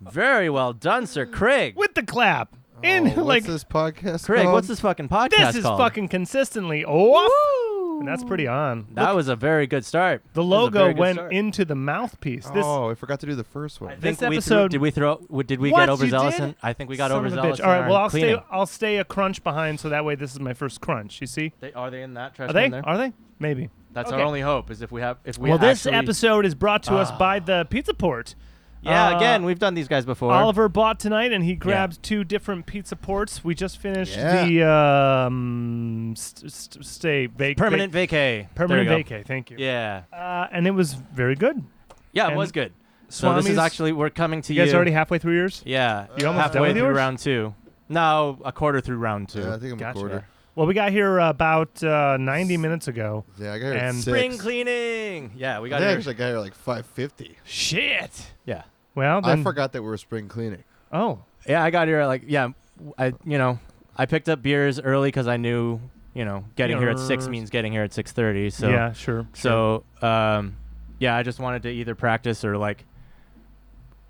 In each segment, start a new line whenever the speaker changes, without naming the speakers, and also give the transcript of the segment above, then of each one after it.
Very well done, sir. Craig.
with the clap.
Oh,
and
what's
like this,
this podcast
Craig,
called?
what's this fucking podcast
is
called?
fucking consistently off. And that's pretty on.
That was a very good start.
the
That was a very
logo
good
went
start.
into the mouthpiece. This
oh, I forgot to do the first one.
I think
this
we
episode-
Threw, did we throw? w- Did we
What,
get
you
overzealous?
did?
in- I think we got
son of a
overzealous.
bitch. All right,
in our
well I'll
cleaning.
stay I'll stay a crunch behind so that way this is my first crunch, you see?
They, are they in that trash
Are they?
can there?
Are they? Maybe.
That's
Okay.
our only hope is if we have if we.
well, this
actually- Ah.
episode is brought to us by the Pizza Port.
Yeah,
uh,
again, we've done these guys before.
Oliver bought tonight, and he grabbed two different pizza ports. We just finished
Yeah.
the um, st- st- stay vac-
permanent vacay.
vac- permanent
there you go.
vacay. Thank you.
Yeah,
Uh, and it was very good.
yeah, it
And
was good. So this is
Swami's-
actually we're coming to
You guys already halfway through yours.
Yeah,
You almost done
halfway
with
through
yours?
round two. No, a quarter through round two.
Yeah, I think I'm
Gotcha.
a quarter.
Well, we got here about uh, 90 minutes ago.
Yeah, I got here at
And-
six.
Spring cleaning. Yeah, we
I
got
think I
it.
actually got here at like 550.
Shit.
Yeah.
Well, then.
I forgot that we were spring cleaning.
Oh,
Yeah, I got here at like yeah, I you know, I picked up beers early because I knew you know getting here at six
Beers.
means getting here at six thirty. So
yeah, sure.
so um, yeah, I just wanted to either practice or like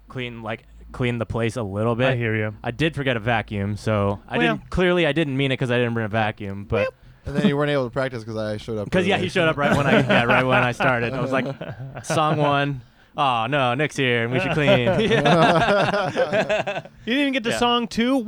clean like clean the place a little
sure.
bit.
I hear you.
I did forget a vacuum, so I
Well-
didn't. Clearly, I didn't mean it because I didn't bring a vacuum, but
And then you weren't able to practice because I showed up.
because yeah, he
early.
showed up right when I yeah, right when I started. I was like, song one. Oh no, Nick's here and we should clean. Yeah.
You didn't even get to
Yeah.
song two.
No.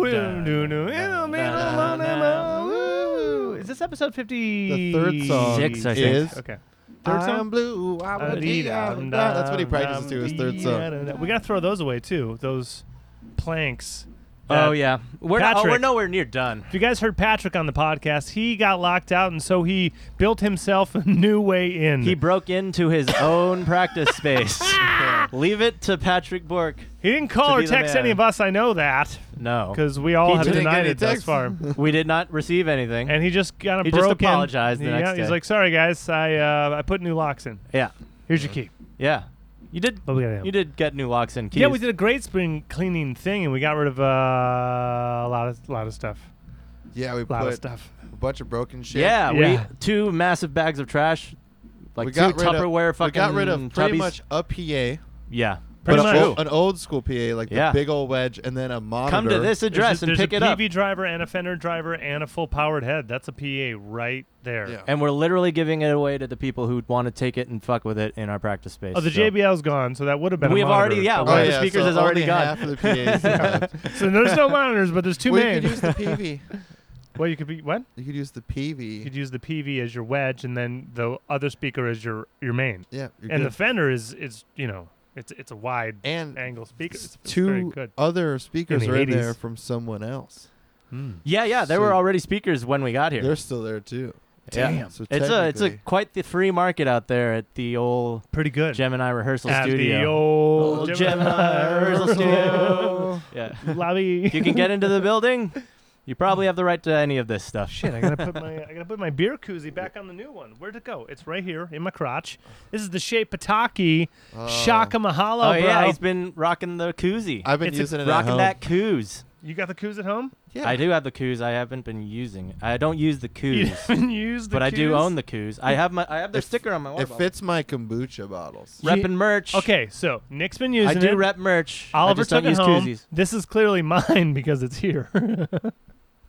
Woohoo!
Da- da- da-
Woo! Is this episode fifty?
The third song
Six, I think.
is
Okay. Third
I'm
song.
blue. I
Uh,
wanna be out and down. That's what he practices to his third song.
We gotta throw those away too. Those planks.
Oh
That-
yeah, we're not, oh, we're
Patrick.
nowhere near done.
If you guys heard Patrick on the podcast, he got locked out, and so he built himself a new way in.
He broke into his own practice space. Leave it to Patrick Bork.
He didn't call
to
or
be the
text any
man.
of us. I know that
No,
because we all
He
have
didn't get
denied
any
it thus
texts.
far.
we did not receive anything.
And he just kind of
He just
broke in.
apologized the
Yeah,
next
He's
day.
like, "Sorry guys, I uh, I put new locks in.
yeah,
Here's your key."
yeah, you did.
But we gotta
Mm. You did get new locks and keys.
Oh, Yeah, we did a great spring cleaning thing, and we got rid of uh, a lot of lot of stuff.
Yeah, we
A lot of
put
stuff.
a bunch of broken shit.
Yeah,
Yeah.
we two massive bags of trash, like
we got
two
rid
Tupperware
of,
fucking.
We got rid of
tubbies.
pretty much a PA,
Yeah,
Pretty
but
much.
a old- an old school PA, like
Yeah.
the big old wedge, and then a monitor.
Come to this
There's a-
address and
there's
pick
a
it
PV
up.
driver and a fender driver and a full powered head. That's a PA right there.
Yeah.
And we're literally giving it away to the people who want to take it and fuck with it in our practice space.
Oh, the
so.
JBL's gone, so that would have been. a
We have already-
monitor.
yeah,
But
one
Oh,
of the
yeah,
speakers
so
is already
only
gone.
Half of the PAs left.
So there's no monitors, but there's two
Well, you
main.
could use the PV.
well, you could be what?
You could use the
You
PV.
could use the PV as your wedge, and then the other speaker as your your main.
yeah, you're
and
good.
the fender is is you know it's it's a wide
and
angle speaker. It's, it's very
two
good.
other speakers
In the
are in
80s.
there from someone else.
Yeah, yeah, there
So-
were already speakers when we got here.
They're still there too.
Yeah.
Damn.
So
It's a it's a
technically-
quite the free market out there at the old
Pretty good.
Gemini rehearsal
At
studio.
the old,
Old
Gemini
Gemini rehearsal studio.
Rehearsal.
yeah.
lobby.
If you can get into the building, you probably have the right to any of this stuff.
Shit, I gotta put my I gotta put my beer koozie back on the new one. Where'd it go? It's right here in my crotch. This is the Shea Pataki
Oh.
Shaka Mahalo,
Oh
bro.
yeah, he's been rocking the koozie.
I've been
It's a-
using it at
rocking
home.
that kooz.
you got the koos at home?
Yeah.
I do have the kooz. I haven't been using it. I don't use the
You
kooz,
haven't used the
but I do
koos?
own the kooz. I have my I have their
It-
sticker on my wall.
It fits my kombucha bottles.
Right.
Reppin' merch.
Okay, so Nick's been
I
using
do
it.
rep merch. I
Oliver
just
took
don't
it
use
home.
koozies.
This is clearly mine because it's here.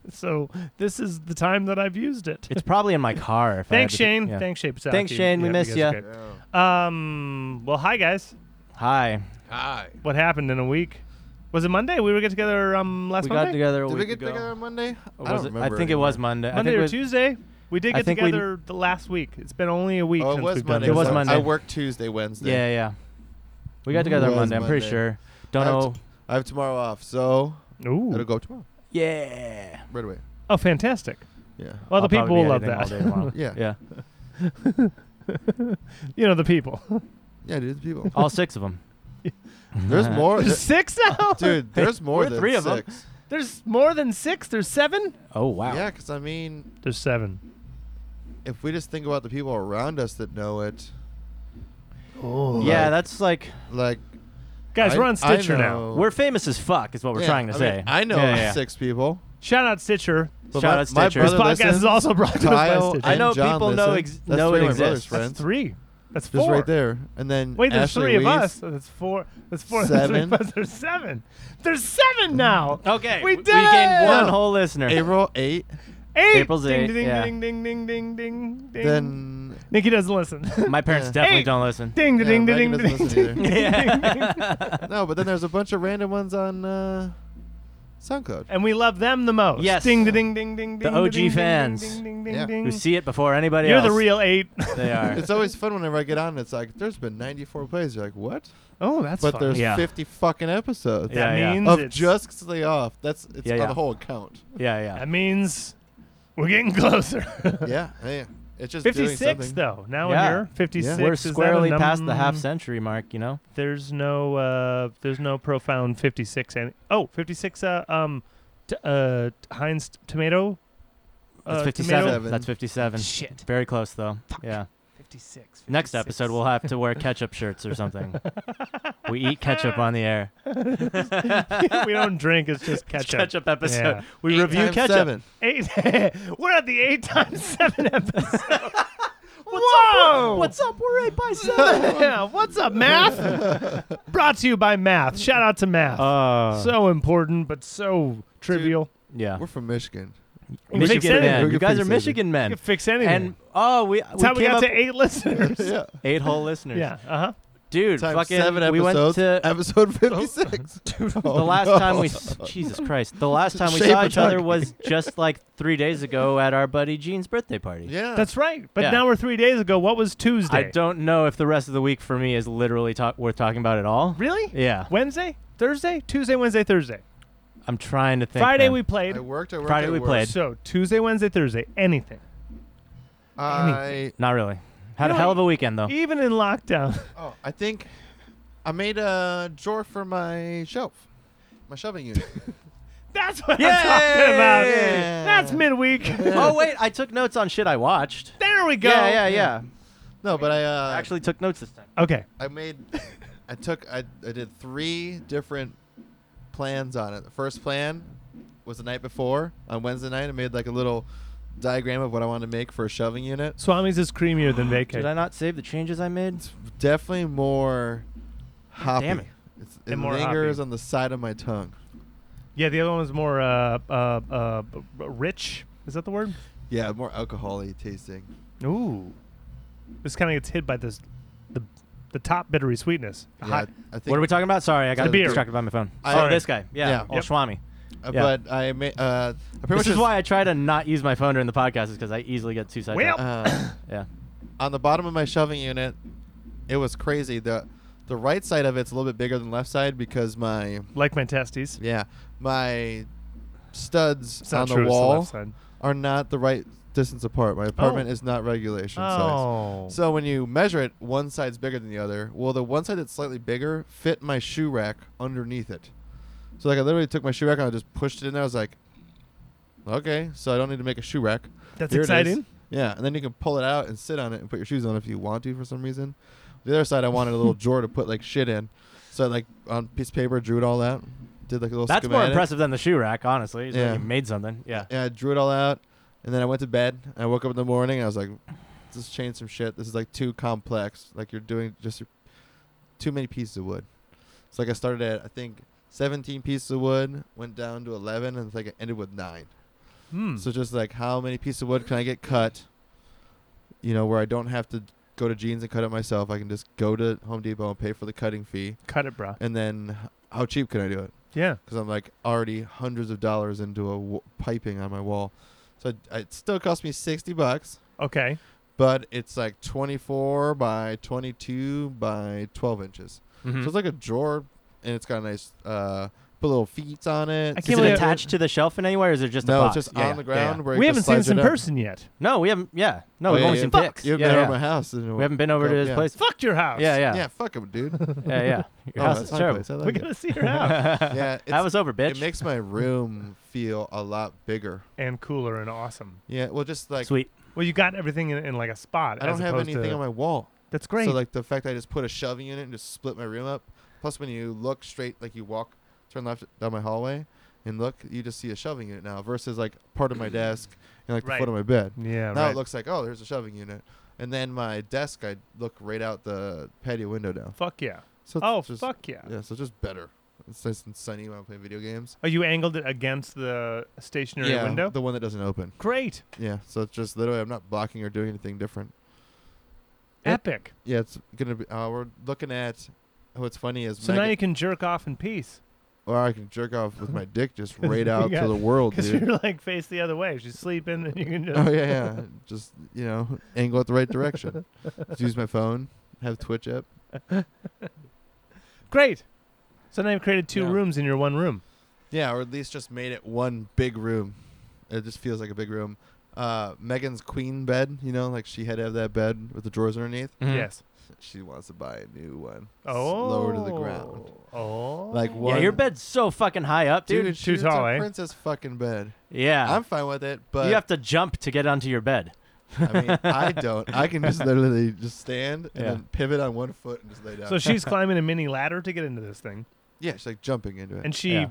so this is the time that I've used it.
It's probably in my car. If I
Thanks,
had to be-
Shane.
yeah.
Thanks, Shea Pataki.
Thanks, Shane. We
Yeah,
miss
guys
ya.
are great. Um. Well, hi guys.
Hi.
Hi.
What happened in a week? Was it Monday? We were get together um last
we got
Monday.
together a
Did we
week
get
ago.
together on Monday?
Or
I
was
don't
it-
remember.
think it
anymore.
was Monday. I
Monday
think
or
we-
Tuesday. We did
I
get
think we-
together the last week. It's been only a week
Oh, it
since
was
we've
Monday.
done
It was
so
Monday.
I worked Tuesday, Wednesday.
Yeah, yeah. We got
Ooh.
together on
Was
Monday. I'm pretty
Monday.
sure. Don't
I have
know.
I have tomorrow off, so it'll
Ooh.
go tomorrow
Yeah.
right away.
Oh, fantastic.
Yeah.
I'll
Well, the people
probably
will
be
love
editing all day tomorrow.
that.
Yeah.
yeah.
you know, the people.
Yeah, dude. the People.
All six of them.
There's more.
There's
There,
six now?
dude, there's more
We're
than
three of 'em.
six.
There's more than six? There's seven?
Oh wow.
Yeah, because I mean,
There's seven.
if we just think about the people around us that know it,
Oh.
Yeah,
Like-
that's like
like
Guys,
I-
we're on
I
Stitcher now.
know-
we're famous as fuck is what we're
Yeah,
trying to
I
say.
mean, I know
Yeah, yeah.
six people.
Shout out Stitcher.
But
Shout
my-
out
my
Stitcher.
This
brother
podcast
listens.
is also brought to us by
Kyle
Stitcher.
I know
and John
people know
listen.
ex-
That's
know
three
it
of my brother's
exists.
That's
friends.
three. That's
just
four.
right there. And then
Wait, there's
Ashley
three of
Weiss,
us. So that's four. That's four. That's three
Seven.
of us. There's seven. There's seven now.
Okay,
We
w-
did
We
it!
gained one
No.
whole listener.
April eight.
Eight.
April's
ding,
eight,
Ding,
yeah.
ding, ding, ding, ding, ding, ding.
Then
Nikki doesn't listen.
My parents
Yeah.
definitely
Eight.
don't listen.
ding,
Yeah,
ding, ding,
Megan
ding,
doesn't
ding,
listen
ding,
either.
ding, ding, ding.
Yeah.
no, but then there's a bunch of random ones on uh, SoundCloud.
And we love them the most.
Yes.
Ding, ding, ding, ding, ding.
The
ding,
OG
ding, ding,
fans.
Ding, ding, ding,
Yeah.
ding.
Who see it before anybody
You're
else?
the real eight.
They are.
It's always fun whenever I get on. It's like there's been 94 plays. You're like, what?
oh, that's
but
fun.
there's
Yeah.
50 fucking episodes
Yeah,
that
yeah.
means
of
it's-
just lay off. That's it's
Yeah,
on
yeah.
the whole account.
Yeah, yeah.
That means we're getting closer.
yeah, hey, it's just doing
56
something.
though. Now
Yeah.
we're here. 56.
We're
Is that a
squarely past
num-
the half century mark, you know?
There's no uh there's no profound 56 and oh, 56 uh um t- uh Heinz tomato
That's
uh,
57.
tomato-
That's 57.
Shit.
Very close, though.
Fuck.
Yeah.
56.
Next episode, we'll have to wear ketchup shirts or something. we eat ketchup on the air.
we don't drink, it's just ketchup.
Ketchup episode.
Yeah.
We
Eight
review
times
ketchup.
Seven.
Eight. We're at the eight times seven episode.
What's
Whoa!
Oh.
up? What's up? We're eight by seven.
yeah, what's up, math? Brought to you by math. Shout out to math.
Uh,
so important, but so trivial.
yeah.
We're from Michigan.
We can fix
Michigan
anything.
men.
We're
You guys are
fixated.
Michigan
We
men.
can fix anything.
And oh, we
That's
we
how we
came
got
up
to eight listeners.
yeah,
eight whole listeners.
yeah. Uh huh.
Dude,
times
fucking
seven episodes.
we went to Oh,
episode 56.
the
Oh,
last time we s- Jesus Christ. The last time we
Shape
saw
of
each other
Target.
was just like 3 days ago at our buddy Gene's birthday party.
Yeah,
That's right. But
Yeah.
now we're three days ago. What was Tuesday?
I don't know if the rest of the week for me is literally talk- worth talking about at all.
Really?
Yeah.
Wednesday, Thursday, Tuesday, Wednesday, Thursday.
I'm trying to think.
Friday
man.
we played.
I worked. I worked.
Friday
I
we
worked.
played.
So Tuesday, Wednesday, Thursday. Anything.
I
Not really. Had
You
a
know,
hell of a weekend though.
Even in lockdown.
oh, I think I made a drawer for my shelf, my shelving unit.
That's what
Yay!
I'm talking about.
Yeah.
That's midweek.
oh wait, I took notes on shit I watched.
there we go.
Yeah, yeah, yeah.
no, but I uh,
I actually took notes this time.
Okay.
I made, I took, I, I did three different plans on it. The first plan was the night before on Wednesday night. I made like a little diagram of what I wanted to make for a shelving unit.
Swami's is creamier than vacay.
Did I not save the changes I made?
It's definitely more hoppy.
Damn it.
It's, it
And more
lingers
hoppy.
on the side of my tongue.
Yeah, the other one was more uh, uh, uh, b- b- rich. Is that the word?
Yeah, more alcohol-y tasting.
Ooh, this kind of gets hit by this, the, the top bittery sweetness.
Yeah,
Hot.
I think,
What are we talking about? Sorry, I got
The beer.
distracted by my phone.
I-
oh, this guy. Yeah.
Yeah.
Oh,
Yep.
Swami.
uh,
yeah.
But I made. Uh, I pretty much
This is
just-
why I try to not use my phone during the podcast, is because I easily get too sidetracked.
Well.
Uh,
yeah.
on the bottom of my shelving unit, it was crazy. the The right side of it's a little bit bigger than left side because my
Like my testes.
Yeah, my studs
It's not
on
true,
the
it's the left
wall
side.
are not the right distance apart. My apartment
Oh.
is not regulation
Oh.
size. So when you measure it, one side's bigger than the other. Well, the one side that's slightly bigger fit my shoe rack underneath it. So like I literally took my shoe rack and I just pushed it in there. I was like, okay, so I don't need to make a shoe rack.
That's
Here it is.
exciting.
Yeah, and then you can pull it out and sit on it and put your shoes on if you want to for some reason. The other side, I wanted a little drawer to put like shit in. So I like on piece of paper drew it all out. Did like a little.
That's more
schematic.
impressive than the shoe rack, honestly. is that
Yeah.
You made something. Yeah.
and I drew it all out, and then I went to bed. And I woke up in the morning. And I was like, "Let's change some shit. This is like too complex. Like you're doing just your- too many pieces of wood." So like I started at I think 17 pieces of wood, went down to 11, and it's like it ended with nine.
Hmm.
So just like how many pieces of wood can I get cut? You know where I don't have to go to jeans and cut it myself. I can just go to Home Depot and pay for the cutting fee,
Cut it, bro.
and then h- how cheap can I do it?
Yeah.
because I'm like already hundreds of dollars into a w- piping on my wall. So it, it still cost me 60 bucks,
Okay.
but it's like 24 by 22 by 12 inches.
Mhm.
So it's like a drawer, and it's got a nice, uh, put little feet on it.
I
Is
can't
it
believe-
attached to the shelf in any way, or is it just a
no,
box?
it's just
Yeah,
on
yeah,
the
yeah, yeah.
ground. Where it
we
just
haven't seen
slides
this in
right up.
person yet.
No, we haven't. Yeah. No,
Oh,
we've
yeah,
only
yeah.
seen pics.
You haven't
yeah,
been
yeah.
over my house. and-
We haven't been over to
Oh,
his
yeah.
place.
Fuck your house.
Yeah, yeah.
Yeah, fuck him, dude.
Yeah, yeah. Your
Oh,
house
that's
is
my
terrible.
place. I like
We're
it.
gonna see your house.
Yeah,
that
it's-
was over, bitch.
It makes my room feel a lot bigger.
and cooler and awesome.
Yeah, well, just like
Sweet.
Well, you got everything in, in like a spot.
I don't
as
have
opposed
anything
to,
on my wall.
That's great.
So like the fact that I just put a shelving unit and just split my room up. Plus, when you look straight, like you walk, turn left down my hallway, and look, you just see a shelving unit now versus like part of my desk and like the
Right.
foot of my bed.
yeah.
now
right.
it looks like oh, there's a shelving unit. And then my desk, I look right out the patio window now.
Fuck yeah.
So it's
Oh,
just,
fuck yeah.
Yeah, so it's just better. It's nice and sunny when I'm playing video games.
Oh, you angled it against the stationary
yeah,
window?
the one that doesn't open.
Great.
Yeah, so it's just literally I'm not blocking or doing anything different. Yep.
Epic.
Yeah, it's gonna be. Uh, we're looking at. What's funny is
So now you can jerk off in peace.
or I can jerk off with my dick just right out
Yeah,
to the world,
Because
dude.
you're like face the other way. She's sleeping and you can just.
Oh yeah, yeah. Just you know, angle it the right direction. Just use my phone. Have Twitch up.
Great. So now you've created two
Yeah.
rooms in your one room.
Yeah, or at least just made it one big room. It just feels like a big room. Uh, Megan's queen bed, you know, like she had to have that bed with the drawers underneath.
Yes.
She wants to buy a new one. It's
Oh.
lower to the ground.
Oh.
Like
Yeah,
one,
your bed's so fucking high up, dude.
dude.
too
she's
tall,
a
eh?
princess fucking bed.
yeah.
I'm fine with it, but
you have to jump to get onto your bed.
I mean, I don't. I can just literally just stand and
Yeah.
then pivot on one foot and just lay down.
So she's climbing a mini ladder to get into this thing.
yeah, she's like jumping into it.
And she
Yeah.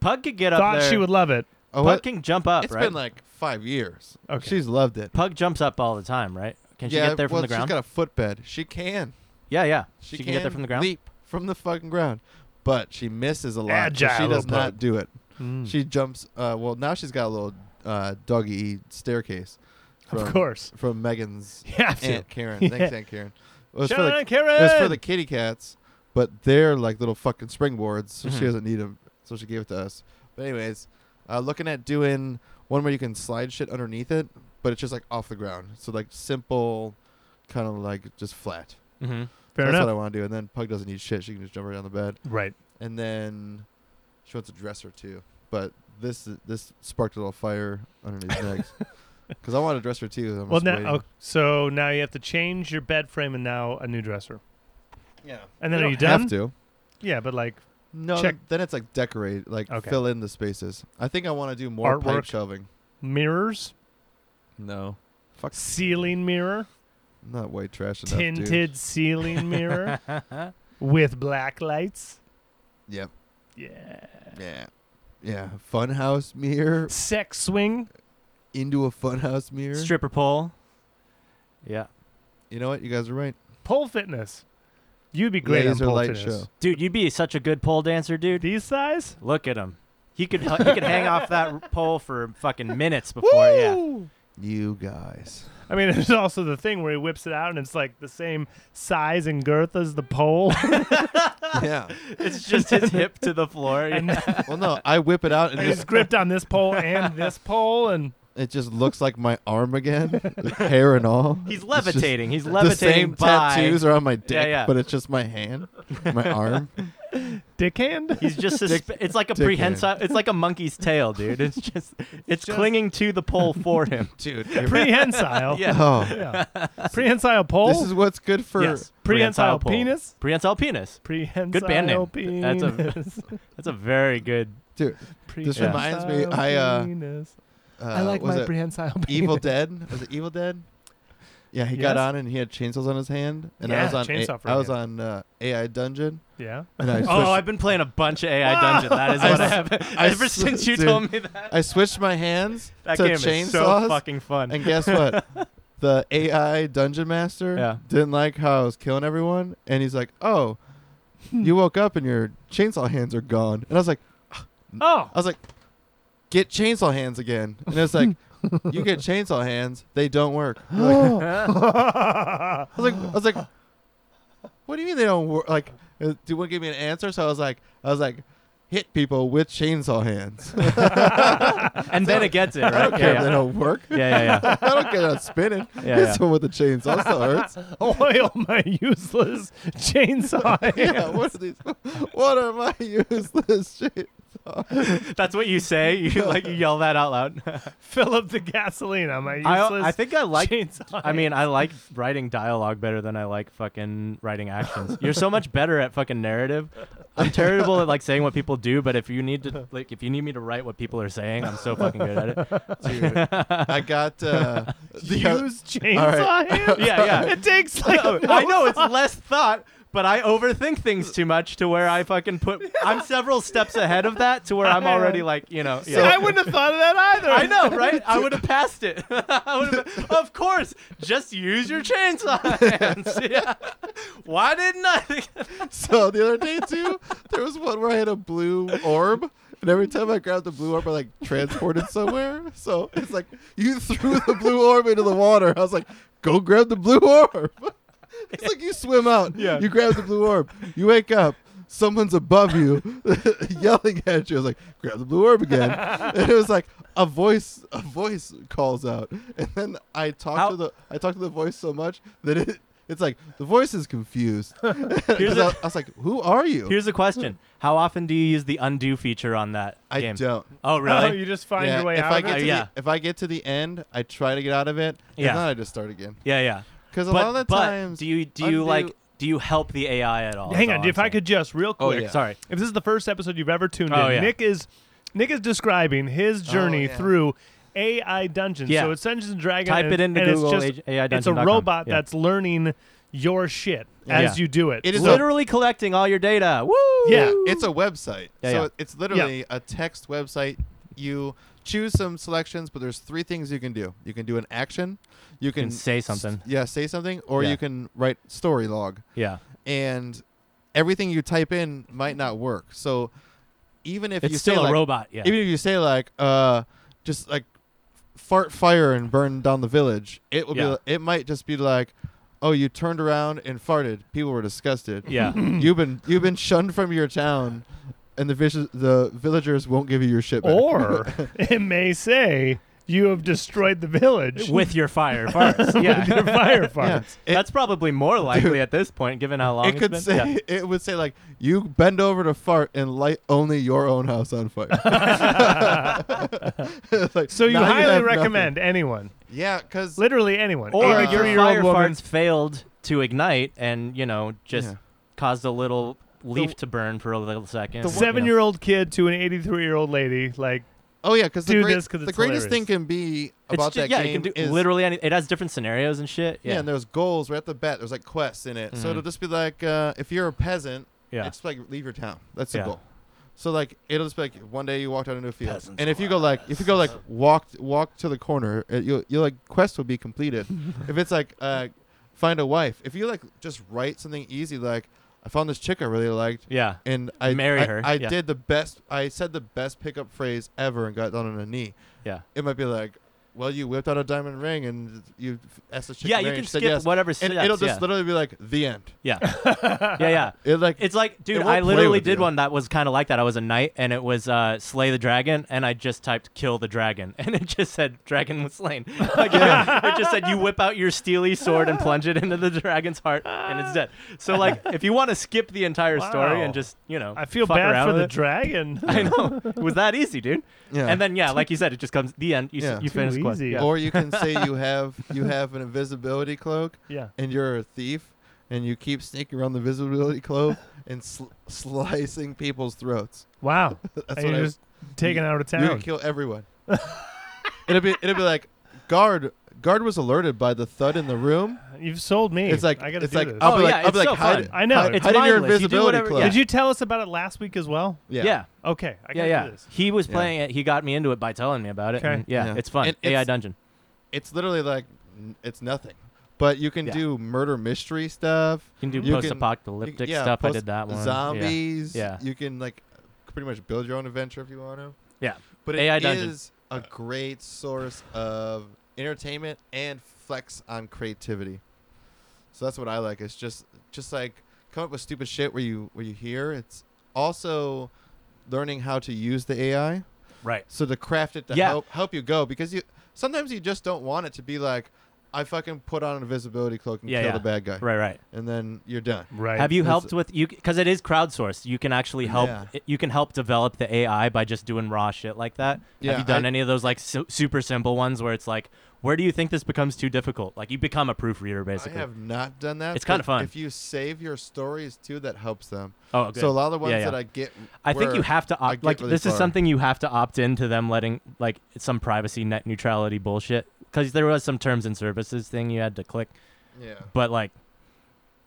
Pug could get up
thought
there.
she would love it.
oh,
Pug
what?
can jump up,
It's
right?
been like five years.
Okay.
She's loved it.
Pug jumps up all the time, right? Can she
yeah,
get there from
well,
the ground?
She's got a footbed. She can.
yeah, yeah.
She,
can, get there from the ground.
Leap from the fucking ground, but she misses a lot. 'cause
Agile
she does
little
not
pug.
do it.
Hmm.
Mm.
She jumps. Uh, well, now she's got a little uh, doggy staircase. From,
of course.
From Megan's
You have to.
aunt Karen. Thanks, Aunt Karen. It was, for
Shout
the,
out, Karen!
it was for the kitty cats, but they're like little fucking springboards, so
Mm-hmm.
Mhm.
she doesn't need them. So she gave it to us. But anyways, uh, looking at doing one where you can slide shit underneath it, but it's just like off the ground. So like simple, kind of like just flat.
Mm-hmm.
Fair
That's what
enough.
I want to do. And then Pug doesn't need shit. She can just jump right on the bed.
Right.
And then she wants a dresser too. But this this sparked a little fire underneath Meg's. Because I want a dresser too. I'm
Well,
just
now,
waiting.
oh, so now you have to change your bed frame and now a new dresser.
yeah.
And then
You
are you
don't
done?
Have to.
Yeah, but like,
No,
Check.
then it's like decorate, like
Okay.
fill in the spaces. I think I want to do more
Artwork.
pipe shelving.
mirrors,
No,
ceiling mirror,
not white trash enough. dude.
tinted ceiling mirror with black lights.
Yep.
Yeah.
Yeah. Yeah. Funhouse mirror
Sex swing.
into a funhouse mirror.
Stripper pole. Yeah.
You know what? You guys are right.
Pole fitness. You'd be great
Laser
on pole
light
fitness.
show.
Dude, you'd be such a good pole dancer, dude.
These size?
Look at him. He could he could hang off that pole for fucking minutes before. Yeah.
Woo!
You guys.
I mean, there's also the thing where he whips it out and it's like the same size and girth as the pole.
yeah.
It's just his hip to the floor.
and
Well, no, I whip it out and
it's
just,
gripped on this pole and this pole and
it just looks like my arm again, with hair and all.
He's
It's just-
levitating. He's
The
levitating
same
by.
tattoos are on my dick,
yeah.
but it's just my hand, my arm.
dick hand.
He's just susp- it's like a
dick
prehensile. It's like a monkey's tail, dude. It's just it's
Just-
clinging to the pole for him.
Dude.
Prehensile.
Yeah.
Oh.
Yeah. Prehensile pole.
This is what's good for
Oh. yes.
Prehensile
Prehensile
pole.
penis.
Prehensile penis.
Prehensile
band name.
penis.
That's a- That's a very good.
Dude, This reminds me-
Prehensile
I, uh,
penis.
uh,
I like
was
my
it E-
prehensile penis.
Evil Dead? Was it Evil Dead? Yeah, he got
Yes.
on and he had chainsaws on his hand, and
Yeah,
I was on A-
chainsaw for
I was
hand.
on uh, AI Dungeon,
Yeah.
and I switched,
Oh, I've been playing a bunch of AI Dungeon. That is
I
what I
s-
have.
I
Ever
s-
since you
dude,
told me that,
I switched my hands
that
to
game is so
chainsaws,
fucking fun.
and guess what? the AI Dungeon Master
Yeah.
didn't like how I was killing everyone, and he's like, "Oh,
Hmm.
you woke up and your chainsaw hands are gone," and I was like,
Oh.
"I was like, get chainsaw hands again," and it's like, "You get chainsaw hands, they don't work." You're like, I was like, I was like, what do you mean they don't work? Like, uh, do one give me an answer? So I was like, I was like, hit people with chainsaw hands.
and then it gets it
I
right.
don't care if they
Yeah,
don't work.
yeah, yeah. yeah,
I don't care if I'm spinning.
yeah,
Yeah,
yeah, yeah.
with the chainsaw still hurts.
Oil my useless chainsaw.
yeah,
hand.
what are these? What are my useless chainsaws?
That's what you say. You like you yell that out loud.
Fill up the gasoline on my useless.
I, I think I like.
chainsaw.
I mean, I like writing dialogue better than I like fucking writing actions. You're so much better at fucking narrative. I'm terrible at like saying what people do, but if you need to like if you need me to write what people are saying, I'm so fucking good at it.
Dude, I got uh, the
use chainsaw
right.
hand.
Yeah, yeah.
It takes like
I know it's less thought, but I overthink things too much to where I fucking put. I'm several steps ahead of that to where I'm already like, you know.
See, I
yeah.
wouldn't have thought of that either.
I know, right? I would have passed it. I would've- of course, just use your chainsaw hands. Yeah. Why didn't I? think-
So the other day too, there was one where I had a blue orb, and every time I grabbed the blue orb, I like transported somewhere. So it's like you threw the blue orb into the water. I was like, go grab the blue orb. It's like you swim out,
Yeah.
you grab the blue orb, you wake up, someone's above you yelling at you. I was like, grab the blue orb again, and it was like a voice, a voice calls out, and then I talked
How-
to the, I talked to the voice so much that it. It's like the voice is confused. 'Cause
a-
I- I was like, "Who are you?"
Here's the question: How often do you use the undo feature on that
I
game?
don't.
Oh,
Oh,
really?
you just find
Yeah,
your way
if
out.
I
of
get
it?
to
yeah.
the, if I get to the end, I try to get out of it.
Yeah.
If not, I just start again.
yeah, yeah.
Because a
but,
lot of the
but
times,
do you do you
undo-
like do you help the AI at all?
Hang
is all
on,
I'm
if I
saying.
could just real
Oh,
quick.
yeah.
Sorry.
If this is the first episode you've ever tuned
Oh,
in,
yeah.
Nick is Nick is describing his journey
Oh, yeah.
through AI dungeons.
Yeah.
So it's Dungeons and Dragons.
Type
and,
it into
and
Google
It's, just,
AI
it's a
dungeon.com.
robot
Yeah.
that's learning your shit
Yeah.
as
Yeah.
you do it.
It is
So-
a-
literally collecting all your data. Woo!
Yeah.
It's a website,
Yeah,
so
yeah.
it's literally a text website. You choose some selections, but there's three things you can do. You can do an action. You can,
can say
s-
something.
yeah, say something, or
Yeah.
you can write story log.
Yeah.
And everything you type in might not work. So even if
It's
you say
still a
like,
robot. Yeah.
even if you say like uh just like fart fire and burn down the village it will
Yeah.
be it might just be like oh you turned around and farted people were disgusted
yeah.
you've been you've been shunned from your town and the vis- the villagers won't give you your shit back.
or it may say you have destroyed the village
With your fire farts.
your
Yeah.
fire
yeah,
farts.
it,
that's probably more likely at this point, given how long
it
it's
could
been.
say
Yeah.
it would say like you bend over to fart and light only your own house on fire It's like,
So you
now
highly
have nothing.
recommend anyone,
yeah because
literally anyone,
Or
or
your
year old
fire
woman.
farts failed to ignite, and you know just
Yeah.
caused a little leaf to burn for a little second.
the
you know.
Seven-year-old kid to an eighty-three-year-old lady, like
Oh yeah, because the,
do
great,
this 'cause
the
it's
greatest
hilarious.
thing can be
It's
about
ju-
that
yeah,
game
you can do
is
literally any. It has different scenarios and shit.
yeah,
Yeah.
and there's goals right at the bat. There's like quests in it, so
Mhm.
it'll just be like uh, if you're a peasant,
yeah.
it's like leave your town. That's the
Yeah.
goal. So like it'll just be like one day you walked out into a field,
Peasants
and if you go like if you go like walk walk to the corner, uh you'll you'll like quest will be completed. if it's like uh, find a wife, if you like just write something easy like I found this chick I really liked,
yeah.
and I
Marry
I-
her,
I
yeah.
did the best. I said the best pickup phrase ever and got down on a knee.
Yeah.
it might be like, well, you whipped out a diamond ring and you f- asked the chick.
Yeah,
to
you
marry,
can
and she said
skip
yes.
whatever
And
steps.
it'll just
yeah.
literally be like the end.
yeah. yeah, yeah.
It like
It's like, dude,
won't
I
play
literally
with
did
you.
one that was kind of like that. I was a knight, and it was uh, slay the dragon, and I just typed kill the dragon, and it just said dragon was slain. Like, it just said you whip out your steely sword and plunge it into the dragon's heart, and it's dead. So like, if you want to skip the entire story
Wow.
and just you know,
I feel
fuck
bad
around
for
with
the
it.
dragon.
I know it was that easy, dude.
yeah.
And then yeah, like you said, it just comes the end. You,
Yeah.
s- you
Too
finish quest.
easy.
Yeah.
or you can say you have you have an invisibility cloak
yeah.
and you're a thief and you keep sneaking around the invisibility cloak and sl- slicing people's throats.
Wow.
That's
and
what
you're
I
just taken out of
you can
town.
kill everyone. it'll be it'll be like guard guard was alerted by the thud in the room.
You've sold me.
It's like
I gotta
it's
do
like
this.
I'll be
Oh,
like
yeah,
I'll be
it's
like
so
hide,
fun.
I know.
hide,
It's
hide in your
mindless. You do
invisibility
whatever-
cloak.
yeah.
Did you tell us about it last week as well?
yeah.
Okay, I
Yeah,
gotta
yeah.
do this.
He was
Yeah.
playing it. He got me into it by telling me about it.
Okay.
and yeah,
Yeah.
it's fun.
And
AI
it's-
dungeon.
it's literally like n- it's nothing. But you can
Yeah.
do murder mystery stuff.
You can do
You can- You-
post-apocalyptic
yeah,
stuff. I
post-
did that one. Yeah.
Zombies.
Yeah.
You can like pretty much build your own adventure if you want to.
Yeah.
But it is
AI dungeon.
a great source of entertainment and flex on creativity. So that's what I like. It's just just like come up with stupid shit where you where you hear. It's also learning how to use the AI.
Right.
So to craft it to
Yeah.
help help you go because you sometimes you just don't want it to be like I fucking put on an invisibility cloak and
Yeah,
kill
yeah.
the bad guy
Right. Right.
and then you're done.
Right.
Have you
That's-
helped with you because it is crowdsourced. You can actually help.
Yeah.
it- You can help develop the AI by just doing raw shit like that.
Yeah,
Have you done
I-
any of those like su- super simple ones where it's like, where do you think this becomes too difficult? Like you become a proofreader basically.
I have not done that.
It's kinda
but
fun.
If you save your stories too, that helps them.
oh, good.
So a lot of the ones
Yeah, yeah.
that I get,
I think you
were-
have to
I
opt.
get
Like
really
this
far.
is something you have to opt into them letting like some privacy net neutrality bullshit because there was some terms and services thing you had to click.
Yeah.
But like,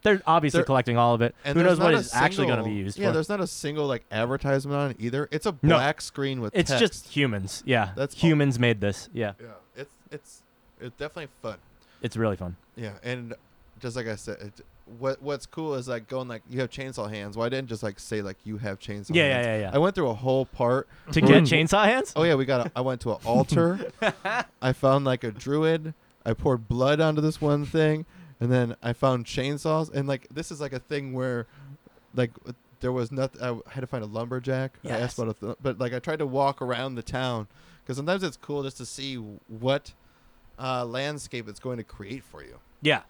they're obviously
There-
collecting all of it.
And
Who
there's
knows what
not a
it's actually going to be
single-
used
Yeah,
for?
there's not a single like advertisement on it either. It's a
No.
black screen with
It's
text.
just humans. Yeah,
That's all.
humans made this. Yeah,
yeah. It's it's it's definitely fun.
it's really fun.
Yeah, and just like I said, it, what what's cool is like going like you have chainsaw hands. Why didn't just like say like you have chainsaw?
Yeah,
hands?
yeah, yeah, yeah.
I went through a whole part.
to get
Mm.
chainsaw hands.
Oh yeah, we got. A, I went to an altar. I found like a druid. I poured blood onto this one thing, and then I found chainsaws. And like this is like a thing where, like, there was nothing. I had to find a lumberjack. I
Yes.
asked about a, th- but like I tried to walk around the town because sometimes it's cool just to see what uh, landscape it's going to create for you.
Yeah,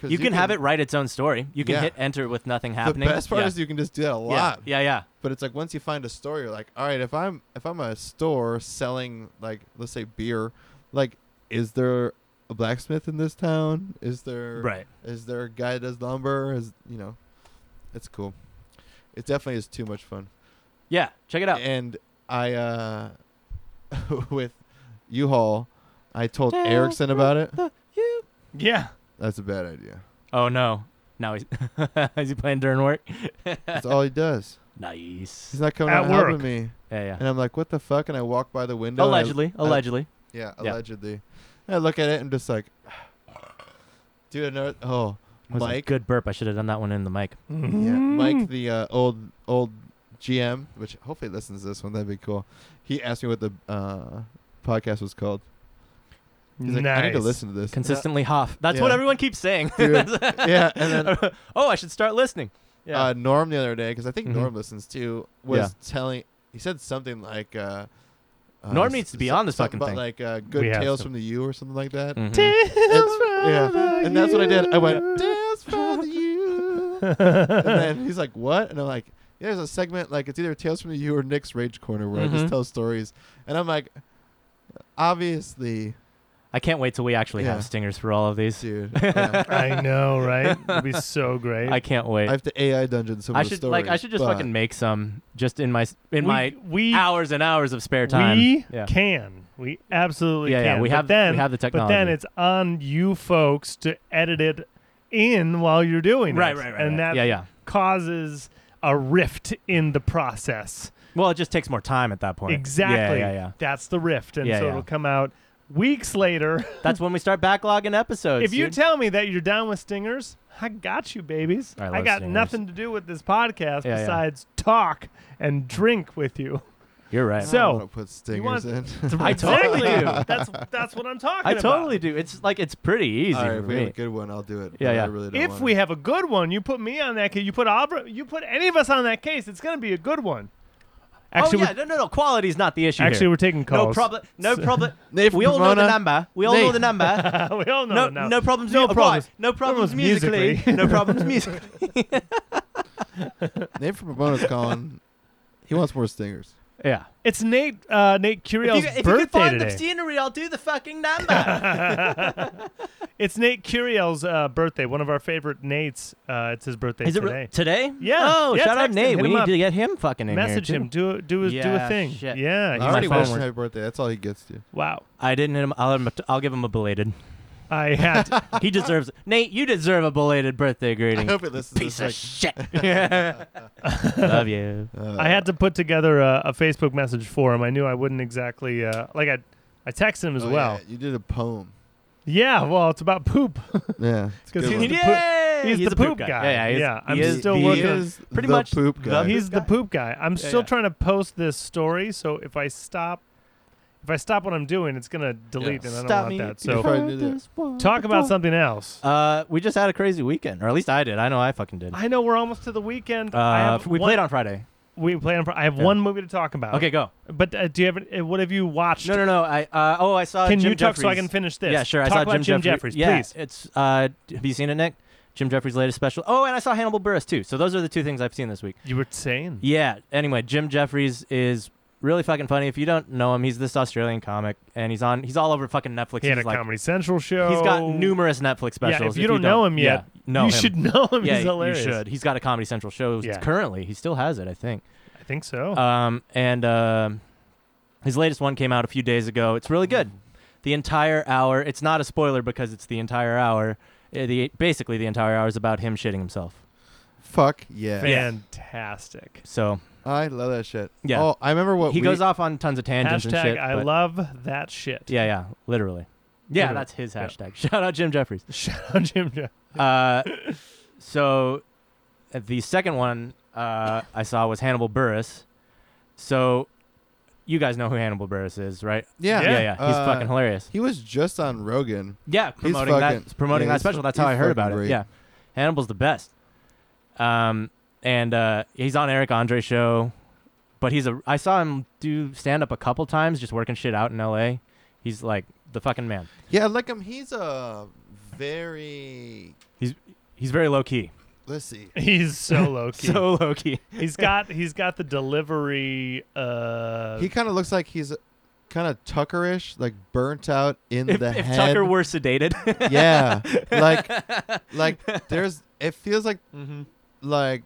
'Cause
you, can, have it write its own story. You can
Yeah.
hit enter with nothing
The
happening.
best part
yeah.
is you can just do that a
yeah.
lot.
Yeah, yeah,
But it's like once you find a store, you're like, all right, if I'm if I'm a store selling like let's say beer, like is there a blacksmith in this town? Is there
right.
is there a guy that does lumber? Is you know, it's cool. It definitely is too much fun.
Yeah, check it out.
And I uh with U-Haul, I told Erickson about it.
Yeah.
That's a bad idea.
Oh no, now he's is he playing during work?
That's all he does.
nice.
He's not coming
At
out and helping
work.
me.
Yeah,
And
yeah.
I'm like, what the fuck? And I walk by the window. and uh, I-
Allegedly, allegedly.
Yeah,
Yeah.
allegedly. And I look at it and just like, dude, another, oh,
That was a
Mike,
good burp. I should have done that one in the mic.
yeah,
Mm.
Mike, the uh, old old GM, which hopefully listens to this one. That'd be cool. He asked me what the uh, podcast was called. He's like, I need to
Nice.
listen to this.
Consistently huff. That's what
Yeah.
everyone keeps saying.
Dude, yeah, and then
oh, I should start listening. Yeah.
uh, Norm the other day, because I think
Mhm.
Norm listens too, was
Yeah.
telling. He said something like. Uh, uh,
Norm
s-
needs to be
so-
on this
something
fucking
about
thing.
Like uh, good
We have
tales
to.
from the U or something like that.
Mhm.
It's- yeah, and that's what I did. I went
"Damn."
tales from the U. and then he's like, "What?" And I'm like, yeah, "There's a segment like it's either Tales from the U or Nick's Rage Corner where I
Mhm.
just tell stories." And I'm like, "Obviously,
I can't wait till we actually
Yeah.
have stingers for all of these.
dude, yeah.
I know, right? It'd be so great.
I can't wait.
I have to AI dungeon some
I
of the
should
stories."
like I should just
but-
fucking make some just in my s- in
we,
my
we
hours and hours of spare time.
We
yeah.
can. We absolutely
yeah,
can.
yeah, we
But
have
then,
we have the
but
technology.
then it's on you folks to edit it in while you're doing
right,
it.
right, right.
And
right.
that
yeah, yeah.
causes a rift in the process.
Well, it just takes more time at that point. Yeah,
Exactly.
Yeah, yeah,
That's the rift. And
Yeah,
so
yeah.
it'll come out weeks later.
That's when we start backlogging episodes.
if you
dude.
tell me that you're down with stingers, I got you, babies.
I
I,
love
got
stingers.
nothing to do with this podcast
Yeah, yeah.
besides talk and drink with you.
You're
I
right.
don't
so,
wanna put stingers
want-
in.
I totally
exactly.
do.
That's that's what I'm talking
I
about.
totally do. It's like it's pretty easy
All right,
for
if we
me.
have a good one, I'll do it.
Yeah,
but I
yeah.
really don't
If
wanna-
we have a good one, you put me on that case. You put Abra, you put any of us on that case. It's going to be a good one.
oh
Actually,
yeah, no, no, no. Quality's not the issue.
we're, actually,
here.
we're taking calls.
no problem. No
So-
problem.
Nate
we all know the
Pomona.
number. We all know
Nate.
the number.
we all know
No,
now.
no, problems.
No
mu- right,
problems.
No problems
Problems
musically.
musically.
no problems musically.
Nate from Pomona's calling, he wants more stingers.
Yeah.
It's Nate. Uh, Nate Curiel's
if you, if you
birthday
can find
today.
the scenery, I'll do the fucking number.
it's Nate Curiel's uh, birthday. One of our favorite Nates. Uh, it's his birthday
Is it
today.
re- today?
Yeah.
Oh,
Yeah,
shout out
text him,
Nate.
hit
We
him
need
up.
to get him fucking in
Message
here, too.
him. Do a, do a, do a
Yeah,
thing.
shit.
Yeah.
he's
I
my
already
phone
wished him
works.
happy birthday. That's all he gets, dude.
Wow.
I didn't hit him. I'll, hit him a- I'll give him a belated.
I had. To,
He deserves it. Nate, you deserve a belated birthday
I
greeting.
hope it listens
Piece
to
of
this.
shit. Love you.
Like, uh,
I had to put together a, a Facebook message for him. I knew I wouldn't exactly uh, like I. I texted him as
oh, yeah,
well.
you did a poem.
Yeah. Well, it's about poop.
Yeah, it's a
Because
good
he
one.
the poop-
Yay!
he's the
a poop,
poop
guy.
guy.
Yeah, yeah. he's-
Yeah, I'm
he is,
still
he
he
working
is-
on-
is
pretty
the
much
poop
the
guy.
poop
He's the
guy?
poop guy. I'm
Yeah,
still
yeah.
trying to post this story, so if I stop, if I stop what I'm doing, it's gonna delete, and I don't
Stop
want
me
that.
You're
So
probably did it.
talk about something else.
Uh, we just had a crazy weekend, or at least I did. I know I fucking did.
I know we're almost to the weekend. I
Uh,
have
we
one,
played on Friday.
We played on. Fri- I have
Yeah.
one movie to talk about.
Okay, go.
but uh, do you have? any- uh, What have you watched?
No, no, no. I uh, oh, I saw.
Can
Jim
you talk so I
Jeffries.
can finish this?
Yeah, sure.
Talk
I saw
about Jim, Jeffries,
yeah,
please.
It's uh, d- have you seen it, Nick? Jim Jeffries' latest special. Oh, and I saw Hannibal Buress too. So those are the two things I've seen this week.
You were saying.
Yeah. Anyway, Jim Jeffries is really fucking funny. If you don't know him, he's this Australian comic, and he's on. He's all over fucking Netflix.
He had a
he's like,
Comedy Central show.
He's got numerous Netflix
Yeah, if
specials.
you don't know him yet,
yeah, know
you
him.
should know him.
Yeah,
He's hilarious.
you should. He's got a Comedy Central show
Yeah. Oh.
currently. He still has it, I think.
I think so.
Um, and um his latest one came out a few days ago. It's really good. The entire hour. It's not a spoiler because it's the entire hour, eh, the basically the entire hour is about him shitting himself.
Fuck yeah.
Fantastic.
So
I love that shit.
Yeah.
Oh, I remember what
he
we,
goes off on tons of tangents and
Hashtag
shit.
I
but-
love that shit.
Yeah, yeah, literally. Yeah,
Literally.
that's his
Yeah.
hashtag. Shout out Jim Jeffries.
Shout out Jim. Jones.
Uh, so uh, the second one uh, I saw was Hannibal Burris. So you guys know who Hannibal Burris is, right?
Yeah.
yeah, yeah. He's
Uh,
fucking hilarious.
He was just on Rogan.
Yeah,
He's
promoting
fucking-
that promoting
yeah,
that
he's
special.
fu-
That's how
he's
I heard about
fucking
it.
great.
Yeah, Hannibal's the best. Um, and uh, he's on Eric Andre's show, but he's a. I saw him do stand up a couple times, just working shit out in L.A. He's like the fucking man.
Yeah, I like him. He's a very.
He's very low key.
Let's see.
He's so low key.
So low key.
he's got he's got the delivery. Uh,
He kind of looks like he's kind of Tuckerish, like burnt out in
If,
the
if
head.
Tucker were sedated,
yeah, like, like there's. It feels like
Mm-hmm.
like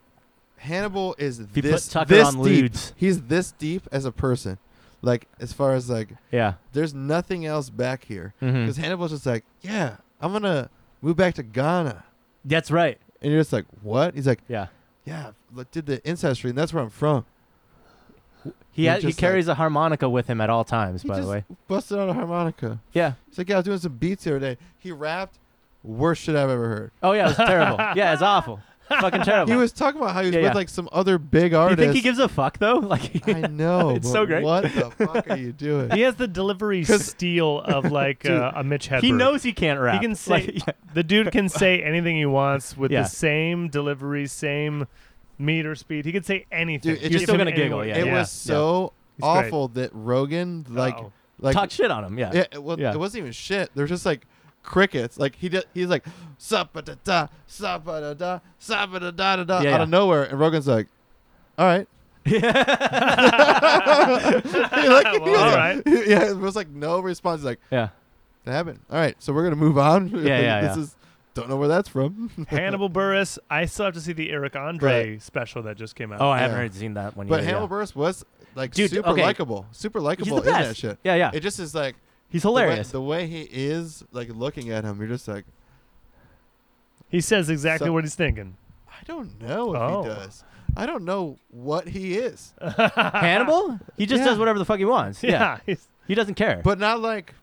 Hannibal is
if you
this
put Tucker
this
on
deep.
lewds,
He's this deep as a person, like as far as like
yeah,
there's nothing else back here
hmm
because Hannibal's just like, yeah, I'm gonna move back to Ghana,
that's right.
and you're just like, what? He's like,
Yeah,
yeah, I did the ancestry, and that's where I'm from.
he
You're
ha- he
just
carries a harmonica with him at all times.
He
by
just
the way,
busted out a harmonica.
yeah.
He's like, yeah, I was doing some beats the other day. He rapped, worst shit I've ever heard.
Oh yeah, it was terrible. yeah, it's awful. Fucking terrible.
He was talking about how he was
Yeah,
with
yeah.
like some other big
Do you
artist.
think he gives a fuck though? Like
I know.
It's
but
so great.
What the fuck are you doing?
he has the delivery
'Cause-
steel of like
Dude,
uh, a Mitch Hedberg.
he knows he can't rap.
can
Like,
say-
yeah.
the dude can say anything he wants with
Yeah.
the same delivery, same meter speed. He could say anything.
Dude, it
Give
just-
him
Still gonna
any
giggle,
word.
yeah,
it
yeah.
was so
He's great.
awful that Rogan like
Uh-oh.
like
talk shit on him. Yeah.
yeah, well,
Yeah.
it wasn't even shit. There was just like crickets. Like he did, he's like da da da da da da da da
Yeah,
out
yeah.
of nowhere, and Rogan's like, all right.
Well, all right.
Yeah, it was like no response. He's like
yeah.
that happened. All right, so we're gonna move on. Like,
yeah,
this
yeah.
is don't know where that's from.
Hannibal Burris. I still have to see the Eric Andre special that just came out.
Oh, I haven't
Yeah.
heard seen that one
But
yet.
Hannibal Buress was like
Dude,
super
okay.
likable, super
yeah. He's
likable
the
in that
best.
shit.
Yeah, yeah.
It just is like
He's
the way-
hilarious.
The way, he is, like looking at him, you're just like,
He says exactly
So-
what he's thinking.
I don't know if
Oh.
he does. I don't know what he is,
Hannibal? He just
Yeah.
does whatever the fuck he wants. Yeah.
Yeah. he's-
He doesn't care.
but not like,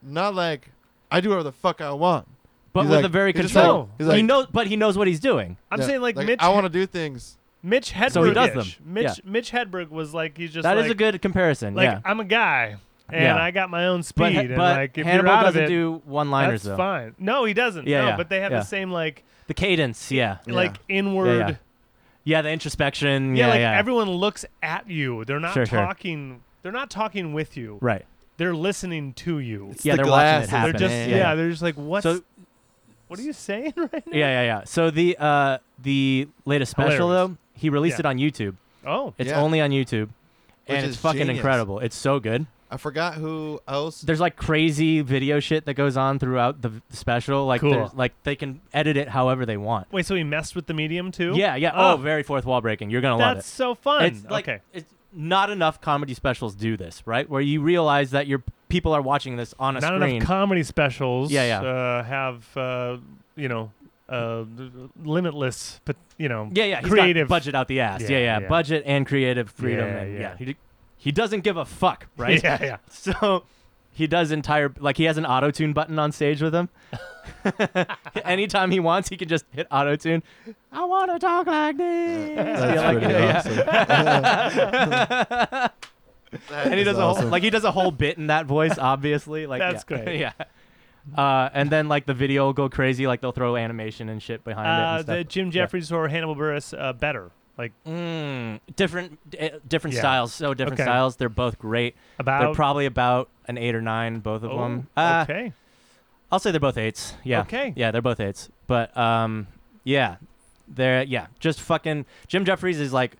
not like I do whatever the fuck I want.
But
he's
with
like-
a very
he's just like-
control.
he's like-
he knows but he knows what he's doing.
I'm
Yeah,
saying like, Mitch.
I want to do things.
Mitch Hedberg.
So he does them.
Mitch
Yeah.
Mitch Hedberg was like he's just
That is
like,
a good comparison.
like
yeah.
I'm a guy and
Yeah.
I got my own
But,
speed
Ha-
and
but
like if
Hannibal
you're out of
doesn't
it,
do one liners
that's
though.
fine. No, he doesn't.
Yeah,
no,
yeah,
but they have
yeah.
the same like
The cadence, yeah.
Yeah.
like inward.
yeah. Yeah, the introspection.
Yeah,
Yeah,
like
yeah.
everyone looks at you. They're not
Sure, sure.
talking. They're not talking with you.
right.
They're listening to you.
Yeah,
the
they're watching it
glasses,
They're
happen.
just
man.
yeah. They're just like what's
So-
what are you saying right now?
Yeah, yeah, yeah. So the uh the latest special
Hilarious.
though, he released
Yeah.
it on YouTube.
Oh,
It's
Yeah.
only on YouTube.
Which
and
is
it's fucking
genius.
incredible. It's so good.
I forgot who else.
There's like crazy video shit that goes on throughout the v- special. Like
Cool.
there's like they can edit it however they want.
wait. So he messed with the medium too.
Yeah, yeah. Oh,
Oh.
very fourth wall breaking. You're gonna
That's so
love
fun.
it. It's like
okay.
it's not enough comedy specials do this, right? Where you realize that your people are watching this on a
Not
screen.
enough comedy specials.
Yeah, yeah.
Uh, have uh, you know uh, limitless, but you know.
yeah, yeah. He's
creative-
got budget out the ass. Yeah,
Yeah,
yeah.
yeah.
Budget and creative freedom.
Yeah,
and,
yeah.
yeah. He, d- he doesn't give a fuck, right?
Yeah, yeah.
So he does entire like he has an auto tune button on stage with him. Anytime he wants, he can just hit auto tune. I want to talk like this.
That's
Yeah, like-
pretty
yeah,
awesome.
yeah.
That
and he
is
does a
awesome.
whole like he does a whole bit in that voice, obviously. Like
That's
yeah.
great.
yeah. Uh, and then like the video will go crazy. Like they'll throw animation and shit behind
Uh,
it.
the
And stuff.
Jim Jeffries or Hannibal Buress uh, better. Like
Mm, different, eh, different
Yeah.
styles. So different
Okay.
styles. They're both great. They're
about
probably about an eight or nine, both of
Oh,
them. Uh,
okay.
I'll say they're both eights. Yeah.
Okay.
Yeah, they're both eights. But um, yeah, they're yeah, just fucking Jim Jeffries is like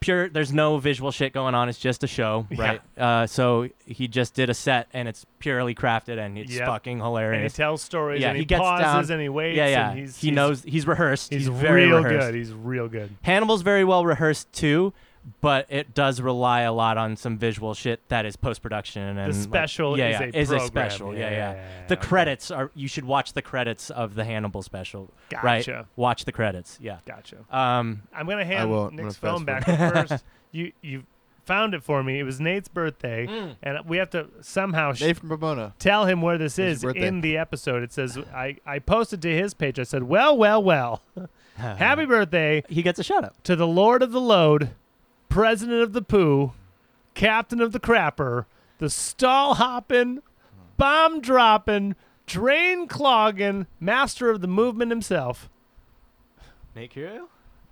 pure. There's no visual shit going on. It's just a show,
Yeah.
right? Uh, so he just did a set, and it's purely crafted, and it's
Yep.
fucking
And he
hilarious.
tells stories.
Yeah,
and he,
he gets
pauses
down-
and he waits.
yeah, yeah.
And he's,
he
he's-
knows he's rehearsed.
He's,
very
real
rehearsed.
good. He's real good.
Hannibal's very well rehearsed too, but it does rely a lot on some visual shit that is post production and
the
like-
special
yeah,
is,
yeah,
a program.
special. Yeah, yeah. The
okay.
credits are you should watch the credits of the Hannibal special.
Gotcha.
right. Watch the credits. Yeah.
Gotcha.
Um
I'm gonna hand
won't. I'm
Nick's
gonna
phone back
fast
first. You you found it for me. It was Nate's birthday,
Mm.
and we have to somehow sh-
Nate from Pomona.
tell him where this
It's
is
your birthday.
in the episode. It says I I posted to his page. I said, well, well, well, happy birthday
he gets a shout out.
to the Lord of the Load, President of the Poo, Captain of the Crapper, the stall hopping, bomb dropping, drain clogging, master of the movement himself.
Nate Curio?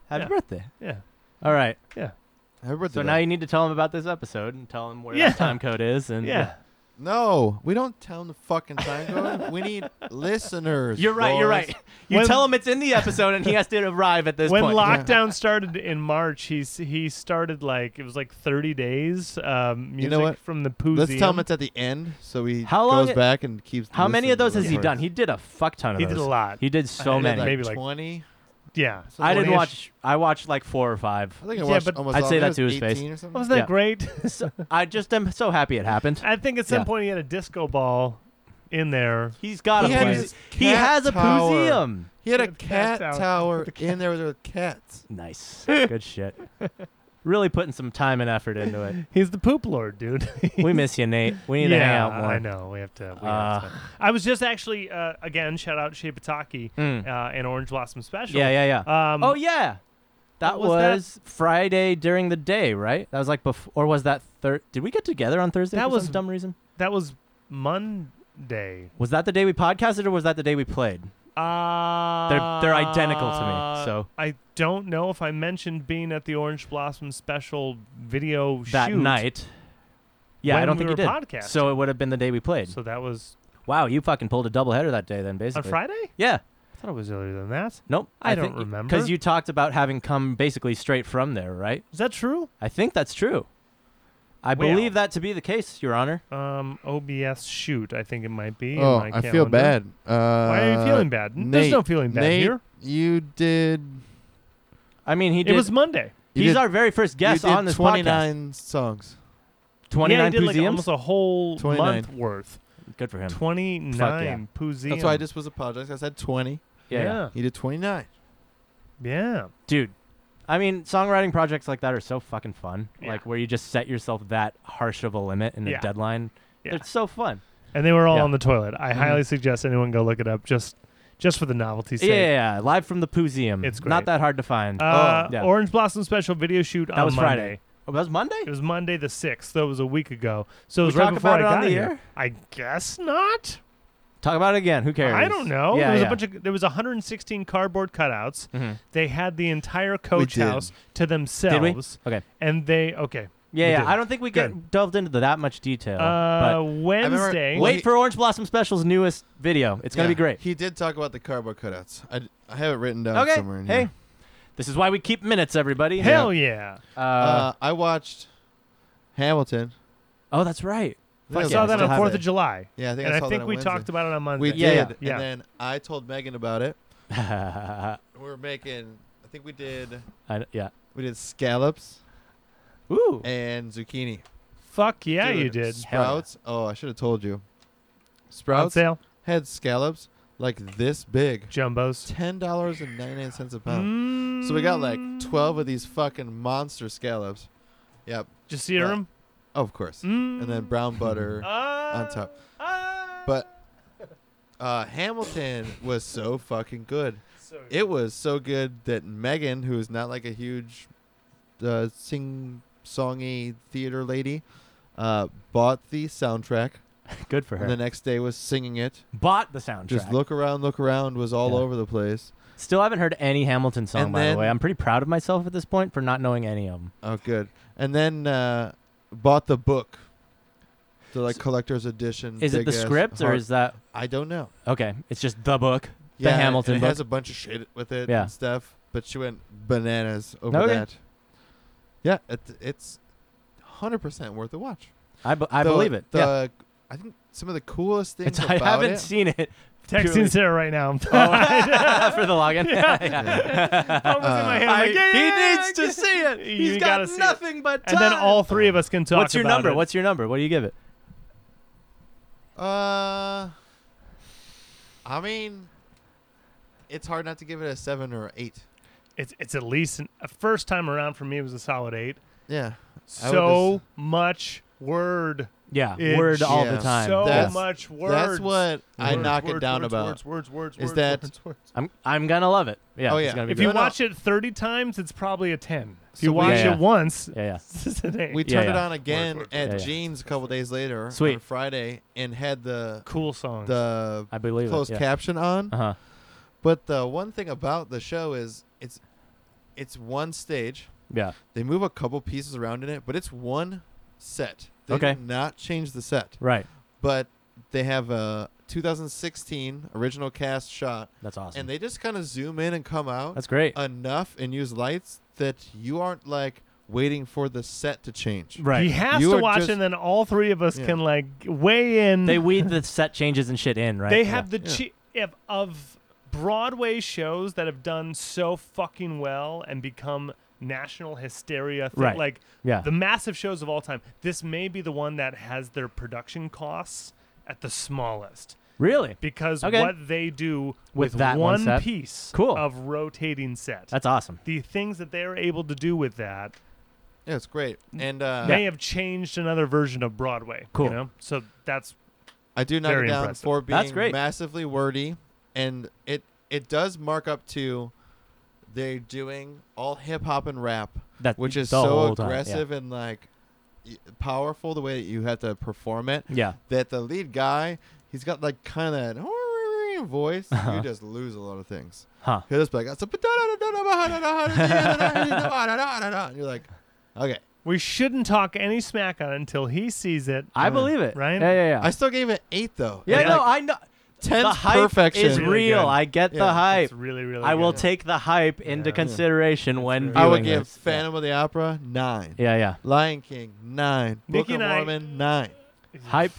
Happy
Yeah.
birthday.
Yeah.
All right.
Happy birthday.
So now you need to tell him about this episode and tell him where
Yeah.
that time code is and
Yeah.
no, we don't tell him the fucking time code. we need listeners.
You're right, you're
Boris.
right. You
When-
tell him it's in the episode and he has to arrive at this
when
point.
lockdown started in March, he s- he started like it was like 30 days. Um, music
You know what?
from the Pooh.
Let's tell him it's at the end, so he
How long
goes
it-
back and keeps.
How many of those
listening
has he
to
done?
the
He did a fuck ton of
he
those.
did a lot.
He did so
did,
many.
like, maybe
twenty.
yeah.
So
I
did
didn't
20-ish.
watch I watched like 4 or 5.
I think I
Yeah,
watched
but-
almost.
I'd
all
say
of
that
it. It
to
was
his face.
18 or something.
Wasn't that
Yeah.
great?
So- I just am so happy it happened.
I think at some
Yeah.
point he had a disco ball in there.
He's got
He
a
had
place.
his
He
cat
has a
tower.
museum.
He had a
Cat
cat
tower.
tower
The
in there with there were cats.
Nice. Good shit. Really putting some time and effort into it.
He's the poop lord, dude.
We miss you, Nate. We need
yeah,
to hang out more.
I know. We have to. We
Uh,
have to. I was just actually uh, again shout out Shapataki
Mm.
uh, and Orange Blossom Special.
Yeah, yeah, yeah.
Um,
oh yeah. That was,
was that?
Friday during the day, right? That was like before, or was that third? Did we get together on Thursday
That
for
was-
some dumb reason?
that was Monday.
Was that the day we podcasted, or was that the day we played?
Uh,
they're identical to me, so.
I don't know if I mentioned being at the Orange Blossom Special video
That
shoot
night. Yeah, I
when
don't
we
think you
were
did.
podcasting.
So it would have been the day we played.
So that was
wow, you fucking pulled a doubleheader that day, then
on
basically.
Friday.
Yeah.
I thought it was earlier than that.
Nope.
I don't remember.
Because you talked about having come basically straight from there, right?
Is that true?
I think that's true. I
Well.
believe that to be the case, Your Honor.
Um, OBS shoot. I think it might be. in
Oh,
my
I feel
calendar.
bad. Uh,
Why are you feeling bad? N- There's
Nate-
no feeling bad
Nate,
here.
You did.
I mean, he
It
did.
was Monday.
You
he's
did,
our very first
you
guest
did
on this
29 songs.
podcast. Twenty-nine
yeah, I did like
museums.
almost a whole
29.
month worth.
Good for him.
Twenty nine yeah.
That's why I just was apologizing. I said 20.
yeah, yeah,
yeah.
You did 29.
Yeah.
dude. I mean, songwriting projects like that are so fucking fun.
Yeah.
Like where you just set yourself that harsh of a limit and
Yeah.
a deadline.
Yeah.
It's so fun.
And they were all
Yeah.
on the toilet. I
Mhm.
highly suggest anyone go look it up just just for the novelty sake.
Yeah, yeah, yeah, live from the Pooseum.
It's
not
great.
that hard to find.
Uh,
Oh, yeah.
Orange Blossom special video shoot
that
on
was
Monday.
Friday. Oh, that was Monday.
It was Monday the sixth. That was a week ago. So it
We
was right
talk
before
about
I
it on
got
the
here.
air?
I guess not.
Talk about it again. Who cares?
I don't know.
Yeah,
there was
yeah.
a bunch of there was 116 cardboard cutouts.
Mhm.
They had the entire coach
did.
house to themselves.
Okay.
And they okay.
Yeah,
We
yeah.
did.
I don't think we
Good.
get delved into that much detail.
Uh,
I remember-
Wednesday.
but
Well,
wait
he-
for Orange Blossom Special's newest video. It's gonna
Yeah.
be great.
He did talk about the cardboard cutouts. I, d- I have it written down
Okay.
somewhere. In
Hey,
here.
this is why we keep minutes, everybody.
Hell yeah.
Uh,
Uh, I watched Hamilton.
oh, that's right.
I
fuck
think
yeah,
I saw
I
we
that
still
on
have
Fourth
it.
of July.
Yeah, I think
and
I
I
saw that
think
on
we
Wednesday.
talked about it on Monday.
We
Yeah, yeah.
did.
Yeah.
And then I told Megan about it.
I,
We are making. I think we did.
yeah.
We did scallops
Ooh.
and zucchini.
Fuck yeah,
Dude,
you
Hell
did.
yeah.
Sprouts. Oh, I should have told you.
On
Sprouts
sale,
had scallops like this big.
jumbos. Mm.
Ten dollars and ninety nine cents a pound. So we got like twelve of these fucking monster scallops. Yep.
Just sear them,
Oh, of course.
Mm.
And then brown butter
Uh. Ah.
on top. But uh, Hamilton was so fucking good. It was so good that Megan, who is not like a huge uh, sing songy theater lady, uh, bought the soundtrack
Good for her.
and the next day was singing it.
Bought the soundtrack.
Just look around, look around was all
Yeah.
over the place.
Still haven't heard any Hamilton song,
And
by
then-
the way. I'm pretty proud of myself at this point for not knowing any of them.
Oh, good. And then uh, bought the book, the like collector's edition.
Is it the
big-ass
script or
hard-
is that
I don't know.
okay? It's just the book. The
Yeah, and
Hamilton
It
book.
has a bunch of shit with it
Yeah.
and stuff, but she went bananas over
Okay.
that. Yeah, it, it's hundred percent worth a watch.
I, b- I
The-
believe it.
The
yeah.
I think some of the coolest things
It's, I
about
haven't
it.
seen it. Oh,
Texting Sarah right now.
for the login.
Yeah. I was in
Oh. Uh,
my hand,
I-
like, yeah, yeah, yeah,
he needs
yeah.
to see it.
You
He's
gotta
got
see it.
nothing but time.
And then all three of us can talk.
What's your
about
number?
it.
What's your number? What do you give it?
Uh, I mean, it's hard not to give it a seven or eight.
it's it's at least an, a first time around for me it was a solid eight.
Yeah, I would
So much word,
Yeah,
It-
word all the
Yeah.
time.
so
That's-
much words.
that's what I
Words,
knock it
words,
down
words,
about.
Words, words, words,
is
words,
that-
words, words.
I'm I'm gonna love it. Yeah.
Oh,
it's
yeah.
gonna be
if you
great.
No, no.
watch it thirty times, it's probably a ten. If
So
you
we-
watch
Yeah,
it
yeah.
once,
yeah, yeah.
it's an eight.
We
Yeah,
turned it
yeah.
on again
Words, words,
at
Yeah, yeah.
Jeans a couple days later on
Sweet.
Friday and had the
cool song.
the
I believe
closed
it. Yeah.
caption on.
Uh huh.
But the one thing about the show is it's it's one stage.
Yeah.
They move a couple pieces around in it, but it's one set. They
Okay.
did not change the set,
Right.
but they have a 2016 original cast shot,
That's awesome.
and they uh, just kind of zoom in and come out
That's great.
enough and use lights that you aren't like waiting for the set to change.
He
right.
has
You
to
are
watch,
just-
and then all three of us
Yeah.
can like weigh in.
They weed the set changes and shit in. Right.
They
Yeah.
have the
Yeah.
chi- if of Broadway shows that have done so fucking well and become national hysteria. Thing,
Right.
Like
Yeah.
the massive shows of all time. This may be the one that has their production costs at the smallest
really.
because
Okay.
what they do
With
with,
that one
one,
set?
piece
Cool.
of rotating set.
That's awesome.
the things that they're able to do with that
Yeah, it's great. And uh,
may have changed another version of Broadway.
Cool.
You know? So that's
I do knock
Very
it down
impressive.
for being
That's great.
massively wordy, and it it does mark up to they're doing all hip hop and rap,
That
which is
the
so
whole time, yeah.
aggressive and like y- powerful the way that you have to perform it.
Yeah.
That the lead guy, he's got like kind of that voice. You just lose a lot of things.
Huh.
He'll just be like, "That's a and you're like, okay.
we shouldn't talk any smack on it until he sees it.
I
Yeah.
believe it.
Right?
Yeah. Yeah. Yeah.
I still gave it eight though.
yeah.
It's
No.
like
I know.
tense
the hype
perfection.
is
Really
real.
good.
I get
Yeah,
the
it's
hype.
It's really, really.
I will
good.
take the hype into
Yeah.
consideration when
very
viewing
I would give
this.
Phantom of the Opera nine.
Yeah, yeah.
Lion King nine. Book
Nicky
of
and I-
Mormon nine.
Hype.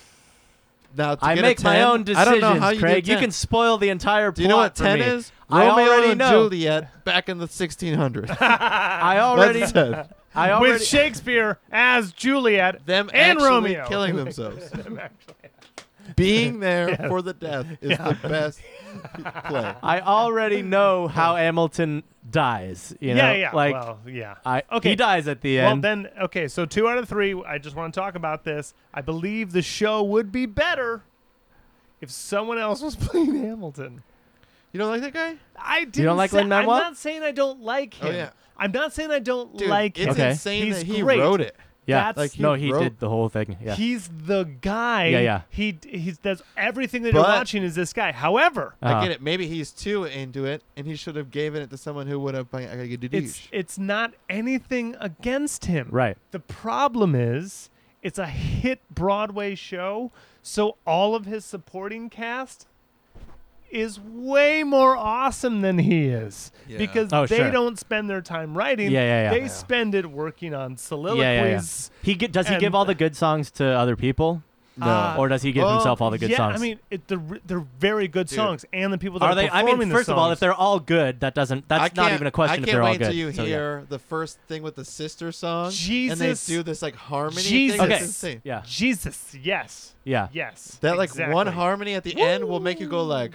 Now to
I
get a
make my
10,
own
I
decisions,
don't know how you
Craig.
get
You
10.
can spoil the entire plot
Do you know what
for
ten
me.
is?
I
Romeo
already
and
know.
Juliet back in the 1600s.
I
That's
already,
it said.
I already.
with Shakespeare as Juliet
Them
and
actually
Romeo
killing themselves.
Actually,
Being there for the death is the best play.
I already know how Hamilton dies. You know,
yeah, yeah.
like
well, yeah.
I.
Okay.
He dies at the
well,
end.
then, okay. So two out of three. I just want to talk about this. I believe the show would be better if someone else was playing Hamilton.
You don't like that guy?
I didn't
like
say,
Lin-Manuel?
I'm not saying I don't like
Oh,
him.
yeah.
I'm not saying I don't
Dude,
like
it's
him.
Okay.
insane
He's
that he
great.
wrote it.
yeah.
that's- Like,
he
no, he
wrote-
did the whole thing. Yeah.
He's the guy.
Yeah, yeah.
He he's that's everything that you're
But-
watching is this guy. However,
Uh-huh.
I get it. Maybe he's too into it, and he should have given it to someone who would have. I gotta get a douche.
it's it's not anything against him.
Right.
The problem is it's a hit Broadway show, so all of his supporting cast is way more awesome than he is
Yeah.
because
Oh,
they
sure.
don't spend their time writing.
Yeah, yeah, yeah.
They
Yeah.
spend it working on
Yeah,
soliloquies.
yeah, yeah. He get, does he give
and-
all the good songs to other people,
No.
Uh,
or does he give
well,
himself all the good
yeah,
songs?
I mean, it, they're they're very good
Dude.
songs, and the people that are,
are they? I
performing
mean,
the
first of all,
songs-
if they're all good, that doesn't. That's
I
not
can't-
even a
I
question
can't
if they're
wait
all good.
till you
So, yeah.
hear the first thing with the sister song, and
Jesus.
they do this like harmony.
Jesus.
Thing that's
Okay.
insane.
Yeah.
Jesus, yes,
Yeah.
yes,
That like
exactly.
one harmony at the end will make you go like,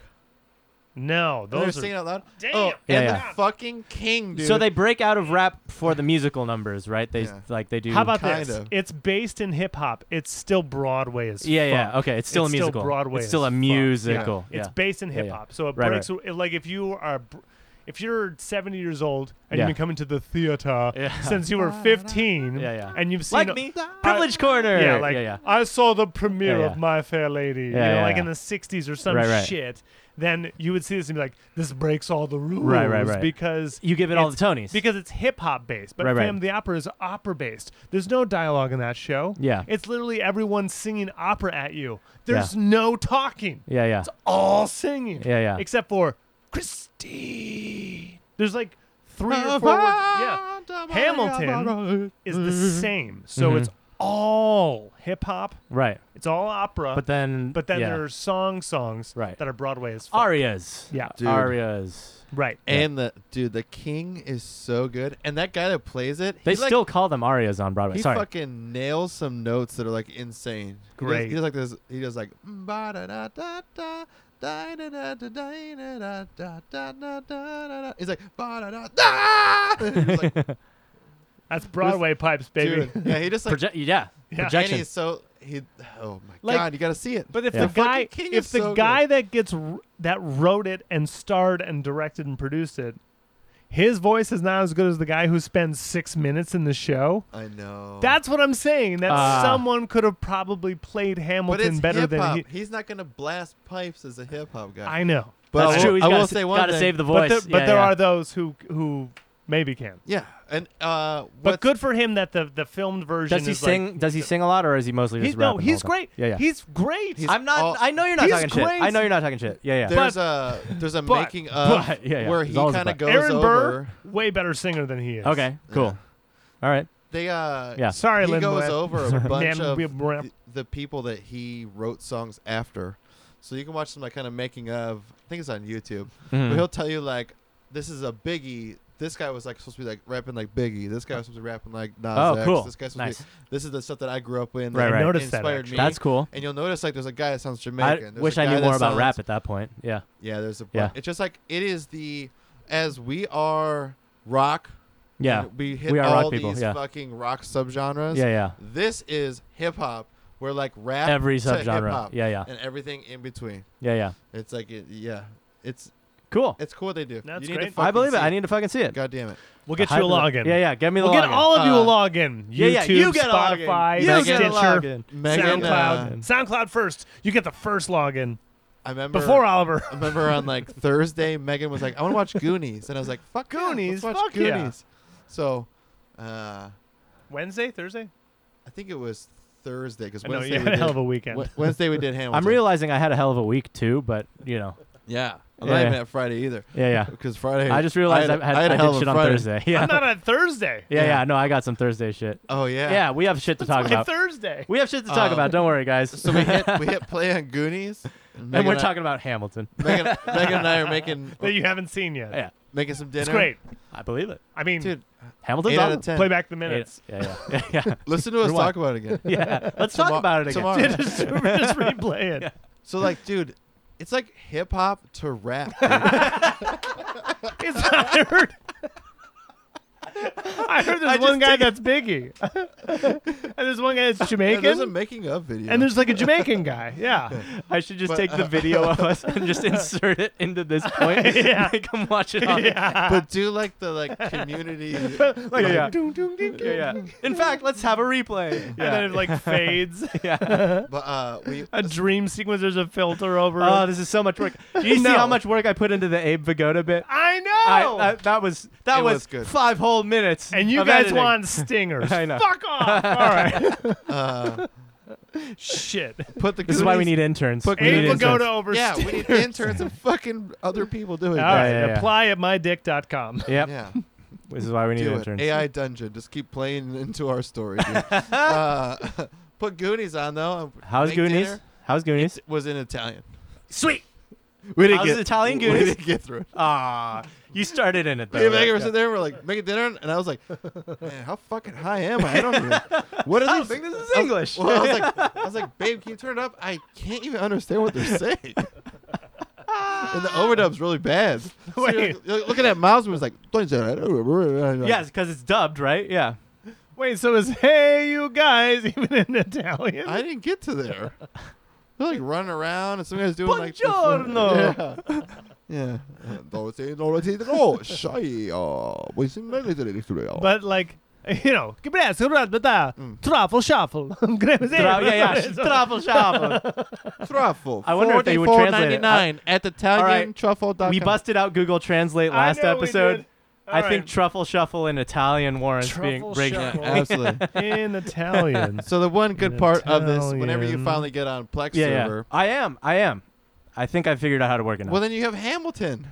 No,
"Oh, they're
those
singing
are
out loud."
Damn.
Oh,
Yeah,
and
yeah.
the fucking king, dude.
So they break out of rap for the musical numbers, right? They
Yeah.
like they do.
How about
Kind
this?
of.
It's based in hip hop. It's still Broadway as
Yeah,
fuck.
yeah. Okay, it's still
It's
a
still
musical.
Broadway
It's still
as
a
fuck. Yeah.
musical. Yeah.
It's based in
Yeah, yeah.
hip hop, so it
Right,
breaks. it- Like if you are, br- if you're 70 years old and
Yeah.
you've been coming to the theater
Yeah.
since you were 15,
Yeah, yeah.
and you've seen
like me, privilege corner.
Yeah, like
yeah, yeah.
I saw the premiere
Yeah, yeah.
of My Fair Lady, you
Yeah,
know,
yeah,
like
yeah.
in the '60s or some
Right, right.
shit. Then you would see this and be like, "This breaks all the rules,"
Right, right, right.
Because
You give it all the
it's-
Tonys.
because it's hip hop based. But
Right, right.
Phantom of the Opera is opera based. There's no dialogue in that show.
Yeah.
it's literally everyone singing opera at you. There's no talking.
yeah, yeah,
It's all singing.
yeah, yeah.
except for Christine. There's like three or four words. Yeah,
Around about
Hamilton
around.
is the same. So
Mhm.
it's all hip hop.
Right.
It's all opera.
But then.
but then
yeah.
there's song songs
Right.
that are Broadway as fuck.
arias.
Yeah.
Dude.
Arias.
Right.
And the dude, the king is so good, and that guy that plays it,
They
he, like,
still call them arias on Broadway.
he
Sorry.
fucking nails some notes that are like insane. He does-
Great.
He does, like this. He does like "Ba da da da da, da da da da da da da da da da da da da." He's like ba da da da. It's like,
That's Broadway pipes, baby.
dude, yeah, he just like
Proje- yeah.
Yeah.
and
Projection.
he's so he. Oh my
Like-
god, you gotta see it.
But if
Yeah.
the
The
guy,
fucking king
if
is
the
so
guy that gets r- that wrote it and starred and directed and produced it, his voice is not as good as the guy who spends six minutes in the show.
I know.
That's what I'm saying. That
Oh. Ah.
someone could have probably played
but
Hamilton
it's
better
hip hop.
than he.
He's not gonna blast pipes as a hip hop guy.
I know,
but
That's
I
true.
Will,
He's
I
gotta
will
s-
say one
gotta
thing.
save the
but
voice.
there, but
Yeah,
there
yeah.
are those who who maybe can.
Yeah, and uh,
But
what's-
good for him that the the filmed version
Does he
is
sing?
like.
does he sing a lot, or is he mostly
He's,
just
no,
rapping? the
he's
whole time?
great.
Yeah, yeah.
He's great.
He's-
I'm not.
all-
I know you're not
he's
talking
great.
shit. I know you're not talking shit. Yeah, yeah.
There's a there's a
but-
making of
but- yeah, yeah,
where
it's
he
always a
kind of
but.
goes
Aaron
over.
Burr, way better singer than he is.
okay. Cool. All right.
They uh
Yeah.
Sorry,
he
Lin
goes
Manuel.
over a bunch
Man,
of
we- we're-
th- the people that he wrote songs after. So you can watch some like kind of making of. I think it's on YouTube.
Hmm.
But he'll tell you like this is a Biggie. This guy was like supposed to be like rapping like Biggie. This guy was supposed to be rapping like Nas
Oh,
X.
cool.
This guy's supposed
Nice.
to be, This is the stuff that I grew up with.
Right,
that
right. I
noticed that,
inspired
actually.
me.
That's cool.
and you'll notice like there's a guy that sounds Jamaican.
I
There's a
wish I
guy
knew
that
more about
sounds-
rap at that point. Yeah.
Yeah, there's a bu-
Yeah.
It's just like it is the as we are rock.
Yeah.
and we hit
We are
all
rock people,
these
yeah.
fucking rock subgenres.
Yeah, yeah.
This is hip hop, where like rap
Every
to
subgenre.
hip-hop
Yeah, yeah.
and everything in between.
Yeah, yeah.
It's like it, yeah, it's
Cool.
it's cool what they do.
That's
you need
great. I
To
I
fucking
believe it.
see
I need to fucking see it.
God damn it.
We'll get
The
you a
hype
login.
is- Yeah, yeah. Get me the
We'll get
login.
all of you a
Uh,
login. YouTube,
yeah, yeah. You get a login.
Spotify,
You get a
Stitcher,
login.
Megan,
SoundCloud.
uh,
SoundCloud first. You get the first login
I remember
before Oliver.
I remember on like Thursday, Megan was like, "I want to watch Goonies," and I was like, "Fuck yeah, let's
Goonies,
watch
fuck yeah.
Goonies." So, uh,
Wednesday, Thursday.
I think it was Thursday because
I know
Wednesday
you
we
had a
did-
hell of a weekend.
Wed- Wednesday we did Hamilton.
I'm realizing I had a hell of a week too, but you know.
Yeah, I'm
Yeah,
not even
yeah.
at Friday either
Yeah, yeah.
because Friday.
I just realized I,
had,
had,
I had a
I
hell
did
of a
shit on
Friday.
Thursday. Yeah.
I'm not on Thursday.
yeah,
Yeah.
yeah. No, I got some Thursday shit.
Oh yeah.
Yeah, we have shit to talk
That's my
about.
Thursday.
we have shit to talk
Um,
about. Don't worry, guys.
So we hit we hit play on Goonies,
and
Megan
we're
I-
talking about Hamilton.
Megan, Megan and I are making
That you haven't seen yet.
Yeah,
making some dinner.
It's great.
I believe it.
I mean,
dude.
Hamilton's
Eight
on
out of ten.
play back the
Eight-
minutes.
Yeah, yeah, yeah. yeah.
Listen to us
Rewind.
talk about it again.
yeah. Let's
Tomorrow-
talk about it again.
tomorrow.
just, just replay it.
So like, dude, it's like hip hop to rap. dude.
It's I heard. I heard there's
I
one
just
guy
take it-
that's Biggie, and there's one guy that's Jamaican,
And there's a making of video.
and there's like a Jamaican guy. Yeah.
I should just
But- uh,
take the video of us and just insert it into this point.
Yeah.
yeah. Make them watch it. On
yeah.
but do like the like community.
like,
Yeah, yeah.
Doom, doom, doom, doom.
yeah, yeah. In fact, let's have a replay.
And then
Yeah.
it like fades.
yeah.
But uh, we
A dream sequence. There's a filter over.
Oh,
it.
this is so much work. Do you see
No.
how much work I put into the Abe Vigoda bit?
I know.
I, I, that was that
It
was,
was good.
five whole minutes.
and you
of
guys
editing.
want stingers.
I know.
Fuck off. All right.
uh,
Shit.
put the.
This is why we
Goonies-
need interns.
Fuck,
We
Abe
need
Abe
interns.
Pagoda over
Yeah, we
stingers.
need interns and fucking other people doing
All
that.
right.
yeah, yeah.
Apply at mydick.com.
Yep.
Yeah.
This is why we need
Do it.
interns.
AI dungeon. Just keep playing into our story. dude. uh, put Goonies on though. and
How's
make
Goonies?
dinner.
How's Goonies?
It was in Italian.
Sweet.
We
How's Italian
We
Goonies?
didn't get through. it.
Ah, you started in it though.
Me and Megan were sitting there. We're like making dinner, and I was like, "Man, how fucking high am I? I don't even. What
I
are
don't
these?
think this is English.
Well, I was like, I was like, babe, can you turn it up? I can't even understand what they're saying. and the overdub's really bad. So you're
Wait.
like- you're looking at Miles, and was like,
yes, because it's dubbed, right? Yeah.
Wait, so is hey you guys even in Italian?
I didn't get to there. They're like running around, and some guys doing like.
Buongiorno.
Yeah. Yeah. Don't say no to the law. Shy. uh, Oh, we sing like this today, today, uh.
but like you know, che presto, guarda,
Mm.
truffle shuffle. Grazie.
Tra- yeah, yeah. sh- Truffle shuffle.
Truffle.
I wonder if they would translate it.
$44.99 at the Italian
right.
truffle.
we busted out Google Translate
I
last
know we
episode.
did.
I
All
think
right.
truffle shuffle in Italian warrants
Truffle
being breaking.
shuffle.
Absolutely.
in Italian.
So the one good
In
part of this, whenever you
Italian.
finally get on Plex
Yeah, yeah.
server,
I am. I am. I think I figured out how to work it. now.
well then you have Hamilton.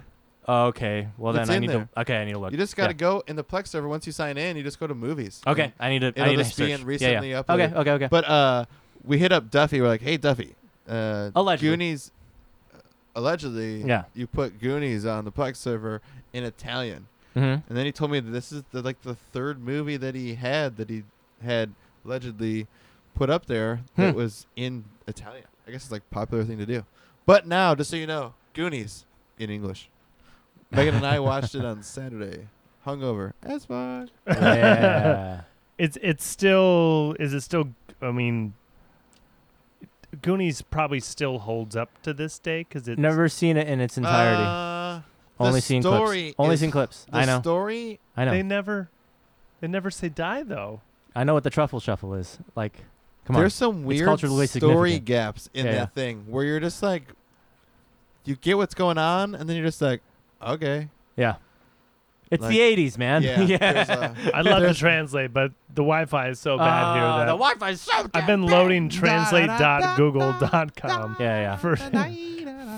Oh, okay. Well, then
It's
I
in
need
there.
to. Okay, I need to look.
You just got to
Yeah.
go in the Plex server. Once you sign in, you just go to movies.
Okay,
And-
I need to. I
it'll
need to
just be in
search.
recently
yeah, yeah.
uploaded.
Okay, okay, okay.
But uh, we hit up Duffy. We're like, hey, Duffy. Uh,
Allegedly.
Goonies. uh, Allegedly,
Yeah.
you put Goonies on the Plex server in Italian.
hmm
And then he told me that this is the, like the third movie that he had that he had allegedly put up there that
Hmm.
was in Italian. I guess it's like popular thing to do. But now, just so you know, Goonies in English. Megan and I watched it on Saturday. Hungover as fuck.
Mm-hmm. yeah.
It's it's still is it still? I mean, Goonies probably still holds up to this day because it's
Never seen it in its entirety.
Uh, the
Only seen
story
clips. Only
is-
seen clips.
the
I know.
story.
I know.
They never they never say die though.
I know what the truffle shuffle is. Like, come
there's some weird
culturally
story
significant.
gaps in
Yeah,
that
yeah.
thing where you're just like, you get what's going on, and then you're just like, okay.
on. Yeah. It's
Like-
the 80s, man.
Yeah, there's a-
I'd love to
There's-
translate, but the Wi-Fi is so bad here
Oh,
that
The Wi-Fi's so.
I've been loading translate.google.com
Yeah, yeah.
for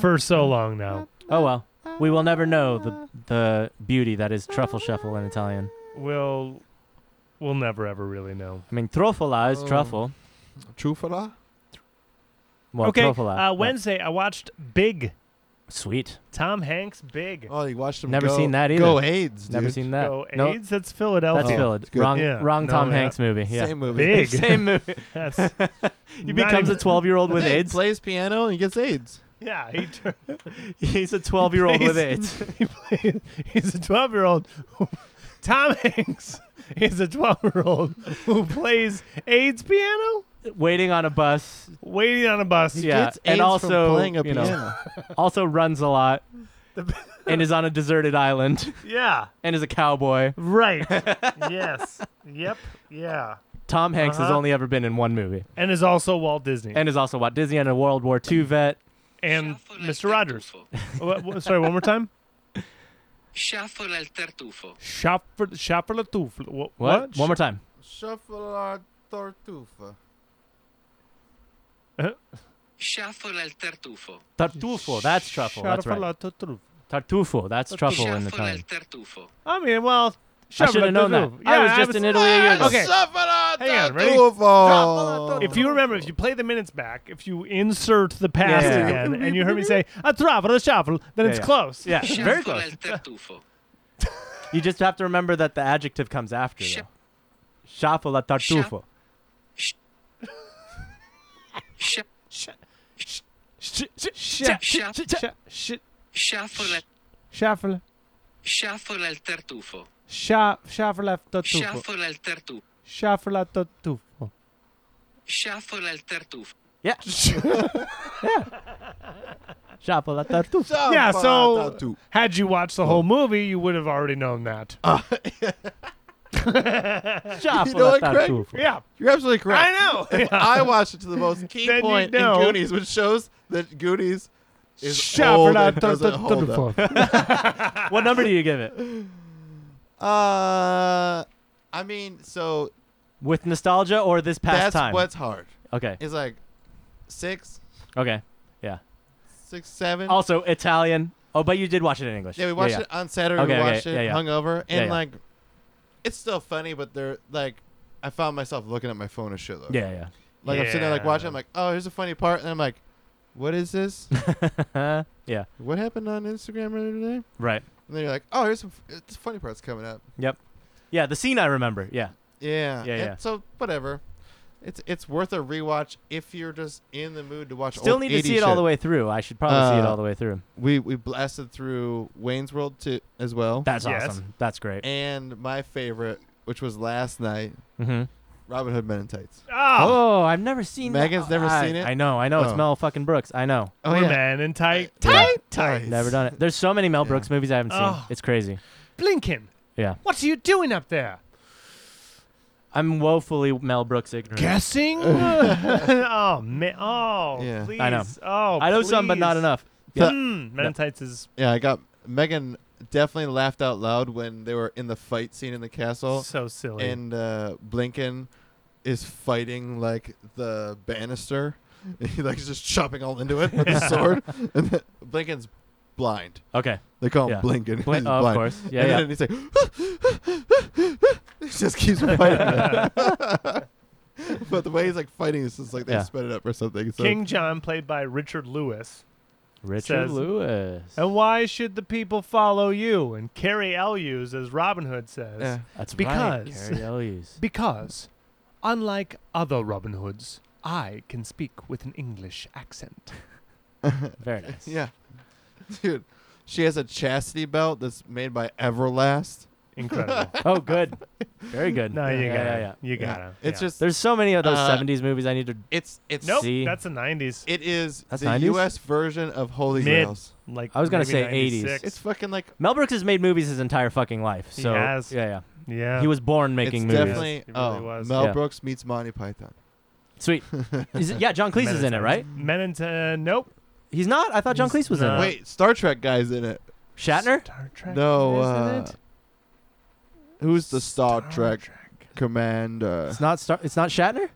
for so long now.
Oh well, we will never know the the beauty that is truffle shuffle in Italian.
We'll we'll never ever really know.
I mean, truffola is
Oh.
truffle.
Trufala?
Well,
okay,
truffola.
uh, Wednesday I watched Big.
Sweet.
Tom Hanks Big.
Oh, you watched him.
Never
go-
seen that either.
Go AIDS, dude. Oh.
Never seen that.
Go
No,
AIDS. That's
that's
Philadelphia.
Phil.
it's good.
Wrong,
Yeah,
wrong
no,
Tom
yeah.
Hanks movie. Yeah.
Same movie.
Big.
Same movie.
That's
He
Not
becomes a
even-
12 year old with
Hey,
AIDS.
plays piano and he gets AIDS.
yeah. He turned
He's a 12 year old with
Please.
AIDS.
He played, he's a 12 year old. Tom Hanks is a 12 year old who plays AIDS piano
Waiting on a bus.
waiting on a bus.
Yeah.
Gets
and
AIDS
also,
from playing a
you know,
piano.
Also runs a lot. and is on a deserted island.
Yeah.
And is a cowboy.
Right. yes. Yep. Yeah.
Tom Hanks has
Uh-huh.
only ever been in one movie.
And is also Walt Disney and,
And is also Walt Disney and a World War II vet.
Mr. Rogers. Wha- wha- sorry, one more time.
Shuffle al tartufo.
Shop for shop for Latuf. What?
What? One more time.
Shuffle our tortufa.
Shuffle al tartufo.
Tartufo. That's truffle.
Shop
That's
for
right.
Latuf.
Tartufo. That's truffle in
Shuffle al
Italian.
tartufo.
I mean,
I
well, shop for
should have known that.
Latuf.
I was
Yeah,
just in Italy a year ago.
Okay.
Shuffle our
Hang on, ready?
tortufa.
If you remember, if you play the minutes back, if you insert the past
Yeah.
again, and you heard me say a travel, a shuffle, then
Yeah,
it's
yeah.
close.
Yeah, very
Shuffle
close.
al tartufo.
You just have to remember that the adjective comes after.
Sh-
Though. Shuffle la tartufo.
Shu-
Sh- sh- sh- sh-
Shuffle
sh- sh-
shuffle al-
Shuffle,
shuffle al tartufo.
sha- shuffle left the tufo,
Shuffle al tartufo.
shuffle left the tufo.
Shuffle al tartufo.
Yeah. Shuffle la tartufo.
Yeah, so had you watched the whole movie, you would have already known that.
Uh, Shuffle
know
la
what, Craig?
tartufo.
Yeah,
You're absolutely correct.
I know. Yeah.
I watched it to the most key
Then you
point in
know.
Goonies, which shows that Goonies is
Shuffle
old
left
and
the
doesn't hold up.
tufo.
What number do you give it?
Uh, I mean, so
With nostalgia or this past
that's
time?
what's hard.
okay.
It's like six,
Okay. Yeah.
six, seven.
Also Italian. Oh, but you did watch it in English.
yeah, we watched
yeah.
it on Saturday.
Okay,
we
okay,
watched it
yeah, yeah.
hungover, and
yeah.
like, it's still funny, but they're like, I found myself looking at my phone a shitload.
Yeah, yeah.
Like I'm sitting there like
Yeah.
watching. I'm like, oh, here's a funny part, and I'm like, what is this?
Uh, yeah.
what happened on Instagram earlier today?
Right.
And then you're like, oh, here's some it's funny parts coming up.
Yeah, the scene I remember. Yeah.
Yeah.
Yeah,
and
yeah.
So whatever. It's it's worth a rewatch if you're just in the mood to watch.
Still
old
need to
80s
see it all
shit.
the way through. I should probably see it
Uh,
all the way through.
We we blasted through Wayne's World too as well,
That's
yes.
awesome. That's great.
and my favorite, which was last night,
Mm-hmm.
Robin Hood Men in Tights.
Ah,
Oh, I've never seen. that.
Megan's never
I-
seen it?
I know. I know. It's
Oh.
Mel fucking Brooks. I know.
we're man and tight.
tights.
Never done it. There's so many Mel
Yeah.
Brooks movies I haven't seen.
Oh.
It's crazy.
Blinken,
Yeah.
what are you doing up there?
I'm woefully Mel Brooks
Mm.
ignorant.
Guessing? oh man! Oh,
Yeah.
please!
I know.
Oh,
I know some, but not
please.
enough.
Yeah.
Mm, Men in Tights is
Yeah, I got Megan definitely laughed out loud when they were in the fight scene in the castle,
so silly.
Oh, and uh, Blinken is fighting like the banister. He like is just chopping all into it with the sword, and then Blinken's blind.
Okay.
They call him
Yeah.
Blinken.
Bl-
he's
oh, of
blind.
course. Yeah,
and
yeah.
then he's like, he just keeps fighting. but the way he's like fighting is just like they
Yeah.
sped it up or something. So
King John, played by Richard Lewis.
Richard
says- Oh,
Lewis.
And why should the people follow you? And Carrie Elwes, as Robin Hood says,
yeah.
That's right.
Because-
Carrie Elwes.
because, unlike other Robin Hoods, I can speak with an English accent.
Very nice.
yeah, dude, she has a chastity belt that's made by Everlast.
Incredible.
Oh, good. Very good.
no, you
yeah,
got
yeah,
it.
yeah.
You got
Yeah.
it.
It's
Yeah.
just
There's so many of those
Uh,
70s movies I need to.
it's it's
nope.
See?
That's the '90s.
it is
That's
the
90s?
U.S. version of Holy
Mid.
Grails.
Like
I was gonna
maybe
say 80s.
96.
It's fucking like
Mel Brooks has made movies his entire fucking life.
He
So
has.
yeah, yeah.
yeah.
He was born making
it's
movies.
definitely
It really
oh,
was. Uh,
Mel
Yeah.
Brooks meets Monty Python.
Sweet. Is it- yeah, John Cleese is in it, right?
Men in uh, nope.
He's not. I thought John
He's
Cleese was in
not.
it.
Wait, Star Trek guy's in it.
Shatner.
Star Trek.
No,
isn't
uh,
it?
Who's the Star, Trek,
Trek.
commander?
It's not. Star- it's not Shatner.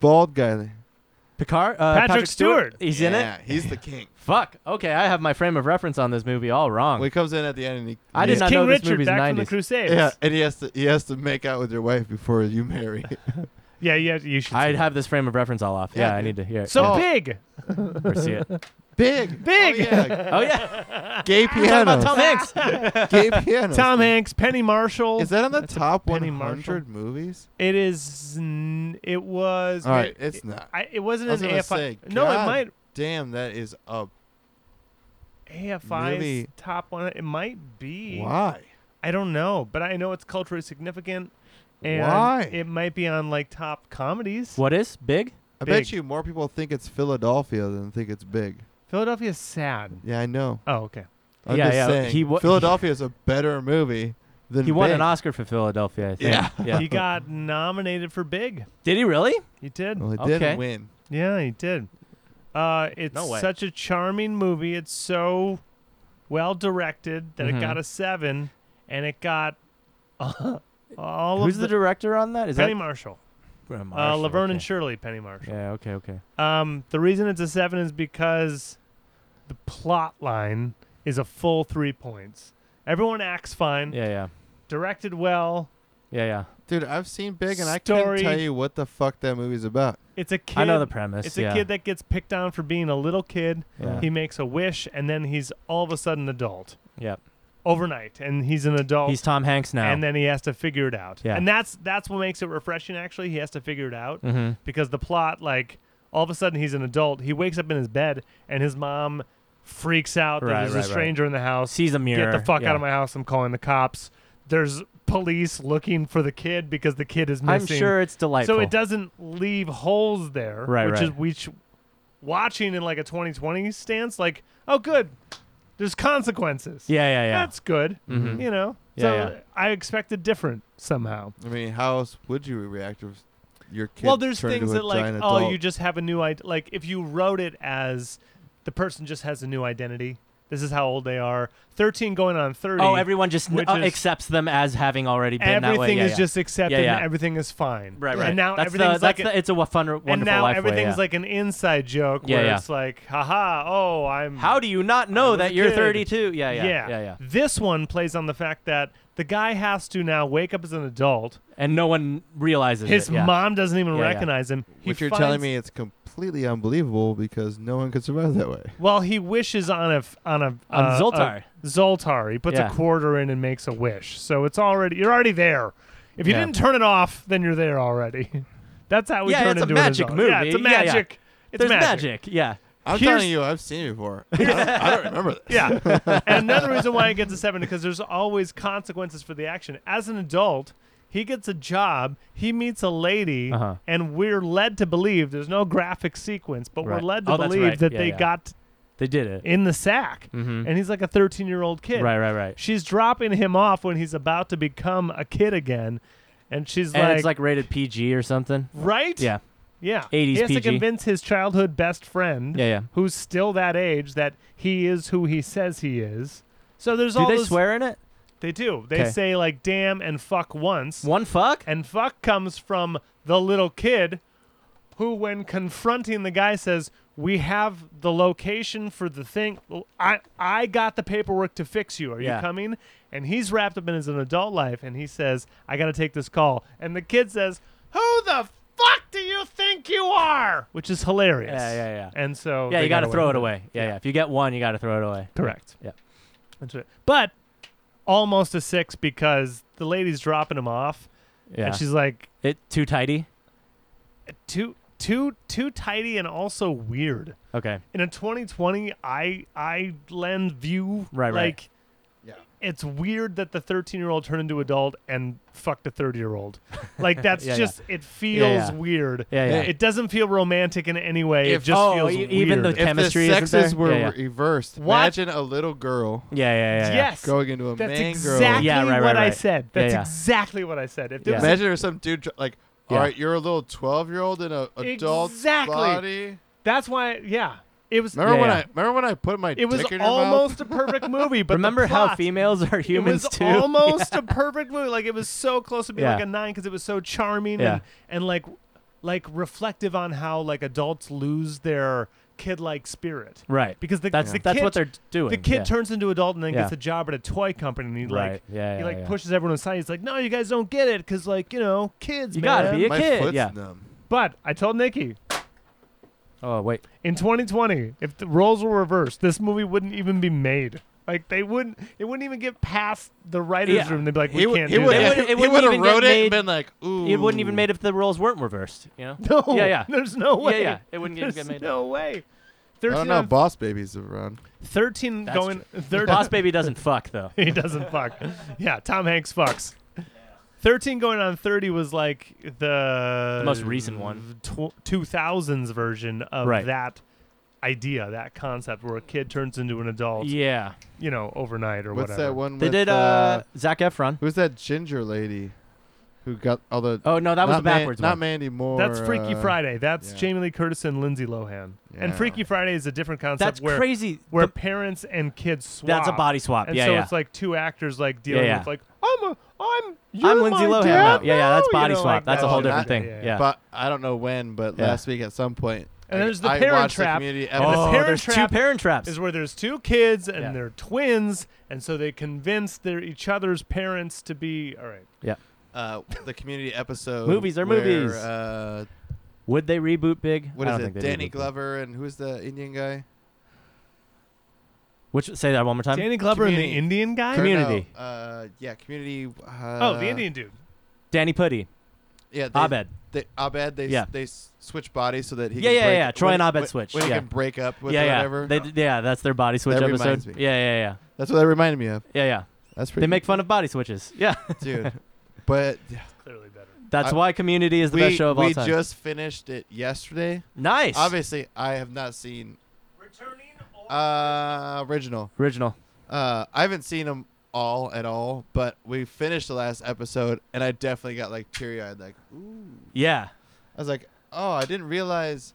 Bald guy.
Picard. Uh,
Patrick
Patrick, Stewart.
Stewart.
He's in
yeah,
it.
he's the king.
Fuck. Okay, I have my frame of reference on this movie all wrong.
Well, he comes in at the end and he.
I
he-
did not
King
know this
Richard
movie's
back from the
90s.
Crusades.
Yeah, and he has to he has to make out with your wife before you marry.
yeah, you, have, you should. see
I'd
it.
have this frame of reference all off. Yeah,
Yeah,
I need
dude.
to hear it.
so
Oh.
yeah.
big.
or see it.
Big,
Big.
Oh yeah,
Oh yeah,
gay
We're talking about
piano.
Tom Hanks.
Gay piano.
Tom Hanks, Penny Marshall.
Is that on the top
Penny
100
Marshall.
movies?
it is. n- It was.
All right,
It,
it's not.
I, it wasn't
I was
an
gonna
AFI.
say,
no, it
God.
might.
Damn, that is a
AFI's
Really?
top one. It might be.
why?
I don't know, but I know it's culturally significant. And
Why?
It might be on like top comedies.
What is big?
I
Big.
bet you more people think it's Philadelphia than think it's big.
Philadelphia's sad.
Yeah, I know.
Oh, okay.
I'm
Yeah,
just
yeah,
saying.
he wa-
Philadelphia is a better movie than
He won
Big.
an Oscar for Philadelphia. I think.
Yeah.
He got nominated for Big.
Did he really?
He did.
Well, it
Okay.
didn't win.
Yeah, he did. Uh, it's
No way.
such a charming movie. It's so well directed that it
Mhm.
got a seven, and it got uh, all
Who's
of
the, director on that? Is
Penny
that
Marshall,
Graham
uh,
Marshall,
Laverne and
okay.
Shirley, Penny Marshall.
Yeah. Okay. Okay.
Um, the reason it's a seven is because the plot line is a full three points. Everyone acts fine,
Yeah. Yeah.
directed well.
Yeah. Yeah.
Dude, I've seen Big, and I
Story.
couldn't tell you what the fuck that movie's about.
It's a kid.
I know the premise.
It's
yeah.
a kid that gets picked on for being a little kid.
Yeah.
He makes a wish, and then he's all of a sudden an adult
Yep.
overnight, and he's an adult.
He's Tom Hanks now.
and then he has to figure it out.
Yeah.
And that's that's what makes it refreshing. Actually, he has to figure it out
hmm
because the plot, like, all of a sudden he's an adult. He wakes up in his bed, and his mom freaks out that
Right,
there's
right,
a
right.
stranger in the house.
Sees a mirror.
Get the fuck
yeah.
out of my house! I'm calling the cops. There's police looking for the kid because the kid is
I'm
missing.
sure it's delightful.
So it doesn't leave holes there,
Right,
which
right.
is which watching in like a 2020 stance, like, oh, good, there's consequences.
Yeah. Yeah. Yeah.
that's good.
Mhm.
You know,
Yeah,
so
yeah.
I expected different somehow.
I mean, how else would you react if your kid
well, there's
turned
things
into a
that like,
giant
oh,
adult?
you just have a new idea. Like if you wrote it as the person just has a new identity. This is how old they are. 13 going on 30.
Oh, everyone just n-
which
uh,
is-
accepts them as having already been that way.
everything
Yeah,
is
yeah.
just accepted.
Yeah, yeah.
And everything is fine.
right, right.
And now
that's
everything's
the,
like
that's
a-
the, it's a wa- fun, wonderful
and now
life way,
everything's
yeah.
like an inside joke
Yeah,
where
yeah.
it's like, haha, oh, I'm.
How do you not
I
know
was a
that you're
kid.
32? Yeah, yeah, yeah, yeah,
This one plays on the fact that the guy has to now wake up as an adult.
And no one realizes
His
it. Yeah.
mom doesn't even
Yeah, yeah.
recognize him. He
Which you're
finds-
telling me it's completely unbelievable because no one could survive that way.
Well, he wishes on a f- on a
On
uh,
Zoltar.
a- Zoltar. He puts
Yeah.
a quarter in and makes a wish. So it's already you're already there. If you
Yeah.
didn't turn it off, then you're there already. That's how we
Yeah,
turn
it's a
into
magic
an adult.
movie.
Yeah, it's a
Yeah, yeah.
magic. It's
There's
magic.
magic. Yeah.
I'm
Here's-
telling you, I've seen it before. I don't, I don't remember this.
Yeah. and another reason why it gets a seven because there's always consequences for the action. As an adult, he gets a job, he meets a lady,
Uh-huh.
and we're led to believe there's no graphic sequence, but
Right.
we're led to
Oh, that's
believe
right.
that
Yeah,
they
yeah.
got
They did it.
in the sack.
Mhm.
And he's like a 13 year old kid.
Right, right, right.
She's dropping him off when he's about to become a kid again. And she's
And
like,
it's like rated PG or something.
right?
Yeah.
Yeah.
80s
He has to
PG.
convince his childhood best friend,
Yeah, yeah.
who's still that age, that he is who he says he is. So there's
Do
all
they
this,
swear in it?
They do. They
'Kay.
say like damn and fuck once.
One fuck?
And fuck comes from the little kid who when confronting the guy says, we have the location for the thing. I I got the paperwork to fix you. Are
Yeah.
you coming? And he's wrapped up in his adult life, and he says, "I got to take this call." And the kid says, "Who the fuck do you think you are?" Which is hilarious.
Yeah, yeah, yeah.
And so
Yeah,
they
you got to
got
throw it
with
away. Yeah, yeah. If you get one, you got to throw it away.
Correct.
Yeah.
That's right. But almost a six because the lady's dropping him off,
Yeah.
and she's like
it too tidy.
too too too tidy and also weird.
Okay.
in a 2020 i i lend view
Right, right.
like
Yeah.
it's weird that the 13 year old turned into adult and fucked a 30 year old like that's
Yeah, yeah.
just it feels
yeah.
weird
Yeah, yeah.
it doesn't feel romantic in any way
If-
it just
oh,
feels
e-
weird.
even the-
If the
Chemistry isn't
sexes
there?
were
Yeah, yeah.
reversed,
What?
imagine a little girl
Yeah, yeah, yeah. yeah.
yes
growing into a
that's
man
exactly
girl.
Yeah, right, right,
what i
right.
said
Yeah,
that's
yeah.
exactly what i said if there
Yeah.
was a-
Imagine there's some dude tr- like,
Yeah.
all right, you're a little 12 year old in a adult
Exactly.
body.
that's why yeah it was
Remember
Yeah,
when
yeah.
I remember when I put my
it was
dick in your
almost a perfect movie but the
Remember how
plot-
females are humans
it was
too?
almost a perfect movie. Like it was so close to being
Yeah.
like a nine because it was so charming
Yeah.
and and like like reflective on how like adults lose their kid like spirit
Right.
because the,
That's
the
that's
kid,
what they're doing.
the kid
yeah.
turns into adult and then gets
Yeah.
a job at a toy company and he
Right.
like
Yeah,
he
yeah,
like
yeah.
pushes everyone aside. He's like, no, you guys don't get it because like you know kids.
You gotta
man."
be a
mouth. My
kid.
foot's
Yeah.
numb.
But I told Nikki
Oh wait.
in 2020, if the roles were reversed, this movie wouldn't even be made. Like they wouldn't, it wouldn't even get past the writers'
Yeah.
room. They'd be like, "We
He,
can't
would, he,
do
would,
that."
would've- It
he
wouldn't
would've
even get
wrote it
made-
and been like, ooh.
It wouldn't even made if the roles weren't reversed. You know.
No.
Yeah, yeah.
There's no way.
yeah. It wouldn't get-
There's
get made.
No way.
I
Thirteen.
don't know.
on-
Boss babies around.
Thirteen
That's
going. Thirteen.
Boss Baby doesn't fuck though.
he doesn't fuck. Yeah. Tom Hanks fucks. Thirteen going on thirty was like the,
The most recent one.
Two thousands version of
Right.
that idea, that concept, where a kid turns into an adult.
Yeah.
You know, overnight or
What's
whatever.
that one?
They
with,
did uh Zac Efron.
Who's that ginger lady who got all the.
Oh no, that was the
not
backwards
Man, Not
one.
Mandy Moore.
That's Freaky
uh,
Friday. That's
yeah.
Jamie Lee Curtis and Lindsay Lohan. And
Yeah.
Freaky Friday is a different concept
That's
where
crazy.
where
The-
parents and kids swap.
that's a body swap.
And
yeah,
so
yeah.
it's like two actors like dealing
yeah.
with like I'm a I'm you're
I'm Lindsay
my
Lohan. now.
dad
Yeah, yeah. That's
now," you
body
know,
swap.
like
that's
that
a whole
shit.
different thing. Yeah.
But I don't know when, but
Yeah.
last week at some point.
And
I-
there's the
I
Parent
watched
Trap.
The community
the
oh,
episode.
Parent
there's two
Trap
parent traps.
Is where there's two kids and
Yeah.
they're twins, and so they convince their each other's parents to be all right.
uh, the community episode.
Movies are
where,
movies.
Uh,
Would they reboot Big?
what
I
is
don't think
it?
they
Danny
reboot Big.
Glover and who's the Indian guy?
Which say that one more time.
Danny Glover and the
Community.
Indian guy.
Or no,
Um, Community.
uh, yeah, community. Uh,
oh, the Indian dude.
Danny Putty.
Yeah, they,
Abed.
They, Abed. They
Yeah.
s they s- switch bodies so that he.
Yeah,
can
yeah,
break,
yeah. Troy
when-
and Abed
when-
switch,
When he
yeah.
can break up with
yeah,
or
yeah.
whatever.
They d- yeah, that's their body switch
That
episode.
reminds me.
Yeah, yeah, yeah.
That's what that reminded me of.
Yeah, yeah.
That's
They
pretty.
make fun of body switches. Yeah.
dude. But
Clearly better.
That's
I-
why Community is the
we
best show of all
we
time.
just finished it yesterday.
nice.
Obviously, I have not seen
Returning.
uh original.
Original.
Uh, I haven't seen them all at all, but we finished the last episode, and I definitely got like teary eyed. Like,
Yeah.
I was like, oh, I didn't realize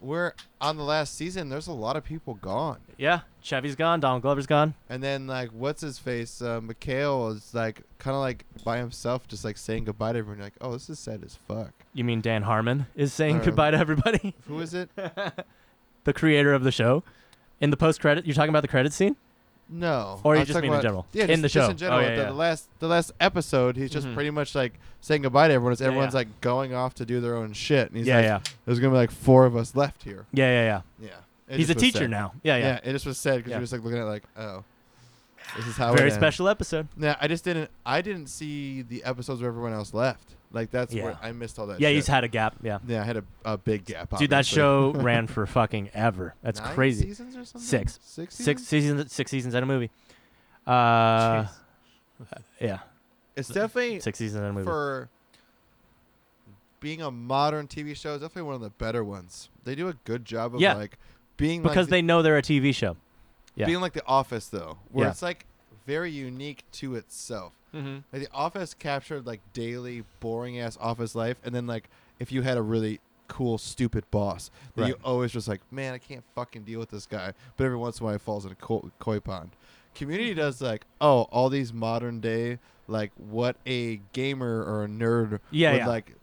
we're on the last season. There's a lot of people gone.
Yeah. Chevy's gone. Donald Glover's gone.
And then like, what's his face? Uh, Mikhail is like kind of like by himself, just like saying goodbye to everyone. You're like, oh, this is sad as fuck.
You mean Dan Harmon is saying
Harmon.
goodbye to everybody?
Who is it?
the creator of the show. In the post credit, you're talking about the credit scene?
No.
Or
I
you
was
just
talking
mean in
about-
general?
Yeah,
In
just,
the
just
show.
in general.
Oh, yeah,
the, the
yeah.
last the last episode, he's just
Mhm.
pretty much like saying goodbye to everyone. It's
Yeah,
everyone's
yeah.
like going off to do their own shit, and he's
yeah,
like,
yeah.
there's gonna be like four of us left here.
Yeah, yeah, yeah.
Yeah.
He's a teacher now. Yeah, yeah.
Yeah. It just was sad because
Yeah.
we were just like looking at it like, oh, this is how.
Very
it ends.
special episode.
Yeah, I just didn't. I didn't see the episodes where everyone else left. Like that's
Yeah.
where I missed all that.
yeah,
shit.
he's had a gap. Yeah.
Yeah, I had a, a big gap.
Dude, that
obviously.
show ran for fucking ever. That's
Nine
crazy.
Seasons or something?
Six.
Six.
Six
Seasons?
seasons, six seasons and a movie. Uh, yeah,
It's definitely
six seasons and a movie.
for being a modern TV show. It's definitely one of the better ones. They do a good job of
Yeah.
like being
because
like
they know they're a TV show. yeah.
being like The Office though, where
Yeah.
it's like very unique to itself.
Mm-hmm.
Like the office captured like daily boring ass office life, and then like if you had a really cool stupid boss that you
Right.
always just like, man, I can't fucking deal with this guy. But every once in a while, he falls in a co- koi pond. Community does like, oh, all these modern day like what a gamer or a nerd
Yeah,
would
yeah.
like,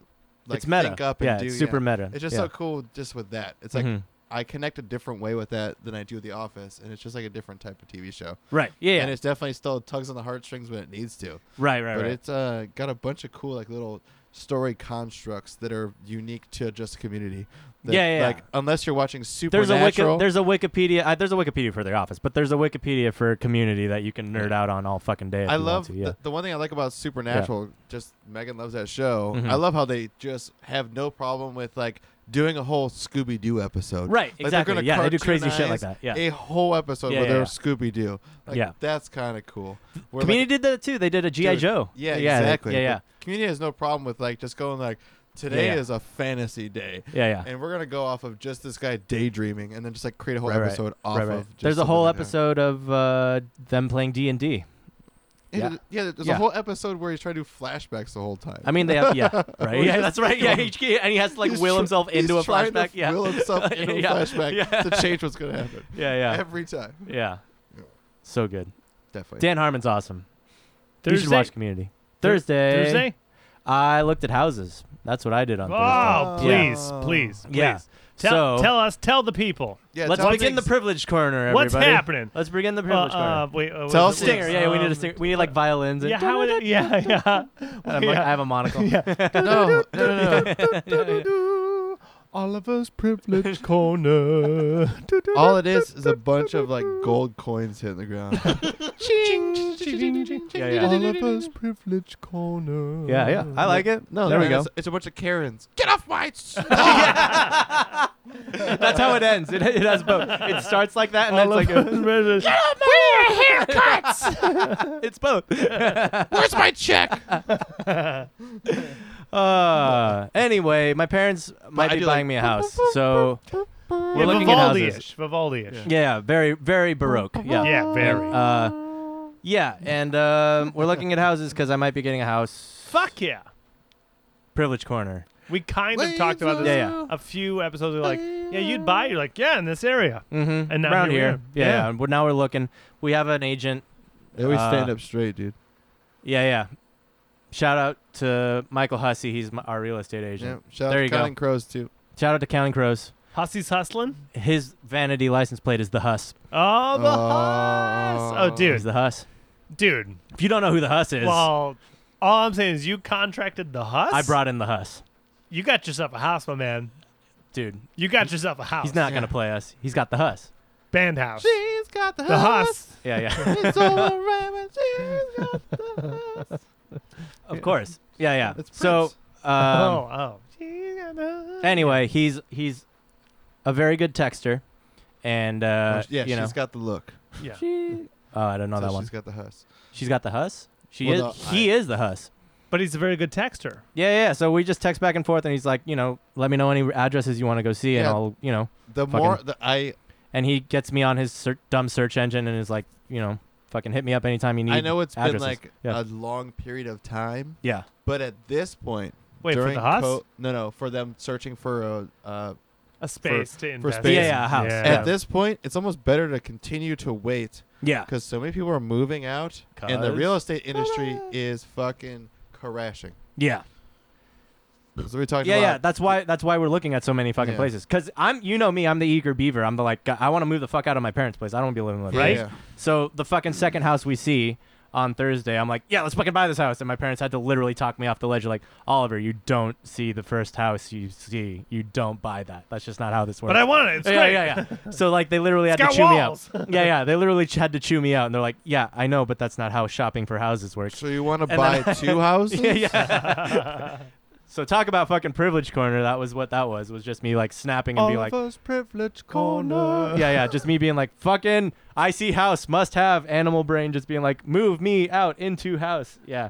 like
it's meta.
think up and
yeah,
do.
it's super
yeah.
meta.
It's just
yeah.
so cool just with that. It's like
Mhm.
I connect a different way with that than I do with The Office, and it's just like a different type of TV show.
Right. Yeah. yeah.
And it's definitely still tugs on the heartstrings when it needs to.
right. Right.
but
right.
it's uh, got a bunch of cool like little story constructs that are unique to just community. That,
Yeah, yeah, yeah.
Like unless you're watching
There's a
Supernatural,
wiki, there's a Wikipedia. Uh, there's a Wikipedia for their office, but there's a Wikipedia for community that you can nerd out on all fucking day. if
I
you want
love
to, yeah.
the, the one thing I like about Supernatural. Just Megan loves that show.
Mhm.
I love how they just have no problem with like doing a whole Scooby Doo episode.
Right,
Like, they're
exactly.
gonna
Yeah, they do crazy shit like that.
cartoonize
Yeah.
a whole episode
Yeah,
where
yeah,
they're
yeah.
Scooby Doo. Like,
Yeah.
that's kind of cool. Where, like,
Community did that too. They did a GI
Dude,
Joe.
Yeah,
they-
exactly.
Yeah, yeah,
The community has no problem with like just going like today
yeah.
is a fantasy day.
yeah, yeah.
And we're gonna go off of just this guy daydreaming, and then just like create a whole
Right, right.
episode off
Right, right.
of. Just
There's a
something
whole
like that.
episode of uh, them playing D and D.
Yeah,
Yeah.
yeah. There's
Yeah.
a whole episode where he's trying to do flashbacks the whole time.
I mean, they have yeah, right. Yeah, that's right. Yeah, he, he- and he has to like
He's
will
tr-
himself
he's
into a
trying to
flashback. Yeah,
will himself into
Yeah.
a flashback
Yeah.
to change what's gonna happen
yeah, yeah,
every time.
yeah. So good.
Definitely.
Dan Harmon's awesome. You should
Thursday.
watch Community.
Thur-
Thursday.
Thursday.
I looked at houses. That's what I did on Mm-hmm. Thursday.
Oh,
Yeah.
please, please, please.
Yeah. So-
Tell, tell us, tell the people.
Yeah,
Let's
tell
begin
me
the privilege corner, everybody.
What's happening?
Let's begin the privilege
Uh,
corner.
uh, wait, uh,
Tell
what-
a
us-
stinger. Yeah, yeah, we need a
um,
stinger. We need like violins. And
Yeah, how would it? Yeah, yeah.
And I'm like, I have a monocle.
no, no, no, no.
Oliver's privilege corner.
All it is is a bunch of like gold coins hitting the ground.
Yeah, yeah.
Oliver's privilege corner.
Yeah, yeah. I like it.
No,
there
no,
we go.
It's, it's a bunch of Karens. Get off my. s-
That's how it ends. It, it has both. It starts like that, and then it's like
Oliver's
a,
privilege.
it's both.
Where's my check?
Uh, anyway, my parents might
I
be
do
buying me
like-
a house, so
Yeah,
we're looking at houses.
Vivaldi-ish. Vivaldi-ish.
Yeah.
Yeah, very, very baroque. Yeah,
Yeah, very.
Uh, yeah, and um, we're looking at houses because I might be getting a house.
Fuck yeah.
Privilege corner.
We kind of talked about this
Yeah, yeah.
a few episodes ago. Like, yeah, you'd buy. it. You're like, yeah, in this area.
Mm-hmm.
And now
around
here we
here,
are.
yeah.
Yeah.
yeah. But now we're looking. We have an agent.
They always
Uh,
stand up straight, dude.
Yeah, yeah. Shout out to Michael Hussey. He's my, our real estate agent.
Yeah, shout
There
out
you
to
go.
Counting Crows too.
Shout out to Counting Crows.
Hussey's hustling.
His vanity license plate is the Huss.
Oh, the
Oh.
Huss. Oh,
He's
dude,
the Huss.
dude.
If you don't know who the Huss is,
Well, all I'm saying is you contracted the Huss.
I brought in the Huss.
You got yourself a house, my man.
Dude,
You got yourself a
Oh,
house.
he's not going to play us. He's got the Huss.
band house.
She's got
The Huss.
Yeah, yeah.
It's all around. and She's got the huss.
of course. Yeah, yeah.
That's
so,
Prince.
um,
oh, oh.
anyway, he's he's a very good texter. And, uh,
yeah,
you know.
she's got the look.
Yeah.
she, oh, I don't know
so
that one.
She's got the huss.
She's got the Huss? She
Well,
is.
no,
he is the Huss.
But he's a very good texter.
Yeah, yeah. So we just text back and forth, and he's like, you know, let me know any addresses you want to go see, and
Yeah.
I'll, you know,
The
Fucking-
more the, I
and he gets me on his ser- dumb search engine and is like, you know, fucking hit me up anytime you need.
I know it's
addresses.
been like
Yeah.
a long period of time,
yeah,
but at this point,
Wait, for
during
the Huss?
co- no, no, for them searching for a. Uh,
a space to invest
space.
in.
Yeah,
yeah, a house.
Yeah.
Yeah.
At this point, it's almost better to continue to wait
yeah,
because so many people are moving out, and the
'Cause-
real estate industry is fucking crashing.
yeah,
So we talked
yeah,
about
yeah. That's why. That's why we're looking at so many fucking
Yeah.
places. Cause I'm, you know me, I'm the eager beaver. I'm the like, "God, I want to move the fuck out of my parents' place. I don't want to be living with
Yeah,
them."
Right?
yeah.
So the fucking second house we see on Thursday, I'm like, yeah, let's fucking buy this house. And my parents had to literally talk me off the ledge, like, Oliver, you don't see the first house you see. You don't buy that. That's just not how this works.
But I want it. It's
yeah,
great.
yeah, yeah. So like they literally had
It's
to
got
chew
walls.
me out. Yeah, yeah. They literally ch- had to chew me out, and they're like, "Yeah, I know, but that's not how shopping for houses works."
So you want to
then
buy
I-
two houses?
yeah, yeah. so talk about fucking privilege corner. That was what that was. Was just me like snapping and be like, uh,
Oliver's privilege
yeah, yeah. Just me being like, fucking, I see house, must have, animal brain, just being like, move me out into house. Yeah.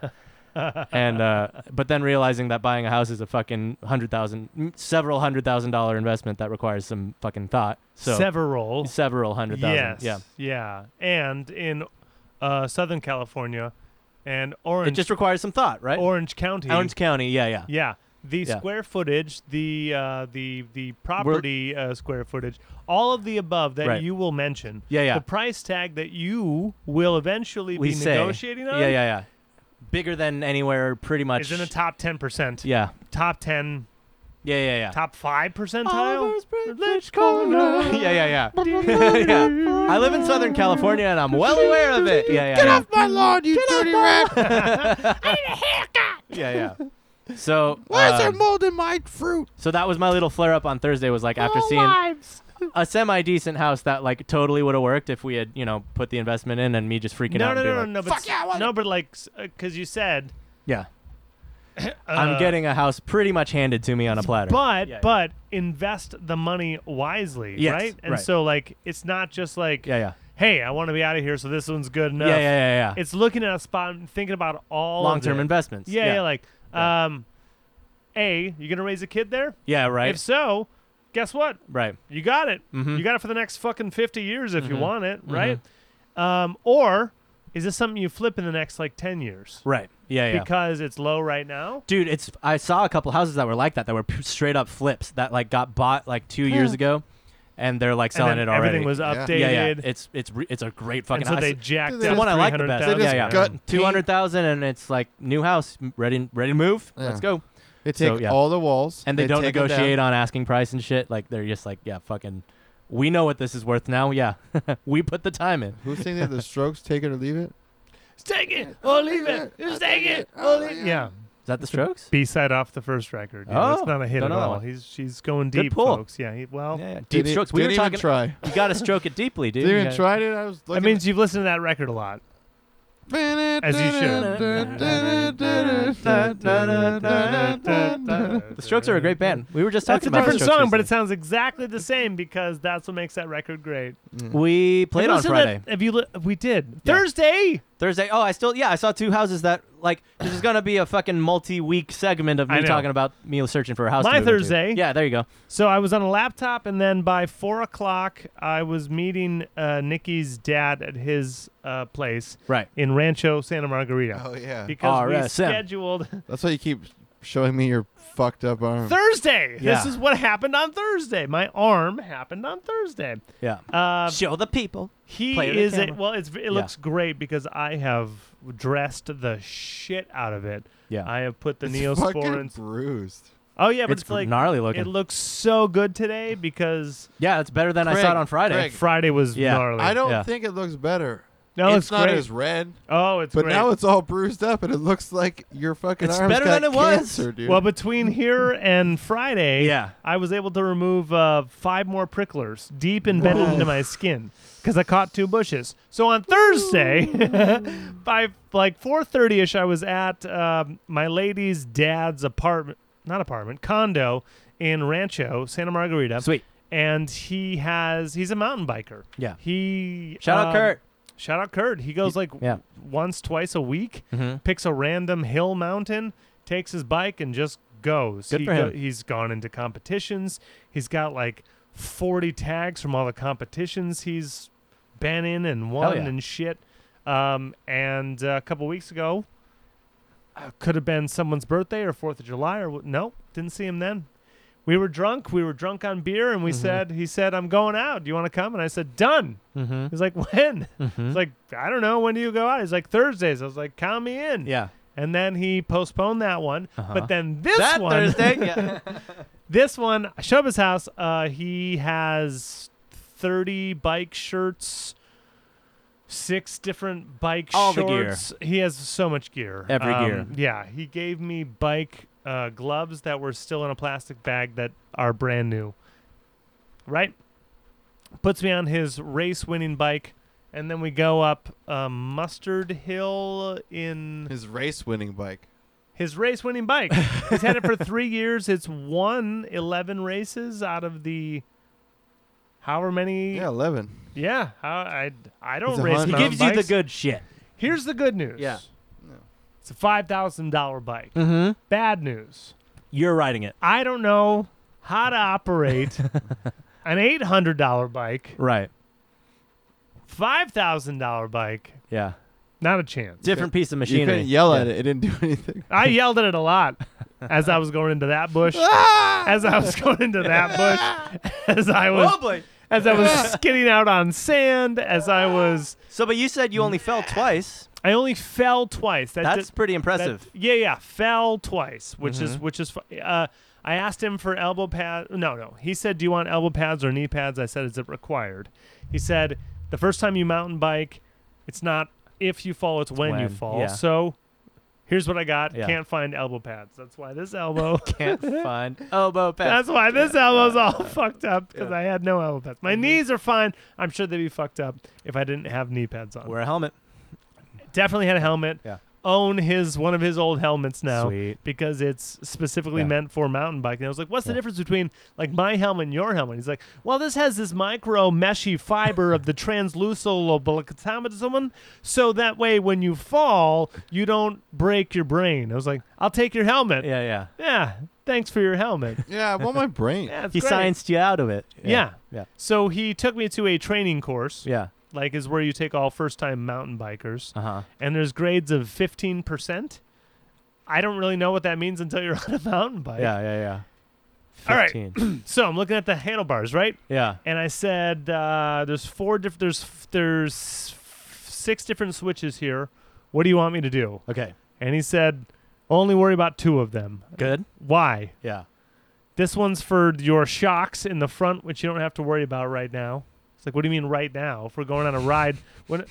and, uh, but then realizing that buying a house is a fucking hundred thousand, m- several hundred thousand dollar investment that requires some fucking thought. So
Several.
several hundred thousand.
Yes.
Yeah.
Yeah. And in uh, Southern California and Orange
It just requires some thought, right?
Orange County.
Orange County. Yeah. Yeah.
Yeah. The
Yeah.
square footage, the uh, the the property uh, square footage, all of the above that
Right.
you will mention.
Yeah, yeah.
The price tag that you will eventually
We
be
say.
negotiating on.
Yeah. Yeah. Yeah. Bigger than anywhere, pretty much.
Is in the top ten percent.
Yeah.
Top ten.
Yeah, yeah, yeah.
Top five percentile. Let's
yeah, yeah, yeah. yeah. I live in Southern California and I'm well aware of it. Yeah, yeah. yeah.
my lawn, you dirty rat!
Yeah, yeah. So, um,
mold in my fruit?
so that was my little flare up on Thursday. Was like after seeing a semi decent house that like totally would have worked if we had you know put the investment in and me just freaking
No,
out.
no,
and be
no, no,
like,
no. But
"Fuck
s-
yeah, I want
no, but like, because you said
Yeah,
uh,
I'm getting a house pretty much handed to me on a platter.
But
Yeah, yeah.
but invest the money wisely,
Yes,
right? And
right.
so like, it's not just like,
yeah, yeah,
hey, I want to be out of here, so this one's good
yeah,
enough.
yeah, yeah, yeah.
It's looking at a spot and thinking about all of
Long term
it.
investments.
Yeah, yeah,
yeah,
like, um, a, you gonna raise a kid there?
Yeah, right,
If so, guess what?
right.
You got it.
Mhm.
You got it for the next fucking 50 years if you
Mm-hmm.
want it, right? Um, or is this something you flip in the next like 10 years?
Right. Yeah, yeah.
Because it's low right now?
Dude, it's I saw a couple houses that were like that that were p- straight up flips that like got bought like 2 years ago and they're like selling
and then
it already.
Everything was
Yeah.
updated.
yeah, yeah. It's it's re- it's a great fucking
and so
house.
they jacked
They
the
up
one I like the best.
They just
yeah, yeah.
gut paint.
200,000 and it's like new house, m- ready ready to move.
Yeah.
Let's go.
They take
So, yeah.
all the walls
And they, don't
take 'em down.
negotiate on asking price and shit. Like they're just like, yeah, fucking we know what this is worth now. Yeah. we put the time in.
Who's thinking that the Strokes take it or leave it?
Take it or leave it. Just take it
Oh,
or leave it. Yeah.
Is that the strokes?
B side off the first record. Yeah,
Oh,
that's not a hit
don't
at
know that
all.
one.
He's she's going
Good
deep,
pull.
folks. Yeah. He, well,
Yeah, yeah. Deep
Didn't- e-
strokes. We were
didn't even
talking
try.
you got to stroke it deeply, dude.
Didn't
You
even
gotta-
try it. I was
that
looking.
means you've listened to that record a lot. as you
should.
The Strokes are a great band. We were just
That's
talking
a
about the
different
Strokes
song, but
recently.
it sounds exactly the same because that's what makes that record great.
Mm.
We played
Have you
on
listened to
Friday,
that- Have you? Li- we did
Yeah.
Thursday.
Thursday. Oh, I still yeah, I saw two houses that like this is gonna be a fucking multi-week segment of
I
me
know.
talking about me searching for a house. to
My
move into.
Thursday.
Yeah, there you go.
So I was on a laptop, and then by four o'clock, I was meeting uh, Nikki's dad at his uh, place
Right.
in Rancho Santa Margarita
Oh yeah.
because we
RSM.
scheduled
That's why you keep showing me your fucked up arm.
Thursday. This
Yeah.
is what happened on Thursday. My arm happened on Thursday.
Yeah.
Uh,
Show the people.
He
Play the
is a,
camera.
well. It's it looks great because I have dressed the shit out of it.
Yeah.
I have put the
It's fucking
neosporins.
bruised.
Oh yeah, but
it's
it's, like
gnarly looking.
it looks so good today because
yeah, it's better than I saw
Craig,
it on Friday.
Craig.
Friday was
Yeah.
gnarly.
I don't
Yeah.
think it looks better.
No,
it's
it's
not
great.
as red,
oh, it's
but
great.
now it's all bruised up, and it looks like your fucking
It's
arm's
better
got
than it was.
cancer, dude.
well between here and Friday.
Yeah.
I was able to remove uh, five more pricklers deep embedded into my skin because I caught two bushes. So on Thursday, by like 4:30 ish, I was at um, my lady's dad's apartment, not apartment, condo in Rancho Santa Margarita.
Sweet.
And he has he's a mountain biker.
Yeah.
He
Shout
um,
out Kurt.
Shout out Kurt. He goes like
yeah.
once, twice a week,
Mhm.
picks a random hill mountain, takes his bike, and just goes.
Good
he
for him.
He's gone into competitions. He's got like 40 tags from all the competitions he's been in and won
yeah.
and shit. Um, and uh, a couple weeks ago, uh, could have been someone's birthday or 4th of July or what. Nope, didn't see him then. We were drunk. We were drunk on beer, and we said, "He said, I'm going out. Do you want to come?" And I said, "Done."
Mm-hmm.
He's like, when? He's like, I don't know. When do you go out? He's like, Thursdays. I was like, count me in.
Yeah.
And then he postponed that one.
Uh-huh.
But then this
that
one,
Thursday. Yeah.
this one, I show up his house. Uh, he has 30 bike shirts, six different bike
All the gear.
shorts. He has so much gear. Um,
Every gear.
Yeah. He gave me bike uh, gloves that were still in a plastic bag that are brand new. Right? Puts me on his race winning bike. And then we go up um, Mustard Hill in
his race-winning bike.
his race winning bike. He's had it for three years. It's won 11 races out of the however many.
Yeah, eleven.
Yeah, how, I, I
He's
don't
a
race
hun-
he
Mountain
gives you the
bikes.
good shit.
Here's the good news.
Yeah.
It's a $5,000 bike.
Mm-hmm.
Bad news.
You're riding it.
I don't know how to operate an $800 bike,
Right.
$5,000 bike.
Yeah.
Not a chance.
Different piece of
You
machinery.
couldn't yell
Yeah.
at it; it didn't do anything.
I yelled at it a lot as I was going into that bush. As I was going into that bush, as I was
Oh, boy.
as I was skidding out on sand, as I was.
So, but you said you only fell twice.
I only fell twice. That
That's
did-
pretty
that-
impressive. Mm-hmm.
yeah, yeah, fell twice, which is which is. fu- Uh, I I asked him for elbow pad. No, no. He said, "Do you want elbow pads or knee pads?" I said, "Is it required?" He said, "The first time you mountain bike, it's not if you fall, it's when, you
when,
fall."
yeah.
So, here's what I got.
Yeah.
Can't find elbow pads. That's why this elbow.
Can't find elbow pads.
That's why this elbow's all fucked up because
Yeah.
I had no elbow pads. My
Mm-hmm.
knees are fine. I'm sure they'd be fucked up if I didn't have knee pads on.
Wear a helmet.
Definitely had a helmet.
Yeah.
Own his one of his old helmets now
Sweet.
because it's specifically
Yeah.
meant for mountain biking. I was like, what's the
Yeah.
difference between like my helmet and your helmet? He's like, well, this has this micro meshy fiber of the translucobalacotomatism, so that way when you fall, you don't break your brain. I was like, I'll take your helmet. Yeah,
Yeah, yeah.
thanks for your helmet.
Yeah, I want my brain.
Yeah, it's
He
great.
scienced you out of it.
Yeah.
Yeah.
So he took me to a training course,
Yeah.
like is where you take all first-time mountain bikers,
Uh huh.
and there's grades of 15%. I don't really know what that means until you're on a mountain bike.
Yeah, yeah,
All
yeah.
right.
15.
So I'm looking at the handlebars, right?
yeah.
And I said, uh, "There's four different. There's f- there's f- six different switches here. What do you want me to do?"
Okay.
And he said, "Only worry about two of them.
Good.
Why?
Yeah.
This one's for your shocks in the front, which you don't have to worry about right now." It's like, "What do you mean right now? If we're going on a ride, when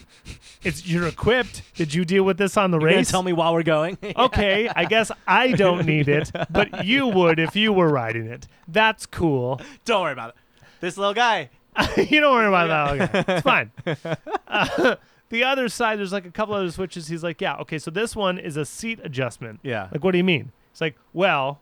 it's you're equipped? Did you deal with this on the
You're gonna
race?
tell me while we're going.
okay, I guess I don't need it, but you would if you were riding it. That's cool."
Don't worry about it. This little guy.
you don't worry about that. Okay. It's fine. Uh, the other side, there's like a couple other switches. He's like, yeah, okay, so this one is a seat adjustment.
Yeah.
Like, what do you mean? It's like, well,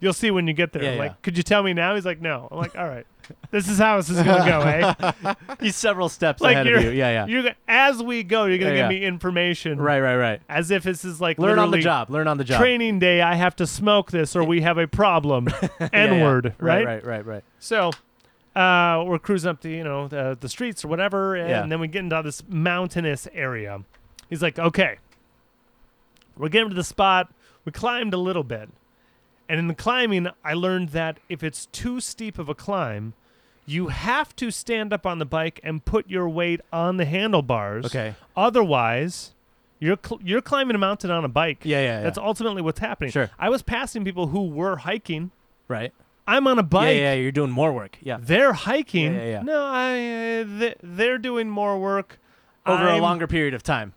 you'll see when you get there.
Yeah,
I'm
yeah.
Like, could you tell me now? He's like, no. I'm like, all right, this is how this is going to go, eh?
He's several steps
Like
ahead of
you're-
you. Yeah, yeah.
You're, go- as we go, you're going to
Yeah,
give
yeah.
me information.
Right, right, right.
As if this is like
Learn on the
literally
job. Learn on the job.
Training day, I have to smoke this or we have a problem.
Yeah,
N
yeah.
word,
Right, right, right, right.
So uh, we're cruising up the you know the, the streets or whatever, and
Yeah.
then we get into this mountainous area. He's like, "Okay, we're getting to the spot. We climbed a little bit, and in the climbing, I learned that if it's too steep of a climb, you have to stand up on the bike and put your weight on the handlebars.
Okay.
Otherwise, you're cl- you're climbing a mountain on a bike.
Yeah, yeah, yeah.
That's ultimately what's happening.
Sure.
I was passing people who were hiking.
Right.
I'm on a bike.
Yeah, yeah. You're doing more work. Yeah.
They're hiking.
Yeah, yeah, yeah.
No, I. Uh, th- they're doing more work
Over a
I'm-
longer period of time.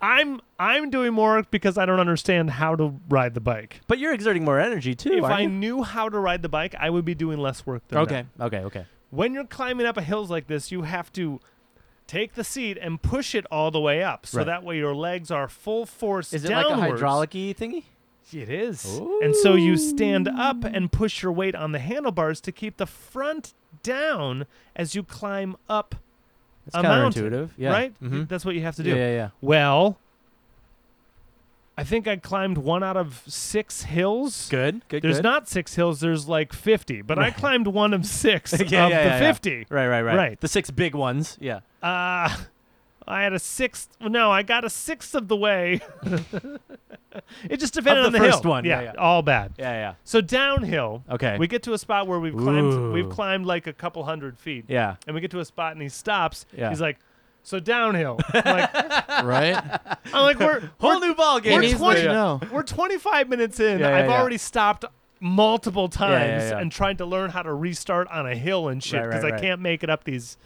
I'm I'm doing more work because I don't understand how to ride the bike.
But you're exerting more energy too.
if
aren't
I
you?
knew how to ride the bike, I would be doing less work. Than
Okay.
that.
Okay. Okay.
When you're climbing up a hills like this, you have to take the seat and push it all the way up, so
Right.
that way your legs are full force
Is it
downwards.
like a hydraulic thingy?
It is. And so you stand up and push your weight on the handlebars to keep the front down as you climb up
It's
a mountain.
counterintuitive. Yeah.
Right?
hmm
That's what you have to do.
Yeah, yeah, yeah.
Well, I think I climbed one out of six hills.
Good. Good.
There's
good.
not six hills, there's like 50, but I climbed one of six
yeah,
of
yeah,
the
yeah, yeah.
50.
Right, right, right.
Right.
The six big ones. Yeah.
Uh, I had a sixth. No, I got a sixth of the way. it just depended
Of
on
the
the hill.
first one, yeah, yeah.
all bad.
Yeah,
So downhill,
yeah. Okay.
we get to a spot where we've climbed. We've
Ooh.
climbed like a couple hundred feet,
yeah.
and we get to a spot, and he stops.
Yeah.
He's like, "So downhill." I'm like,
right?
I'm like, "We're
Whole new ball game.
We're
He needs to
20
know.
we're 25 minutes in.
Yeah, yeah,
I've
yeah.
already stopped multiple times
yeah.
and tried to learn how to restart on a hill and shit
Right,
because
right,
I
right.
can't make it up these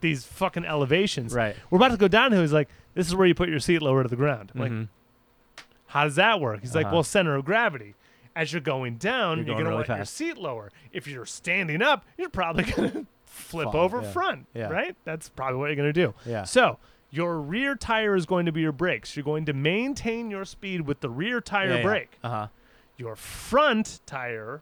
these fucking elevations.
Right.
We're about to go downhill. He's like, "This is where you put your seat lower to the ground." I'm Like,
Mhm.
how does that work? He's like,
Uh-huh.
"Well, center of gravity." As you're going down,
You're
you're,
going
gonna
really
want your
fast.
seat lower. If you're standing up, you're probably gonna flip
Fall,
over
yeah.
front,
Yeah.
right? That's probably what you're gonna do.
Yeah.
So your rear tire is going to be your brakes. You're going to maintain your speed with the rear tire
yeah,
brake.
Yeah. Uh-huh.
Your front tire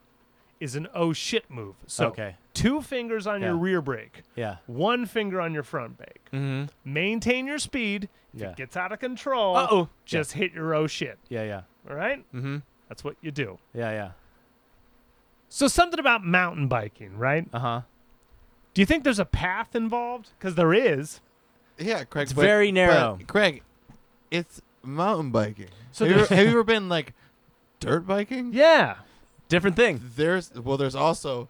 is an oh shit move. So
Okay.
two fingers on your
Yeah.
rear brake,
Yeah.
one finger on your front brake.
Mhm.
Maintain your speed. If
Yeah.
it gets out of control,
Uh-oh.
just hit your oh shit.
Yeah, yeah.
All right?
Mhm.
That's what you do.
Yeah, yeah.
So something about mountain biking, right?
Uh-huh.
Do you think there's a path involved? Because there is.
Yeah, Craig.
It's
but-
very
but,
narrow.
Craig, it's mountain biking.
So
have, you
there's-
ever, have you ever been like dirt biking?
Yeah.
Different thing.
There's well, there's also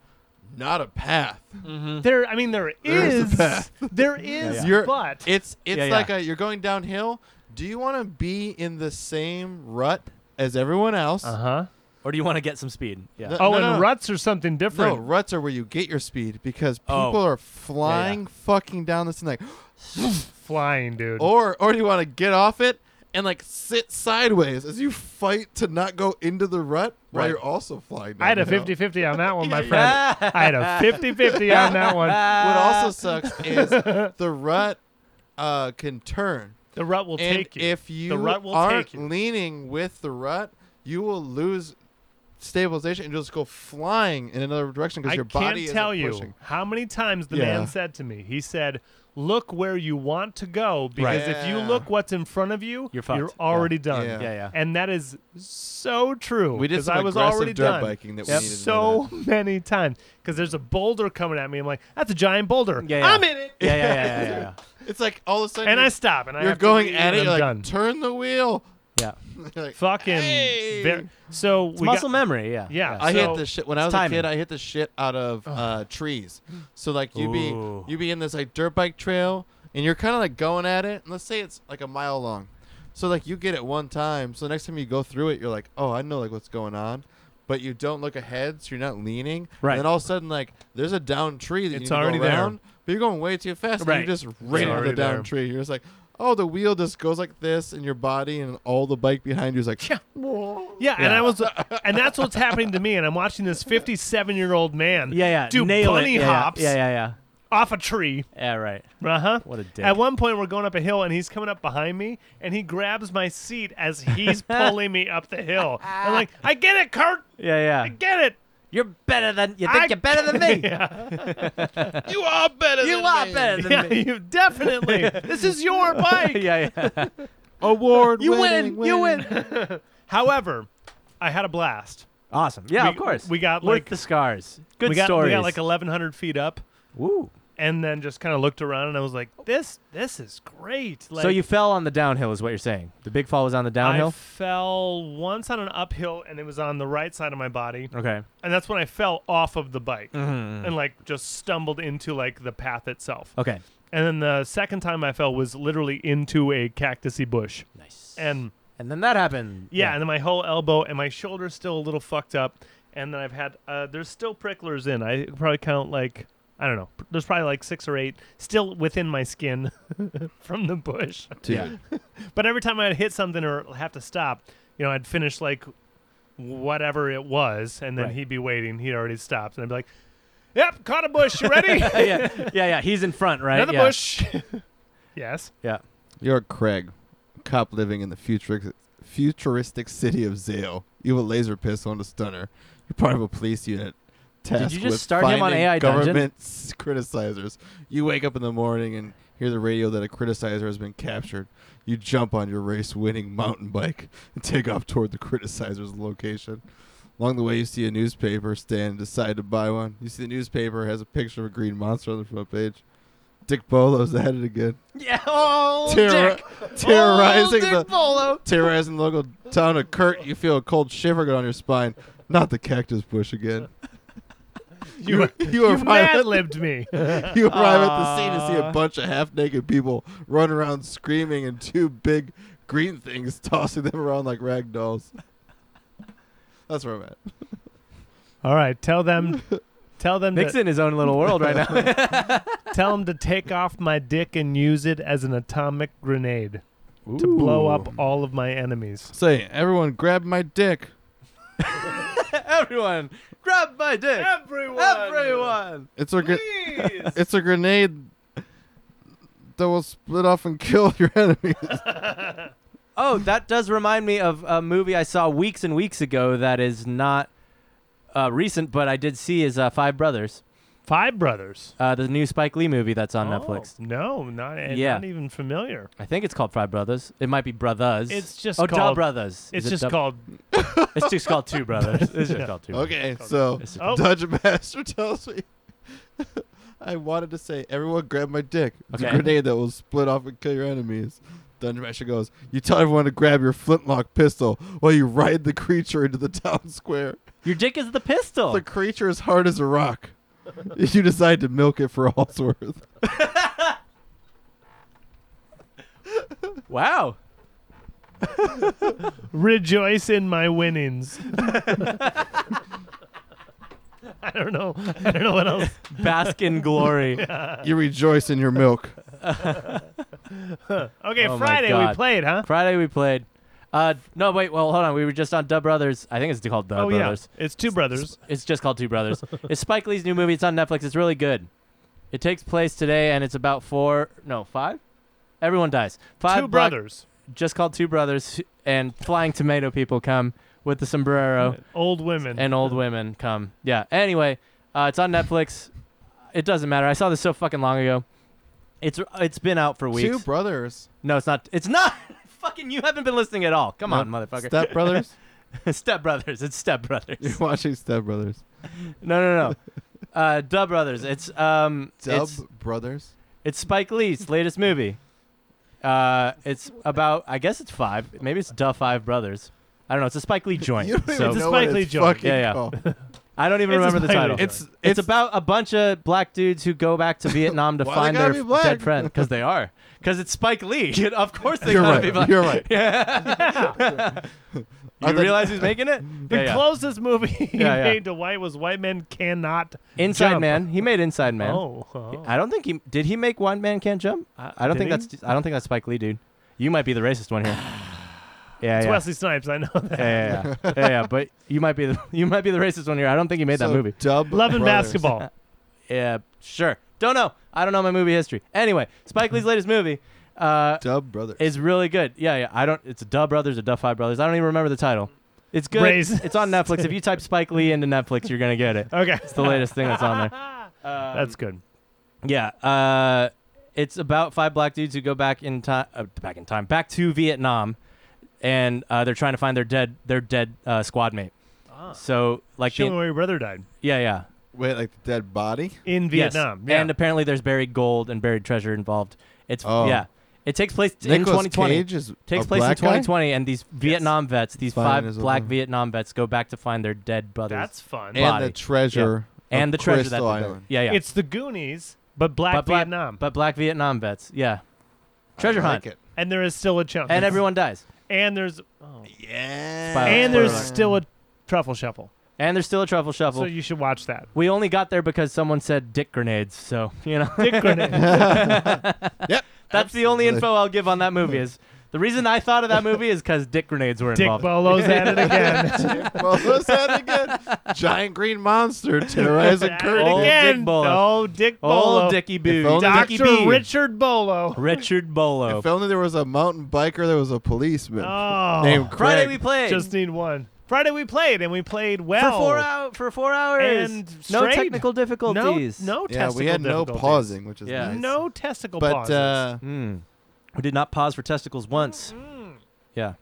not a path.
Mm. There I mean there
There is a
is
path.
there is
Yeah.
You're-
but
It's it's
Yeah, yeah.
like a you're going
Uh-huh.
downhill. Do you want to be in the same rut as everyone else,
huh.
Or do you want to get some speed? Yeah.
No.
Oh, and
no.
ruts are something different.
No, ruts are where you get your speed because people
Oh.
are flying fucking down this thing like
Flying, dude.
or or do you want to get off it and like sit sideways as you fight to not go into the rut while
Right.
you're also flying down
I had a
the hill.
50 50 on that one, my
Yeah.
friend. I had a 50 50 on that one.
What also sucks is the rut uh, can turn.
The rut will
and
take you.
if you
The rut will
aren't
take you.
leaning with the rut, you will lose stabilization and you'll just go flying in another direction
I
because your
can't
body is
tell you
pushing.
how many times the
Yeah.
man said to me, he said, Look where you want to go because if you
Yeah.
look what's in front of you,
You're fucked. Yeah.
already done.
Yeah.
yeah, yeah.
And that is so true.
We did
'cause
some
I was
aggressive
already
dirt
done
biking that we
Yep.
needed. to
so many times because there's a boulder coming at me. I'm like, that's a giant boulder.
Yeah, yeah.
I'm in it.
Yeah, yeah, yeah, yeah, yeah, yeah.
do. it's like all of a sudden
And
you're,
I stop and I
you're
have to
going
leave
at
and
it.
I'm
You're like,
done.
turn the wheel.
yeah.
You're like,
Fucking.
Hey!
ver- so
It's
we
muscle
got,
memory. Yeah.
Yeah.
I
So-
hit the shit when I was a
timing.
kid. I hit the shit out of uh, trees. So like you
Ooh.
be you be in this like dirt bike trail, and you're kind of like going at it. And let's say it's like a mile long. So like you get it one time. So the next time you go through it, you're like, oh, I know like what's going on, but you don't look ahead, so you're not leaning.
Right.
And then all of a sudden like there's a down tree that
It's
you need
already
to go
there.
around, but you're going way too fast. And
Right.
you just right into
already
the down
there.
tree. You're just like. Oh, the wheel just goes like this, and your body and all the bike behind you is like,
Yeah, and
Yeah.
I was, and that's what's happening to me. And I'm watching this 57 year old man,
Yeah, yeah.
do
Nail
bunny
it. Yeah, yeah.
hops
Yeah, yeah, yeah.
off a tree.
Yeah, right.
Uh huh.
What a dick.
At one point, we're going up a hill, and he's coming up behind me, and he grabs my seat as he's pulling me up the hill. I'm like, I get it, Kurt.
yeah,
I
yeah.
get it.
You're better than you think
I-
you're better than me.
"You are better.
You are better than
Yeah,
me.
you definitely. this is your bike.
yeah, yeah.
Award.
You
winning,
win. You win.
However, I had a blast.
Awesome. Yeah,
We-
of course.
we got,
Worth
like-
the scars. Good
we got,
stories.
We got like 1,100 feet up,
Woo.
and then just kind of looked around, and I was like, this, this is great. Like,
so you fell on the downhill, is what you're saying. The big fall was on the
I
downhill.
fell once on an uphill, and it was on the right side of my body,
okay.
and that's when I fell off of the bike and like just stumbled into like the path itself.
Okay.
And then the second time I fell was literally into a cactusy bush,
Nice.
and
And then that happened.
yeah, and then my whole elbow and my shoulder's still a little fucked up, and then I've had uh, there's still pricklers in. I probably count like. I don't know. There's probably like six or eight still within my skin from the bush.
Yeah.
But every time I'd hit something or have to stop, you know, I'd finish like whatever it was, and then
Right.
he'd be waiting. He'd already stopped, and I'd be like, "Yep, caught a bush. You ready?
yeah, yeah, yeah, yeah. He's in front, right?
Another
yeah.
bush." yes.
Yeah.
You're Craig, cop living in the futuristic, futuristic city of Zale. You have a laser pistol and a stunner. You're part of a police unit. Tasked
you just
with
start him on
finding
AI Dungeon?
government s- criticizers. You wake up in the morning and hear the radio that a criticizer has been captured. You jump on your race-winning mountain bike and take off toward the criticizer's location. Along the way, you see a newspaper stand and decide to buy one. You see the newspaper has a picture of a green monster on the front page. Dick Bolo's at it again
Yeah. Oh,
terror-
Dick.
terrorizing
oh,
the
Dick Bolo.
terrorizing the local town of Kurt. You feel a cold shiver go down your spine. Not the cactus bush again.
You
You
you mad
arrive,
libbed me.
at, you arrive at the scene and see a bunch of half-naked people run around screaming and two big green things tossing them around like rag dolls. That's where I'm at.
All right, tell them, tell them,
Nick's
to,
in his own little world right now.
tell them to take off my dick and use it as an atomic grenade to blow up all of my enemies.
Say, everyone, grab my dick.
Everyone, grab my dick.
Everyone,
Everyone.
It's a gr-
please.
it's a grenade that will split off and kill your enemies.
Oh, that does remind me of a movie I saw weeks and weeks ago that is not uh, recent, but I did see is uh, Five Brothers,
Five brothers.
uh, the new Spike Lee movie that's on
Oh,
Netflix.
No, not, and
Yeah.
not even familiar.
I think it's called Five Brothers. It might be Brothers.
It's just
oh,
called-
Dub Brothers. Is
It's
it
just
Dub-
called.
It's just called Two Brothers. It's just called Two. Brothers.
Okay, so
It's just-
Oh.
Dungeon Master tells me I wanted to say, everyone grab my dick. It's a
Okay.
grenade that will split off and kill your enemies. Dungeon Master goes, You tell everyone to grab your flintlock pistol while you ride the creature into the town square.
Your dick is the pistol.
The creature is hard as a rock. you decide to milk it for all it's worth.
Wow.
Rejoice in my winnings. I don't know. I don't know what else.
Bask in glory.
You rejoice in your milk.
Okay,
Oh my
Friday we
God.
played, huh?
Friday we played. Uh, no, wait. Well, hold on. We were just on Dub Brothers. I think it's called Dub
oh
Brothers.
yeah, it's two brothers.
It's just called Two Brothers. it's Spike Lee's new movie. It's on Netflix. It's really good. It takes place today, and it's about four, no, five. Everyone dies. Five
Two
black-
brothers.
just called Two Brothers, and Flying Tomato people come with the sombrero,
Old women.
and old women come. Yeah. Anyway, uh, it's on Netflix. It doesn't matter. I saw this so fucking long ago. It's it's been out for weeks.
Two brothers.
No, it's not. It's not. Fucking, you haven't been listening at all. Come on, motherfucker.
Step brothers.
Step Brothers. It's Step Brothers.
You're watching Step Brothers.
No, no, no. Uh, Dub Brothers. It's um,
Dub
it's
brothers.
it's Spike Lee's latest movie. Uh, it's about I guess it's five. Maybe it's Duh Five Brothers. I don't know. It's a Spike Lee joint.
You don't even
so
It's a
know what
Spike Lee
it's
joke.
fucking
Yeah, yeah.
called.
I don't even
It's a
remember the
Spike Lee
title.
joint.
It's
It's
it's about a bunch of black dudes who go back to Vietnam to
Why they
find
gotta
their
be
f-
black?
dead friend because they are because it's Spike Lee. of course they
You're
gotta
right.
be black.
You're right.
Yeah.
I
you
thought-
realize who's making it?
the
Yeah, yeah.
closest movie he
Yeah, yeah.
made to white was White Men Cannot
Inside
Jump.
Man. He made Inside Man.
Oh, oh.
I don't think he did. He make one man can't jump. I, I don't
Did
think that's. I don't think that's Spike Lee, dude. You might be the racist one here. Yeah,
it's
yeah.
Wesley Snipes. I know
yeah,
that.
yeah, yeah, yeah, yeah. But you might be the you might be the racist one here. I don't think he made
So,
that movie.
Dub
Love and
brothers.
Basketball.
Yeah, sure. Don't know. I don't know my movie history. Anyway, Spike Lee's latest movie uh,
Dub brothers.
is really good. Yeah, yeah. I don't. It's Duh Brothers or Duh Five Brothers. I don't even remember the title. It's good.
Racist.
It's on Netflix. If you type Spike Lee into Netflix, you're gonna get it.
Okay,
It's the latest thing that's on there. Um,
that's good.
Yeah, uh, it's about five black dudes who go back in time, uh, back in time, back to Vietnam, and uh, they're trying to find their dead, their dead uh, squad mate. So like,
Ah. Showing
the,
where your brother died
yeah, yeah,
Wait, like the dead body?
in
Yes.
Vietnam. Yeah.
And apparently, there's buried gold and buried treasure involved. It's
Oh.
yeah, it takes place in
Nicolas
2020.
Cage is
Takes
a
place in
black guy?
2020, and these Vietnam vets, these
Fine as
five
a
black
woman.
Vietnam vets, go back to find their dead brothers
that's fun.
And
Body.
the treasure.
and the
of
treasure that
Crystal
they buried.
Island.
Yeah, yeah.
It's the Goonies, but Black
but black,
Vietnam,
but black Vietnam vets. Yeah, treasure
I like
hunt,
it.
and there is still a chunk.
and everyone dies.
and there's oh.
Yeah.
Spoiler.
and there's
spoiler.
still a truffle shuffle.
And there's still a truffle shuffle.
So you should watch that.
we only got there because someone said dick grenades, so you know.
Dick grenade.
That's the only
Absolutely.
info I'll give on that movie is the reason I thought of that movie is because dick grenades were
Dick
involved.
Bolo's at it again.
well, what's that again? Giant green monster terrorizing
At
Kurt
it
Old
again.
again.
Dick Bolo.
Oh, Dick Bolo.
Old Dicky
If
Boo.
only-
Dicky
Dr.
B.
Richard Bolo.
Richard Bolo.
If only there was a mountain biker, there was a policeman
Oh,
named Craig.
Friday we played
just need one. Friday we played and we played
for
well.
four hours. For four hours,
And
no
straight.
technical
No,
difficulties.
no
yeah,
testicle
we had no
difficulties.
pausing, which is
Yeah.
nice.
No testicle
but
pauses.
uh,
Hmm.
Mm. We did not pause for testicles once. Yeah.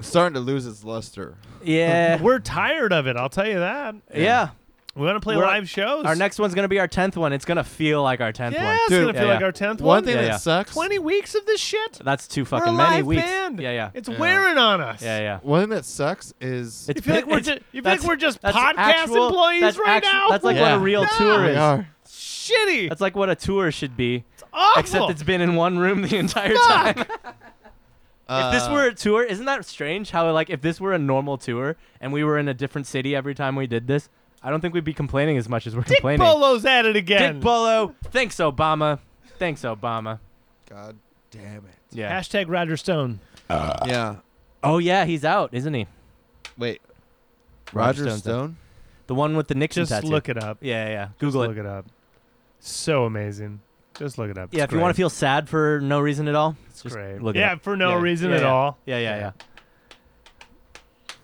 starting to lose its luster.
Yeah.
We're tired of it. I'll tell you that.
yeah.
We want to play
We're-
live shows.
Our next one's gonna be our tenth one. It's gonna feel like our tenth
yeah,
one.
it's
Dude,
gonna feel
yeah,
like
yeah.
our tenth
One thing
Yeah,
that
yeah.
sucks.
Twenty weeks of this shit.
That's too
We're a
fucking many
live
weeks.
band.
Yeah, yeah.
It's
Yeah.
wearing on us.
Yeah, yeah.
One thing that sucks is
It's
You feel
bi-
like we're
it's-
just, you feel
that's-
like we're just
that's
podcast
actual-
employees
that's
right
actu-
now.
That's like
Yeah.
what a real
No.
tour
we
is.
are.
shitty.
That's like what a tour should be,
It's awful.
except it's been in one room the entire time.
Uh,
if this were a tour, isn't that strange? How like if this were a normal tour and we were in a different city every time we did this, I don't think we'd be complaining as much as we're
Dick
complaining.
Bolo's at it again.
Dick Bolo, thanks Obama, thanks Obama.
God damn it.
Yeah.
Hashtag Roger Stone.
Yeah.
oh yeah, he's out, isn't he?
Wait. Roger
Stone's
Stone.
The one with the Nixon
Just
tattoo.
look it up.
yeah, yeah.
Just
Google
look
it.
it up. So amazing. Just look it up.
Yeah, if you want to feel sad for no reason at all,
it's
just
great.
look it
yeah,
up.
for no
Yeah,
reason
yeah,
at
yeah.
all.
Yeah, yeah, yeah.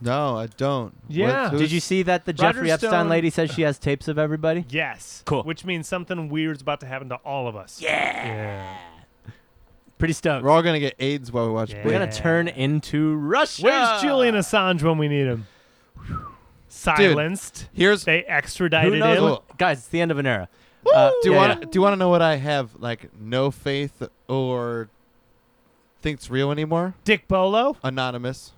No, I don't.
Yeah.
What, who's-
Did you see that the
Roger
Jeffrey Epstein
Stone-
lady says she has tapes of everybody?
Yes.
Cool.
Which means something weird's about to happen to all of us. Yeah.
Pretty stoked.
We're all gonna get AIDS while we watch.
Yeah.
We're
Blade.
gonna turn into Russia.
Where's Julian Assange when we need him? Silenced.
Here's.
They
Who
extradited
knows?
him.
Cool.
What, guys, it's the end of an era. Uh,
Do you
yeah,
want? to Do you want to know what I have? Like no faith or thinks real anymore?
Dick Bolo.
Anonymous.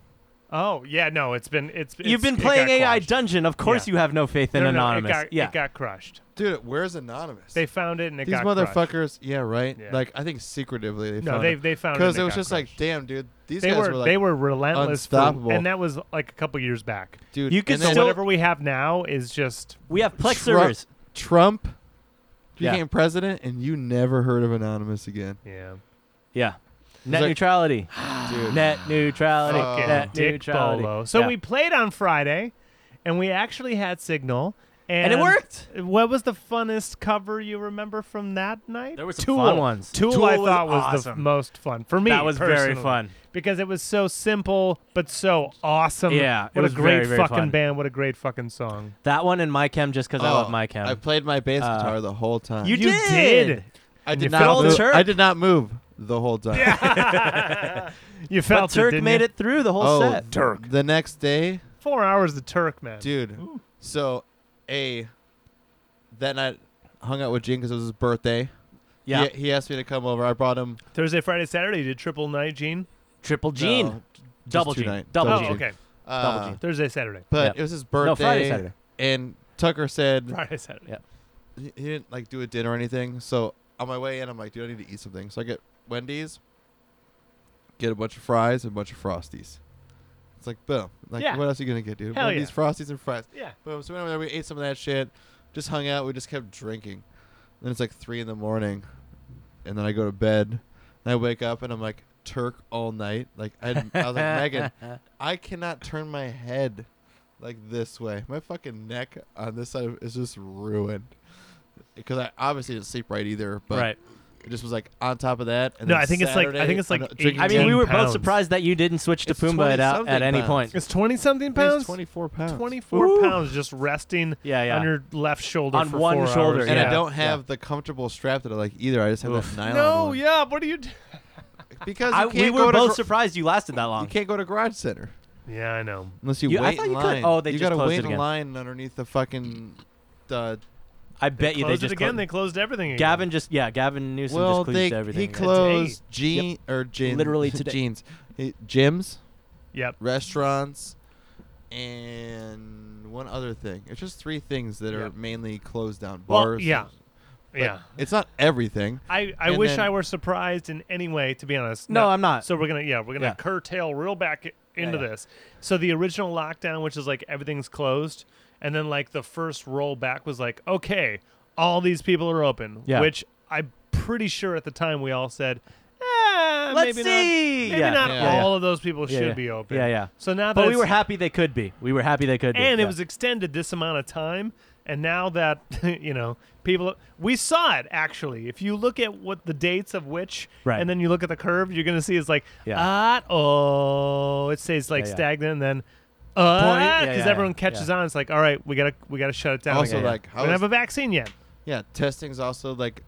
Oh yeah, no, it's been it's. it's
You've been
it
playing
got
AI
quashed.
Dungeon. Of course,
Yeah.
you have no faith in
No, no,
Anonymous.
it got,
yeah,
it got crushed.
Dude, where's Anonymous?
They found it and it
These
got crushed.
motherfuckers, yeah, right.
Yeah.
Like I think secretively they
No,
found
they they found
because
it
it
and
was
got
just
crushed.
like, damn, dude, these
they
guys
were,
were, like,
they were relentless, for-
unstoppable.
and that was like a couple years back.
dude,
You can
and
So
then
still-
whatever we have now is just
we have Plex
Shru-
servers.
Trump
Yeah.
became president, and you never heard of Anonymous again,
yeah.
Yeah, net
like-
neutrality.
dude.
Net neutrality.
Fucking
net
Dick
neutrality.
Bolo. So
Yeah.
we played on Friday, and we actually had signal, and,
and it worked.
What was the funnest cover you remember from that night?
There were some
Tool.
fun ones.
Tool,
Tool
I
was
thought was, the f-
awesome.
most fun for me.
that was very
personally,
fun.
because it was so simple but so awesome.
Yeah, it
what
was
a great
very, very
fucking
fun.
band! What a great fucking song!
That one and my chem just because I love
Oh,
my
I
chem.
played my bass
Uh,
guitar the whole time.
you
You
did.
did.
I
you
did
felt
not. Move,
Turk.
I did not move the whole time.
you
But
felt
Turk
it, did
made it through the whole
Oh,
set.
Turk. The next day,
four hours. The Turk man.
dude.
Ooh.
So, a that night hung out with Gene because it was his birthday.
Yeah.
He, he asked me to come over. I brought him
Thursday, Friday, Saturday. You did triple night, Gene.
Triple Gene.
No, Oh, just
Double
two
Gene.
night-
Double
oh,
Gene.
okay.
Uh,
Double Gene.
Thursday, Saturday,
But
Yeah.
it was his birthday.
No, Friday, Saturday.
And Tucker said
Friday, Saturday.
Yeah.
he, he didn't like do a dinner or anything. So on my way in, I'm like, dude, I need to eat something. So I get Wendy's, get a bunch of fries, and a bunch of frosties. It's like boom. Like
Yeah.
what else are you gonna get, dude?
Hell
Wendy's,
yeah.
frosties, and fries.
Yeah.
Boom. So we went over there, we ate some of that shit, just hung out. We just kept drinking. Then it's like three in the morning, and then I go to bed, and I wake up, and I'm like Turk all night. Like I, had, I was like Megan, I cannot turn my head like this way. My fucking neck on this side is just ruined because I obviously didn't sleep right either. But
right.
it just was like on top of that. And
No,
then
I think it's like- I
Saturday,
think it's like
I'm drinking
I mean,
10
we were both
pounds.
surprised that you didn't switch to
It's
Pumbaa at, out-
20-something
at any
pounds.
point.
It's twenty something pounds.
twenty four pounds.
24
Ooh.
pounds just resting
Yeah, yeah.
on your left shoulder
On
for
one
four
shoulder,
hours.
And
Yeah.
I don't have the comfortable strap that I like either. I just have
Oof.
that nylon.
No,
one.
yeah, what are you do-
because you
I,
can't
we
go
were
to
both
gr-
surprised you lasted that
You
long.
can't go to Garage Center
Yeah, I know.
unless you,
You- I
wait
thought
in
you could.
line.
Oh, they
you
just
gotta
closed
wait
it
in
again.
line underneath the fucking. Uh,
I bet you they
Closed
just
it again,
clo-
they closed everything. again.
Gavin just yeah, Gavin Newsom
well,
just closed
they
everything.
he
again.
closed jeans or jeans
Literally today.
jeans, He- gyms,
Yep.
restaurants, and one other thing. It's just three things that are
Yep.
mainly closed down.
Well,
Bars,
yeah.
but
yeah.
It's not everything.
I, I
and
wish
then-
I were surprised in any way, to be honest.
No, I'm not.
So we're gonna yeah, we're gonna
Yeah.
curtail real back i- into
yeah.
this. So the original lockdown, which is like everything's closed, and then like the first roll back was like, okay, all these people are open.
Yeah.
Which I'm pretty sure at the time we all said, eh,
Let's see.
maybe not, maybe
Yeah.
not
Yeah, yeah.
all of those people
Yeah,
should
yeah.
be open.
Yeah, yeah.
So now that
But we
it's-
were happy they could be. We were happy they could be.
and
yeah.
it was extended this amount of time and now that you know people we saw it actually if you look at what the dates of which
Right.
and then you look at the curve you're gonna see it's like
Yeah.
ah oh it stays like
Yeah, yeah.
stagnant and then
Point-
uh
yeah,
because
yeah,
everyone
yeah,
catches
yeah.
on it's like all right we gotta we gotta shut it down
Also,
again.
like,
we
how
don't
is-
have a vaccine yet
Yeah, testing's also like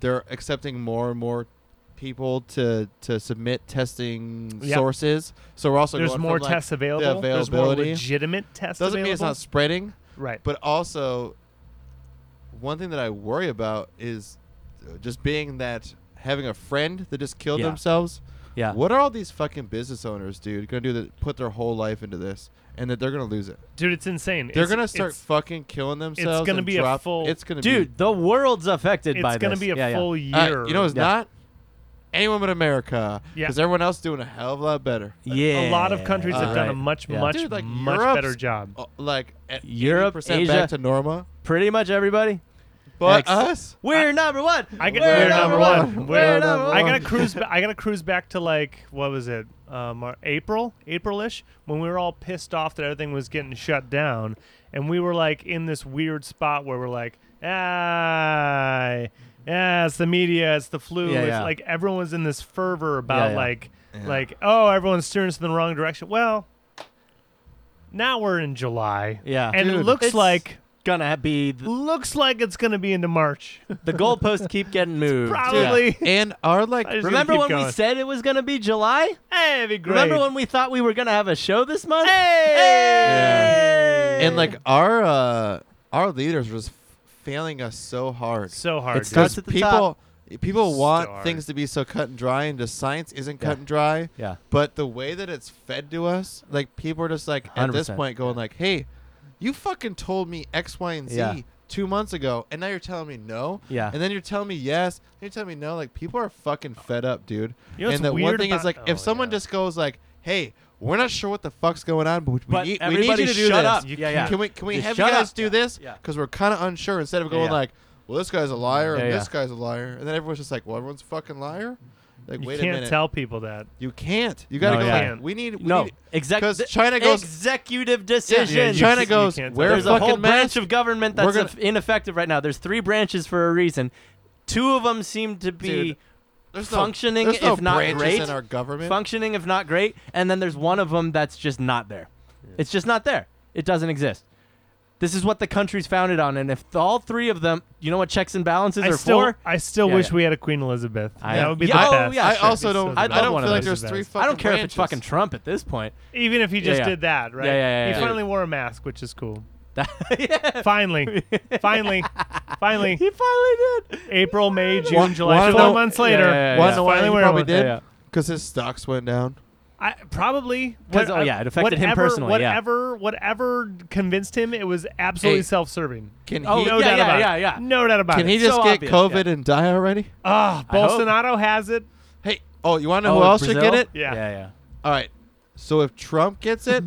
they're accepting more and more people to to submit testing
Yep.
sources. So we're also
there's
going
more
from, like,
tests available there's more
availability.
legitimate tests
Doesn't
available
mean it's not spreading,
right
but also one thing that I worry about is uh, just being that having a friend that just killed
Yeah.
themselves.
yeah.
What are all these fucking business owners, dude, gonna do that? Put their whole life into this, and that they're gonna lose it.
dude it's insane
They're
It's-
gonna start
it's,
fucking killing themselves.
gonna
and
be a
drop-
full-
It's gonna be
Dude, the world's affected by
it's
this.
gonna be a
yeah, yeah.
full
Uh,
year
you know, it's
Yeah.
not anyone but America.
Yeah.
Because everyone else doing a hell of a lot better.
Yeah.
a lot of countries have done a
right.
much,
Yeah.
much,
Dude, like,
much
Europe's-
better job.
Uh, like at
Europe,
80%
Asia.
back to norma.
Pretty much everybody.
But
Ex-
us,
We're number one.
I got-
we're,
we're
number
number
one.
one.
We're
We're
number
number
one.
I
Oh.
gotta cruise. Ba- I gotta cruise back to like what was it, uh, Mar- April, April-ish, when we were all pissed off that everything was getting shut down, and we were like in this weird spot where we're like, ah, yeah, it's the media, it's the flu,
Yeah,
it's
yeah.
like everyone was in this fervor about
yeah.
like,
Yeah.
like oh, everyone's steering us in the wrong direction. Well, now we're in July,
Yeah.
and it
Dude,
looks
It's
like
gonna be the,
looks like it's gonna be into March.
the goalposts keep getting moved.
Probably.
and our like
I just- gonna
Remember
keep
when we
going.
said it was gonna be July?
Hey, it'd be great.
Remember when we thought we were gonna have a show this month? Hey!
and like our uh, our leaders were just f- failing us so hard.
so hard?
It's- starts at the
people,
top.
People want
Star.
things to be so cut and dry, and just science isn't cut
Yeah.
and dry.
Yeah.
But the way that it's fed to us, like people are just like at this
100%.
point going like, "Hey, you fucking told me X, Y, and Z
Yeah.
two months ago, and now you're telling me no."
Yeah.
And then you're telling me yes, and you're telling me no. Like people are fucking fed up, dude.
You know what's
and the one
weird
thing is
about-
like,
oh,
if someone
yeah.
just goes like, "Hey, we're not sure what the fuck's going on, but we,
But
need, we need you
everybody
to do
shut
this.
up.
You
yeah, yeah.
Can we can we
Just
have you
shut
guys
up.
do this?
Yeah.
Because we're kind of unsure. Instead of
Yeah,
going
yeah.
like, well, this guy's a liar
Yeah,
and
yeah.
this guy's a liar, and then everyone's just like, well, everyone's a fucking liar. Like,
You
wait a
can't
minute.
tell people that.
You can't. You gotta
No,
go.
yeah.
like, we need. We
no,
Need,
exactly.
'cause China goes-
executive
yeah,
decisions.
Yeah, you
China
can't-
goes.
you can't
Wear
tell.
There's a
fucking
whole
mask.
branch of government
We're
that's
gonna-
inf- ineffective right now. There's three branches for a reason. Two of them seem to be
Dude, There's no-
functioning,
there's no
if not
branches
great.
in our government.
functioning, if not great, and then there's one of them that's just not there. It's just not there. It doesn't exist. This is what the country's founded on, and if all three of them, you know what checks and balances
I
are
still,
for.
I still
Yeah,
wish
yeah.
we had a Queen Elizabeth.
I-
that would be
Yeah,
the
oh,
best.
yeah,
I
sure.
also
It'd
don't.
be so
I
I'd
good.
love
don't
one
feel
of
like
those.
there's three
It's
fucking
I don't care if it's
branches.
fucking Trump at this point.
Even if he just
yeah.
did that, right?
Yeah, yeah, yeah,
He
yeah.
finally wore a mask, which is cool.
yeah,
Finally, finally, finally.
he finally did.
April, May, June,
Wanna
July.
know-
Four months later,
Yeah, yeah, yeah,
Wanna
yeah.
know why
Finally
he
wear
probably
one.
did?
Yeah, yeah.
Because his stocks went down.
I, probably
'Cause,
what-
oh, yeah, it affected him
whatever-
personally, yeah.
Whatever, whatever convinced him, it was absolutely
Hey,
self-serving.
Can
Oh,
he?
no
yeah,
doubt
yeah,
about
yeah,
it.
yeah.
No doubt about
Can
it.
he just
so
get
obvious,
COVID
yeah.
and die already?
Ah,
I hope.
Bolsonaro has it.
Hey, oh, you want to know
Oh,
who else should
Brazil?
get it?
Yeah.
yeah, yeah.
All right. So if Trump gets it,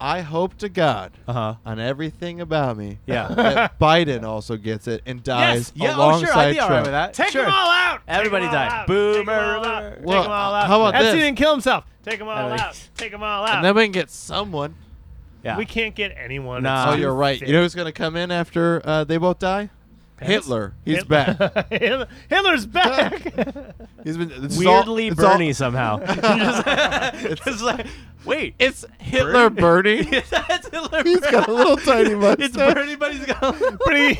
I hope to God
Uh
Uh-huh.
huh.
on everything about me
Yeah.
that Biden also gets it and
yes.
dies
Yeah. Oh,
alongside
sure. I'd be
Trump.
alright with that.
Take
sure.
them all out.
Everybody
Take 'em all
died.
out.
Boomer.
Take 'em all out. Take 'em
Well,
all
uh,
out.
how about
That's
this?
even kill himself. Take them all
Alex.
out. Take them all out.
And then we can get someone.
Yeah.
we can't get anyone.
Nah.
Oh,
Uh,
you're right. You know who's gonna come in after uh, they both die?
Pence?
Hitler. He's
Hit-
back.
Hitler- Hitler's back.
He's been this is all-
Weirdly
it's all-
Bernie somehow. just, just like, wait.
it's Hitler Bernie.
That's Hitler
He's got a little tiny mustache.
It's Bernie, but he's got
but he,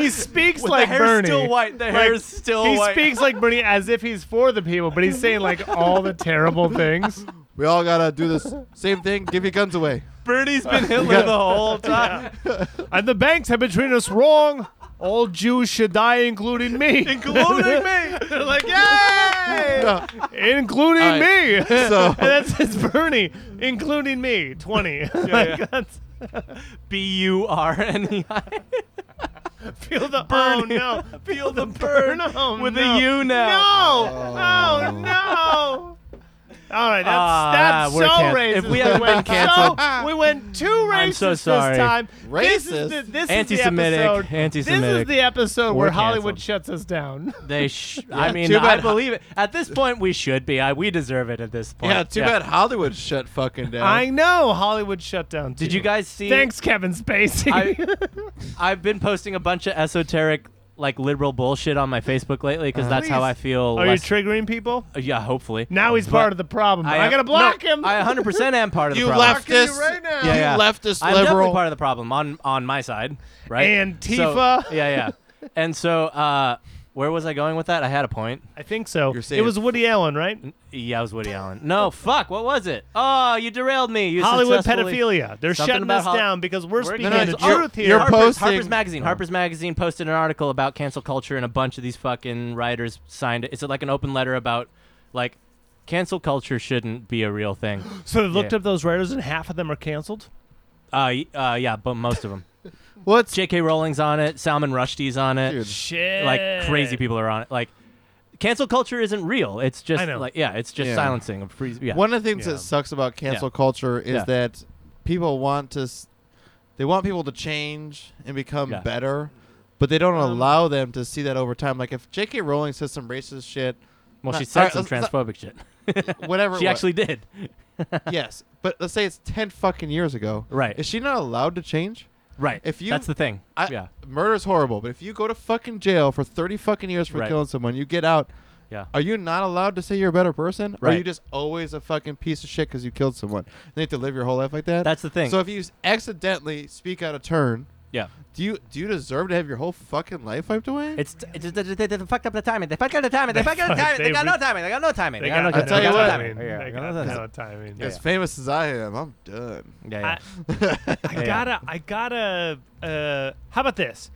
he speaks
With
like
the hair's
Bernie.
still white. Oh, The
Like,
hair's still
he
white.
speaks like Bernie as if he's for the people, but he's saying like all the terrible things.
We all gotta do this same thing. Give your guns away.
Bernie's been Hitler the whole time,
And the banks have been treating us wrong. All Jews should die, including me.
including me. They're like, yay!
No.
including
All
me.
So-
and that's it's Bernie, including me. Twenty. Like,
yeah.
that's-
B U R N E I.
feel the oh
Bernie.
no,
Feel the
burn
burn
oh,
with
no.
a U now.
No, oh, no. All right, that's,
Ah,
that's
we're
so
can-
racist.
if we haven't
we
been
went
canceled-
so, we went too racist
I'm so sorry.
this time. This is
Racist?
the, this
Anti-Semitic,
Is the episode, This is
anti-Semitic.
the episode
We're
where Hollywood
canceled.
shuts us down.
They, sh- I mean,
too
I
bad-
believe it. At this point, we should be. I, we deserve it at this point.
Yeah, too bad Hollywood shut fucking down.
I know Hollywood shut down.
Did
too.
you guys see?
Thanks, Kevin Spacey.
I- I've been posting a bunch of esoteric, like liberal bullshit on my Facebook lately because that's how
Please.
I feel.
Are you
less-
triggering people?
yeah, hopefully.
Now he's
But
part of the problem. I,
am-
gotta block
no,
him.
I 100% am part of the
you
problem.
leftist. this.
right now.
Yeah,
you
yeah.
leftist
I'm definitely
liberal.
part of the problem on on my side, right?
And
So-
Tifa.
yeah, yeah. And so, uh, where was I going with that? I had a point.
I think so.
You're
It
saying-
was Woody Allen, right?
Yeah, it was Woody Allen. No, fuck. What was it? Oh, you derailed me. You
Hollywood
successfully-
pedophilia. They're
Something
shutting
about
us
Hol-
down because we're, speaking
no,
the
it's- you're-
truth here.
you're
Oh, Harper's,
posting-
Harper's Magazine. Harper's Magazine posted an article about cancel culture, and a bunch of these fucking writers signed it. It's like an open letter about, like, cancel culture shouldn't be a real thing.
so they looked
Yeah.
up those writers, and half of them are canceled.
Uh, y- uh, yeah, but most of them.
What's
J.K. Rowling's on it. Salman Rushdie's on it.
dude?
Shit,
Like crazy people are on it. Like, cancel culture isn't real. It's just
I know.
like yeah, it's just
Yeah.
silencing. of free, yeah.
One of the things
Yeah.
that sucks about cancel
Yeah.
culture is
Yeah.
that people want to, s- they want people to change and become
Yeah.
better, but they don't
Um,
allow them to see that over time. Like if J.K. Rowling says some racist shit,
well, she
Alright,
said some
let's not-
transphobic shit.
whatever.
she
it was-
actually did.
yes, but let's say it's ten fucking years ago.
Right.
Is she not allowed to change?
Right.
If you-
that's the thing.
I,
yeah.
Murder's horrible, but if you go to fucking jail for thirty fucking years for
Right.
killing someone, you get out.
Yeah.
Are you not allowed to say you're a better person? Or are
Right.
you just always a fucking piece of shit because you killed someone? And you have to live your whole life like that.
That's the thing.
So if you s- accidentally speak out of turn,
yeah.
do you do you deserve to have your whole fucking life wiped away?
It's, it's they, they, they fucked up the timing. They fucked up the timing. They fucked up the
fuck-
timing. They,
they
got
re-
no timing. They got no timing.
They got,
no
I tell you
timing.
what.
timing.
They
Yeah,
got
yeah,
no timing.
Yeah.
as famous as I am, I'm done.
yeah, yeah.
I, I
Yeah.
gotta, I gotta. Uh, how about this?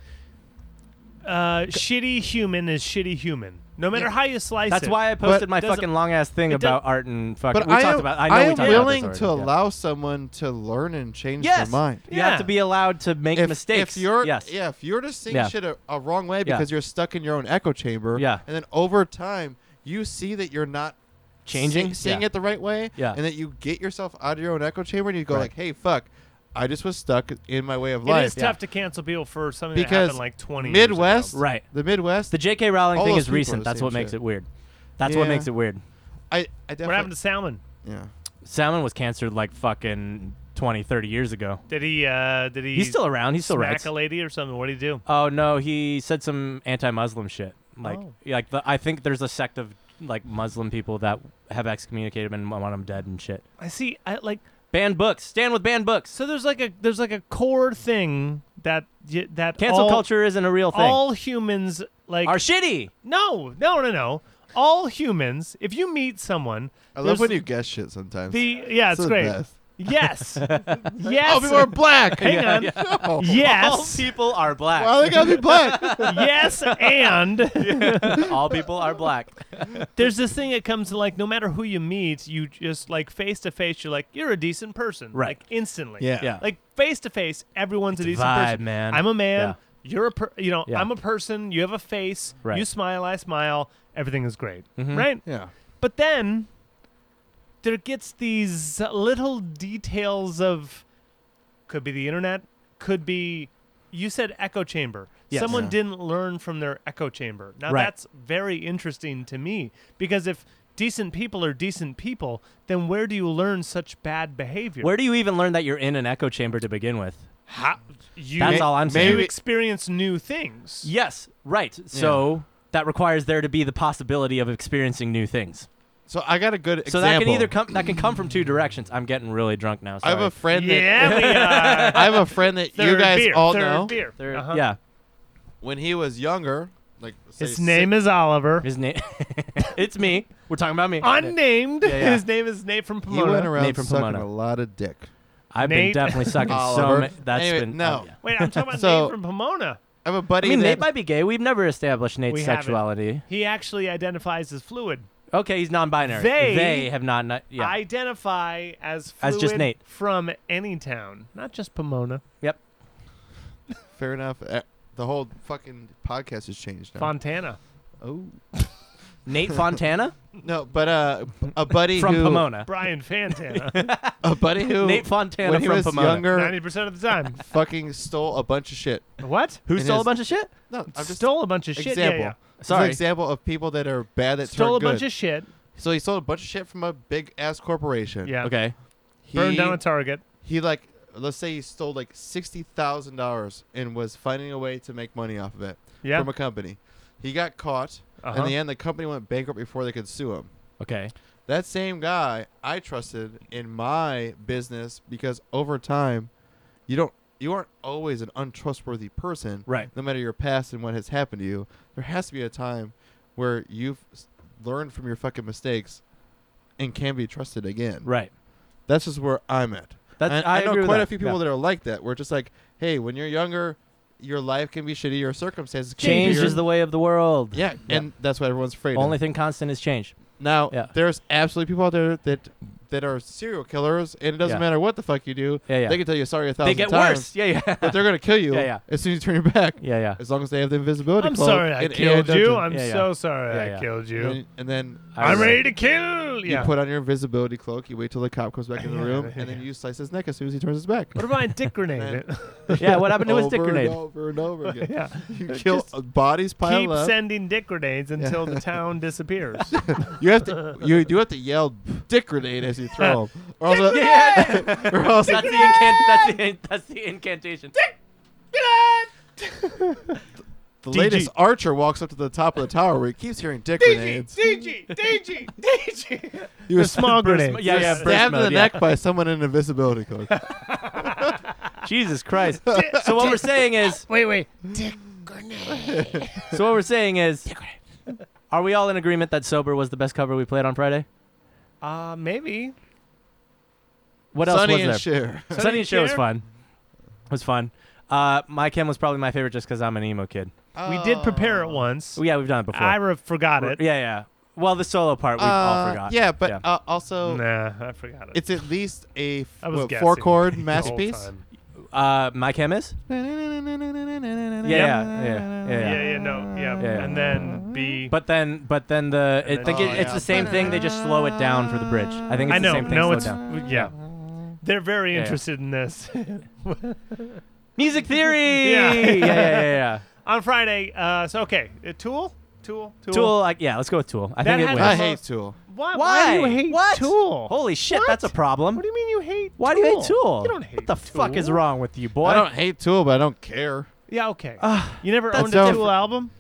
uh, shitty human is shitty human. No matter how you slice
That's
it.
why I posted my
doesn't-
fucking long ass thing
it does-
about art and fucking.
But
we
I
talked
am,
about. I know we
am
talked
willing
about this
to
already, yeah.
allow someone to learn and change
Yes.
their mind.
You have
Yeah.
to be allowed to make
if,
mistakes.
If you're
yes.
yeah, if you're just seeing
Yeah.
shit a, a wrong way
Yeah.
because you're stuck in your own echo chamber,
Yeah.
and then over time you see that you're not
Changing?
see- seeing
Yeah.
it the right way,
Yeah.
and that you get yourself out of your own echo chamber and you go
Right.
like, hey, fuck, I just was stuck in my way
It
of life.
is tough to cancel people for something that
Because
happened like 20 years ago.
Midwest,
Right.
The Midwest,
The J.K. Rowling
All
thing is
those people are
recent.
the
That's
same
what makes
shit.
it weird. That's what
Yeah.
makes it weird.
I, I definitely,
What happened to Salmon?
yeah.
Salmon was canceled like fucking 20, 30 years ago.
Did he? Uh, did he?
He's still around. He still
smack
writes.
a lady or something? What did he do?
Oh no, he said some anti-Muslim shit. Like,
Oh.
like the, I think there's a sect of like Muslim people that have excommunicated him and want him dead and shit.
I see. I like.
Ban books. Stand with ban books.
So there's like a there's like a core thing that y- that
Cancel
all,
culture isn't a real thing.
All humans like
Are shitty.
no no no no. All humans. If you meet someone,
I love
there's
when you guess shit sometimes.
the yeah, it's
the
great.
best.
Yes, yes.
Oh, people are black.
Hang on.
No.
Yes,
All people are black.
Why they gotta be black?
yes, and
all people are black.
there's this thing that comes to like no matter who you meet, you just like face to face, you're like you're a decent person,
Right.
Like instantly,
Yeah.
Like face to face, everyone's a
It's a
decent
vibe,
person.
man.
I'm a man.
Yeah.
You're a per- you know
Yeah.
I'm a person. You have a face.
Right. Mm-hmm.
You smile. I smile. Everything is great, right?
yeah.
But then there gets these little details of could be the internet, could be you said echo chamber.
Yes.
Someone
Yeah.
didn't learn from their echo chamber. Now
Right.
that's very interesting to me because if decent people are decent people, then where do you learn such bad behavior?
Where do you even learn that you're in an echo chamber to begin with?
How, you
That's all I'm
you
saying.
experience new things.
Yes, right. So that requires there to be the possibility of experiencing new things.
So I got a good
So
example.
that can either come that can come from two directions. I'm getting really drunk now.
I have a
sorry.
friend that
Yeah, we are.
I have a friend that you
Third
guys
beer,
all
third
know.
beer.
There-
Uh-huh.
Yeah,
When he was younger, like say
His name is Oliver.
his name. it's me. We're talking about me.
unnamed.
Yeah, yeah.
His name is Nate from
six- he went
Pomona.
around
Nate from
sucking
Pomona.
a lot of dick.
I've
Nate.
been definitely sucking so
Oliver.
many. That's
Anyway,
been
no.
oh, yeah.
Wait, I'm talking about
So-
Nate from Pomona.
I have a
I
buddy.
mean, Nate
that,
might be gay. We've never established Nate's
We haven't.
sexuality.
He actually identifies as fluid.
Okay, he's non-binary.
They-
have not. not yeah.
Identify as fluid
As just Nate.
from any town, not just Pomona.
yep.
fair enough. Uh, The whole fucking podcast has changed now.
Fontana.
oh
Nate Fontana
no, but uh, a buddy
from
who,
Pomona.
Brian Fantana.
a buddy who
Nate Fontana
when he
from
was
Pomona.
younger,
90% of the time.
fucking stole a bunch of shit.
What?
Who
in
stole a
his-
bunch of shit?
No, I'm just
Stole a bunch of shit. Yeah,
example.
yeah.
This is
Sorry.
an example of people that are bad that
Stole a
turn good.
bunch of shit.
so he stole a bunch of shit from a big ass corporation.
Yeah.
Okay.
He,
Burned down a Target.
he like let's say he stole like sixty thousand dollars and was finding a way to make money off of it
Yeah.
from a company. He got caught.
Uh-huh.
In the end, the company went bankrupt before they could sue him.
Okay.
That same guy I trusted in my business because over time, you don't you aren't always an untrustworthy person,
Right.
no matter your past and what has happened to you. There has to be a time where you've s- learned from your fucking mistakes and can be trusted again.
Right.
That's just where I'm at.
That's-
And
I
know
agree with
quite
that.
a few people
Yeah.
that are like that. We're just like, hey, when you're younger, your life can be shitty, your circumstances can be
Change
your-
is the way of the world.
yeah,
Yeah.
and that's what everyone's afraid.
Only
of.
thing constant is change.
now,
Yeah.
there's absolutely people out there that that are serial killers, and it doesn't
Yeah.
matter what the fuck you do.
Yeah, yeah.
They can tell you sorry a thousand
They get
times,
worse. Yeah, yeah.
but they're gonna kill you
Yeah, yeah.
as soon as you turn your back.
yeah, yeah.
As long as they have the invisibility
I'm
cloak
sorry I
and AI
killed you.
dungeon.
I'm
Yeah, yeah.
so sorry
Yeah,
I
yeah.
killed you.
and, and then
I
I'm
was-
ready to kill.
you
Yeah.
put on your invisibility cloak. You wait till the cop comes back in the
Yeah,
room,
yeah,
and then
yeah.
you slice his neck as soon as he turns his back.
what about a dick grenade?
Yeah, what happened to his
over
dick grenade?
And over and over again.
yeah.
You kill bodies pile
keep
up.
sending dick grenades until the town disappears.
you have to you do have to yell dick grenade as you throw them. Or else, or else
That's the incan- that's the in- that's the incantation.
the latest archer walks up to the top of the tower where he keeps hearing dick grenades.
DG, DG, DG.
He was
small grenade.
Yeah, yeah, burst
stabbed in the
mode, yeah.
neck by someone in invisibility cloak.
Jesus Christ. so what we're saying is
Wait, wait.
So what we're saying is, are we all in agreement that "Sober" was the best cover we played on Friday?
Uh, maybe.
What else
Sonny
was
and
there?
Cher.
Sunny,
Sonny
and Cher was
Cher?
fun. Was fun. Uh, my Kim was probably my favorite just because I'm an emo kid.
We did prepare it once.
Well, yeah, we've done it before.
I re- forgot it.
Yeah, yeah. Well, the solo part we all
Uh,
forgot.
Yeah, but
Yeah.
Uh, also
Nah, I forgot it.
it's at least a f-
I was
what,
guessing
four chord
the whole
masterpiece.
time.
Uh, my chemist.
Yeah,
yeah, yeah,
Yeah.
Yeah.
yeah, no, yeah.
Yeah.
And then B.
But then, but then the
And
I
then-
think
Oh,
it, it's
yeah.
the same thing. They just slow it down for the bridge. I think it's
I
the
know.
same thing.
No,
slowed
it's
down.
yeah. They're very
Yeah, yeah.
interested in this.
music theory.
Yeah.
yeah, yeah, yeah. yeah.
On Friday, uh, so okay, uh, Tool, Tool, Tool.
Tool, like yeah, let's go with Tool. I
That
think it
had-
wins.
I
Well,
hate Tool.
Why?
Why?
do you hate
What?
Tool?
Holy shit, that's a
What?
problem.
What do you mean you hate?
Why
Tool?
do you hate Tool?
You don't hate.
What the fuck is
Tool.
wrong with you, boy?
I don't hate Tool, but I don't care.
Yeah, okay.
Ah,
you never
that's
owned a Tool
different.
album?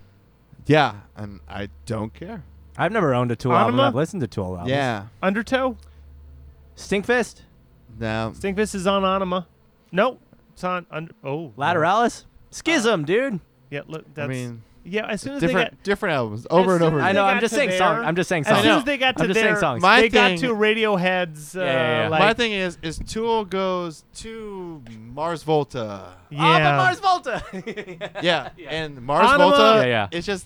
Yeah, and I don't care.
I've never owned a Tool album.
Anima?
I've listened to Tool albums.
Yeah,
Undertow?
Stinkfist,
no.
Stinkfist is on Anima. No, it's on. Under, oh,
Lateralis, Schism, dude.
Yeah, look,
I
that's.
mean,
yeah, as soon as they
different
got,
different albums
as
over and
soon
over.
as
I
they
again.
know, I'm
got
just
to
saying
there-
songs. I'm just saying
as
songs.
soon as they got to
I'm just
their,
saying songs.
My
they got
thing-
to Radiohead's. Uh,
Yeah, yeah, yeah.
Like,
My thing is, is Tool goes to Mars Volta.
Ah,
yeah.
but Mars Volta.
Yeah, and Mars
Anima-
Volta.
Yeah, yeah.
It's just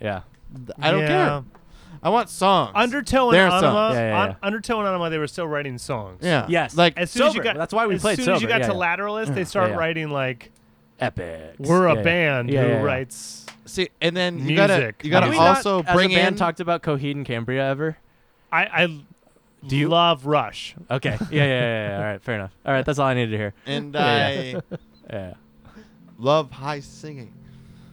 yeah.
I don't
Yeah.
care. I want songs.
Undertow and
Their
Anima.
songs.
Yeah, yeah,
Un-
yeah.
Undertow and Anima, they were still writing songs.
Yeah.
Yes.
Like
As soon as you
Sober.
got,
That's why we
as
played
soon as
Sober.
you got
Yeah,
to
yeah. Mm.
Lateralist, they start
yeah.
writing like
Epic.
we're a
Yeah, yeah.
band
Yeah,
who
yeah, yeah.
writes.
see, and then you gotta
Music.
you gotta
Have we not,
also
as
bring
a band
in
talked about Coheed and Cambria ever?
I, I
Do you-
love Rush.
Okay. Yeah, yeah, yeah, yeah. All right, fair enough. All right, that's all I needed to hear.
and
Yeah,
I
Yeah.
love high singing.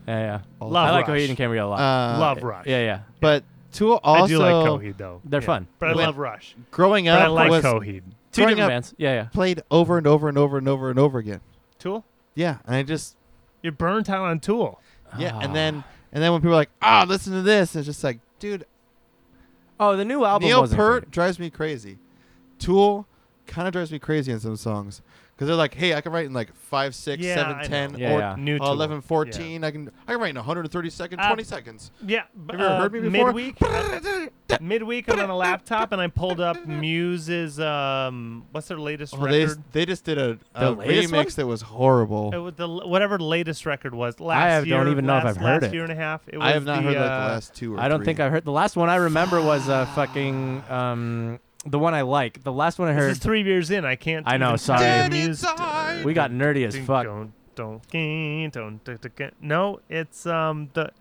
Yeah, yeah.
all
Love
I like
Rush.
Coheed and Cambria a lot.
Uh,
love Rush.
yeah, yeah.
But Tool
I
also
do like Coheed though.
They're
Yeah.
fun.
but I
When-
love Rush.
growing
But
up
I like
was
Coheed.
Two
growing
different
up-
bands. Yeah, yeah.
played over and over and over and over and over again.
Tool.
Yeah, and I just
You're burnt out on Tool.
yeah,
Ah.
and then and then when people are like, ah, listen to this, it's just like, dude,
Oh, the new album
Neil
wasn't
Peart
great.
drives me crazy. Tool kind of drives me crazy in some songs because they're like, hey, I can write in like five, six,
Yeah,
seven,
I know.
ten,
Yeah,
or
yeah.
New
uh,
Tool.
11, 14. I can I can write in 130 seconds,
Uh,
20 seconds.
Yeah. b-
Have you ever
uh,
heard me before?
Midweek. uh, midweek, I'm on a laptop and I pulled up Muse's. Um, what's their latest
Oh, they,
record?
just, they just did a,
The
a
latest
remix
one?
that was horrible.
It was the whatever the latest record was last
have-
year.
don't even know if
last-
I've heard
last
it.
Year and a half. It was
I have not
the,
heard like
uh,
the last two or
I don't
three.
think I heard. The last one I remember was uh fucking um the one I like. The last one I
This
heard.
is three years in. I can't.
I know,
even
sorry.
find
Dead
Muse-
inside.
we got nerdy as
Ding,
fuck.
Don't don't ding, don't tick, tick, tick. No, it's um the,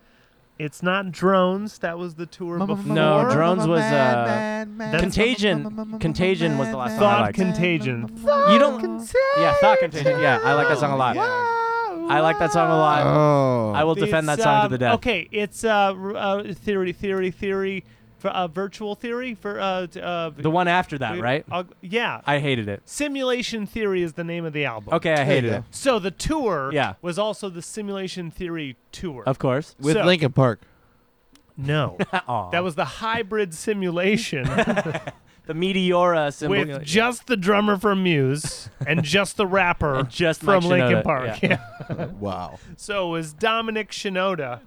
it's not drones. That was the tour before.
No,
Mama,
drones
mama,
was,
mad,
uh,
mad, mad,
That's-
Contagion-
mama, mama,
Contagion was the
mad,
last song I
Thought
liked.
contagion.
You don't- Yeah, thought contagion. Yeah, I like that song a lot. I like that song a lot.
Oh.
I will defend that
It's,
song to
um,
the death.
Okay, it's uh, r- uh theory, theory, theory, for uh, virtual theory for uh, t- uh
The one after that,
we-
right?
uh, yeah,
I hated it.
simulation theory is the name of the album.
Okay, I
There you
hated
go.
it.
So the tour
Yeah.
was also the simulation theory tour.
Of course.
With
So-
Linkin Park.
no.
Aw.
That was the hybrid simulation
the Meteora symbol.
with just the drummer from Muse and just the rapper
And just Mike
from Linkin
Shinoda,
Park.
yeah.
Yeah.
wow.
So it was Dominic Shinoda,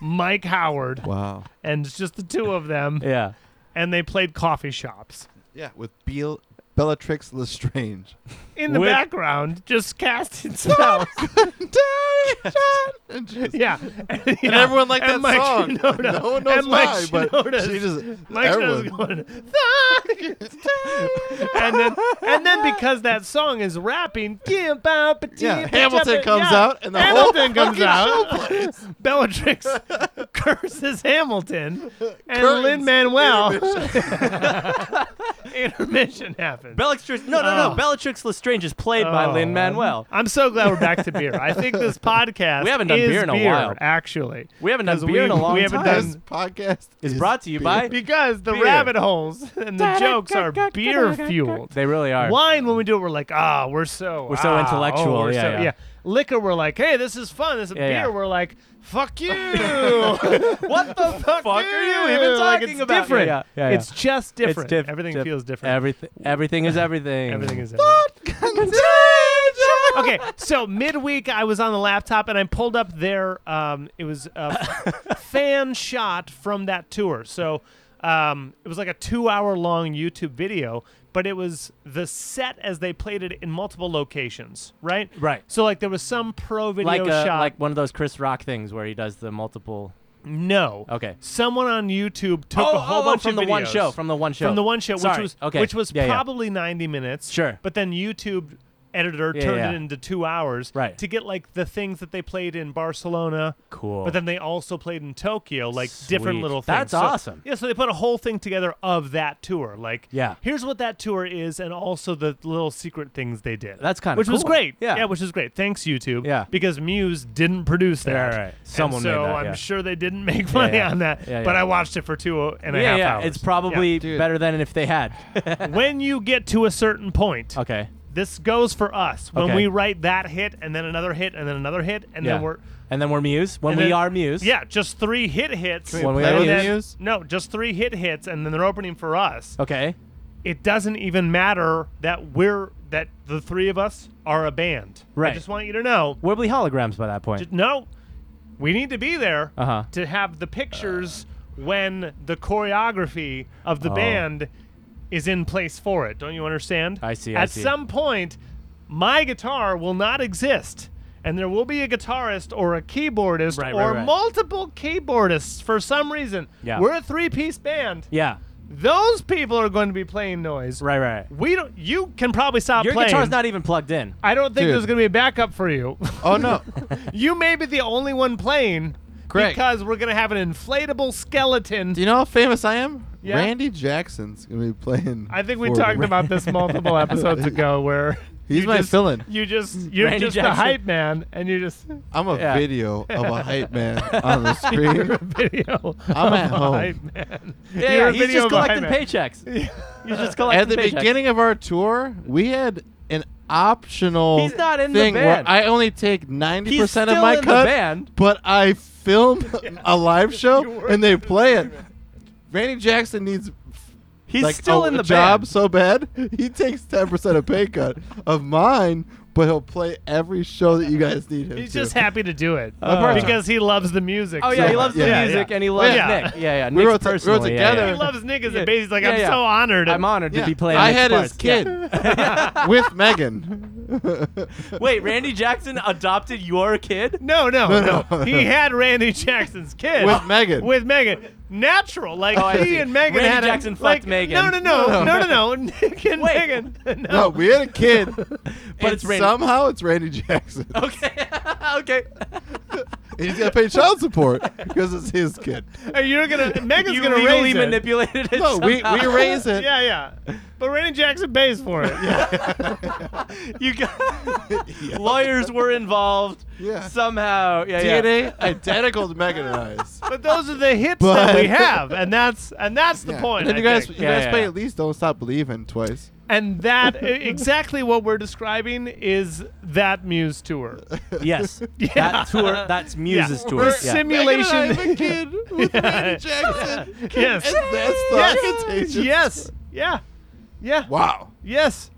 Mike Howard,
Wow.
and it's just the two of them,
yeah.
and they played coffee shops.
Yeah, with Beal, Bellatrix Lestrange.
In the
With-
background, just casting spells.
and just-
yeah. And, yeah.
and everyone liked
And
that
Mike
song.
Shinoda.
No one knows
and Mike
why, but
Shinoda's-
she just
Mike Shinoda's
everyone.
going, "Thug." and then and then because that song is rapping, yeah, ba- ba-
yeah,
dee- ba-
Hamilton
ba-
comes
yeah.
out and the
Hamilton
whole
comes
fucking
out.
show plays.
Bellatrix curses Hamilton, and
Curtains.
Lin Manuel intermission happens.
Bellatrix. No, no, no.
Oh.
Bellatrix Lestrange is played by
Oh.
Lin Manuel.
I'm so glad we're back to beer. I think this podcast
We haven't done
is
beer in a while.
actually,
We haven't done
'Cause
beer in a
we-
long
we haven't
time.
done-
This podcast
It's
is
brought to you
beer.
by-
because the
Beer.
rabbit holes and the jokes are beer fueled.
They really are.
Wine, when we do it, we're like, ah, we're so
We're so
ah, oh,
intellectual,
we're
yeah,
so,
yeah.
Liquor, we're like, hey, this is fun. This is
Yeah,
beer.
yeah.
We're like, fuck you. what the fuck,
Fuck are you even
Like,
talking
it's
about?
Different.
Yeah, yeah, yeah, yeah.
It's
It's
just different.
diff-
everything
diff-
feels different.
Everything. Everything is everything.
everything is different. okay, so midweek I was on the laptop and I pulled up their um, it was a fan shot from that tour. So um, it was like a two hour long YouTube video but it was the set as they played it in multiple locations, right?
Right.
So like there was some pro video
Like a,
shop.
like one of those Chris Rock things where he does the multiple.
no.
Okay.
Someone on YouTube took
oh,
a whole
oh,
bunch
from
of
the one
videos.
show. From the one show.
From the one show,
Sorry.
which was
okay.
which was
Yeah, yeah.
probably ninety minutes.
Sure.
But then YouTube editor
Yeah,
turned
yeah.
it into two hours
Right.
to get like the things that they played in Barcelona.
cool.
But then they also played in Tokyo, like different
Sweet.
little things.
That's
So-
awesome.
Yeah, so they put a whole thing together of that tour. Like,
Yeah.
here's what that tour is, and also the little secret things they did.
That's kinda
which was
cool.
great.
Yeah.
yeah, which is great. Thanks YouTube.
Yeah.
because Muse didn't produce that.
Yeah, right.
And
Someone made
so
that,
I'm
yeah.
sure they didn't make money
yeah.
on that.
Yeah,
But
yeah.
I watched it for two and a
yeah,
half
yeah.
hours.
It's probably
Dude.
better than if they had.
Yeah. when you get to a certain point.
okay.
This goes for us when
Okay.
we write that hit and then another hit and then another hit and
yeah.
then we're
and then we're Muse. When
and
we
then-
are Muse.
Yeah, just three hit hits.
Can we
When we
play
were
And
with
there-
then-
Muse?
No, just three hit hits, and then they're opening for us.
Okay.
It doesn't even matter that we're that the three of us are a band. I
Right.
just want you to know.
Wibbly holograms by that point.
j- No, we need to be there
Uh-huh.
to have the pictures when the choreography of the
Oh.
band is in place for it. Don't you understand?
I see, I
At
see.
some point, my guitar will not exist. And there will be a guitarist or a keyboardist
Right, right,
or
right.
multiple keyboardists for some reason.
Yeah.
We're a three piece band.
Yeah.
Those people are going to be playing noise.
Right. Right.
We don't. You can probably stop
Your
playing.
guitar's not even plugged in.
I don't think
Dude.
there's going to be a backup for you.
Oh no,
you may be the only one playing.
Greg.
Because we're going to have an inflatable skeleton.
do you know how famous I am?
Yeah.
Randy Jackson's gonna be playing.
I think we
for
talked
Ra-
about this multiple episodes ago where
He's
you
my
just-
fill-in.
You just you're
Randy
just the
Jackson.
hype man and you just
I'm a
Yeah.
video of a hype man on the screen.
video.
I'm at
of a
home.
hype man.
Yeah.
You're
yeah
a
he's
video
just
of a hype
collecting
man.
paychecks. He's just
At
collecting.
the
paychecks.
beginning of our tour, we had an optional
He's not in the
thing
band.
where I only take ninety
He's
percent of
still
my
in the
cut,
band.
but I film a live
You
show
were
and they
in the
play it.
band.
Randy Jackson needs
He's
like
still
a,
in the
a job
band.
so bad he takes ten percent of pay cut of mine, but he'll play every show that you guys need him.
He's
to.
just happy to do it
Uh, part-time.
because he loves the music.
Oh yeah,
so
he loves the
much. Yeah,
music
yeah.
and he loves
Yeah.
Nick. Yeah, yeah. Nick's
We wrote t- we wrote
personally, yeah,
together.
yeah.
He loves Nick as
Yeah.
a bass. He's like,
Yeah,
I'm
yeah.
so honored.
I'm honored
Yeah.
to be playing.
I
Nick's
had his
parts. Yeah.
kid with Megan.
Wait, Randy Jackson adopted your kid?
No, no,
No,
no.
no,
He
no.
had Randy Jackson's kid
With Megan.
With Megan, natural. Like
Oh, I
he
see.
and Megan
Randy
had a-
Jackson fucked
like,
Megan.
No, no, no, no,
No, no.
no, no. Nick and
Wait.
Megan. No.
No, we had a kid, but
it's Randy-
somehow it's Randy Jackson.
Okay, okay.
And he's got to pay child support because it's his kid.
Hey, You're gonna Megan's
you
gonna
legally
raise it.
manipulated it.
No, we,
somehow.
we raise it.
Yeah, yeah. But Randy Jackson pays for it.
You got lawyers were involved.
Yeah.
Somehow, yeah, yeah.
DNA identical to Megan and I's.
But those are the hits that
But-
we have, and that's and that's the
Yeah.
point.
And then
I
you guys,
think.
you
Yeah,
guys
yeah,
play
yeah.
at least "Don't Stop Believing" twice.
and that i- exactly what we're describing is that Muse tour.
Yes, that tour. That's Muse's
Yeah.
tour.
We're
yeah.
sim- Simulation.
Megan and I have a kid with
Uh,
Randy Jackson.
Yes.
And that's the
yes.
contagion.
Yes. Yeah. Yeah.
Wow.
Yes.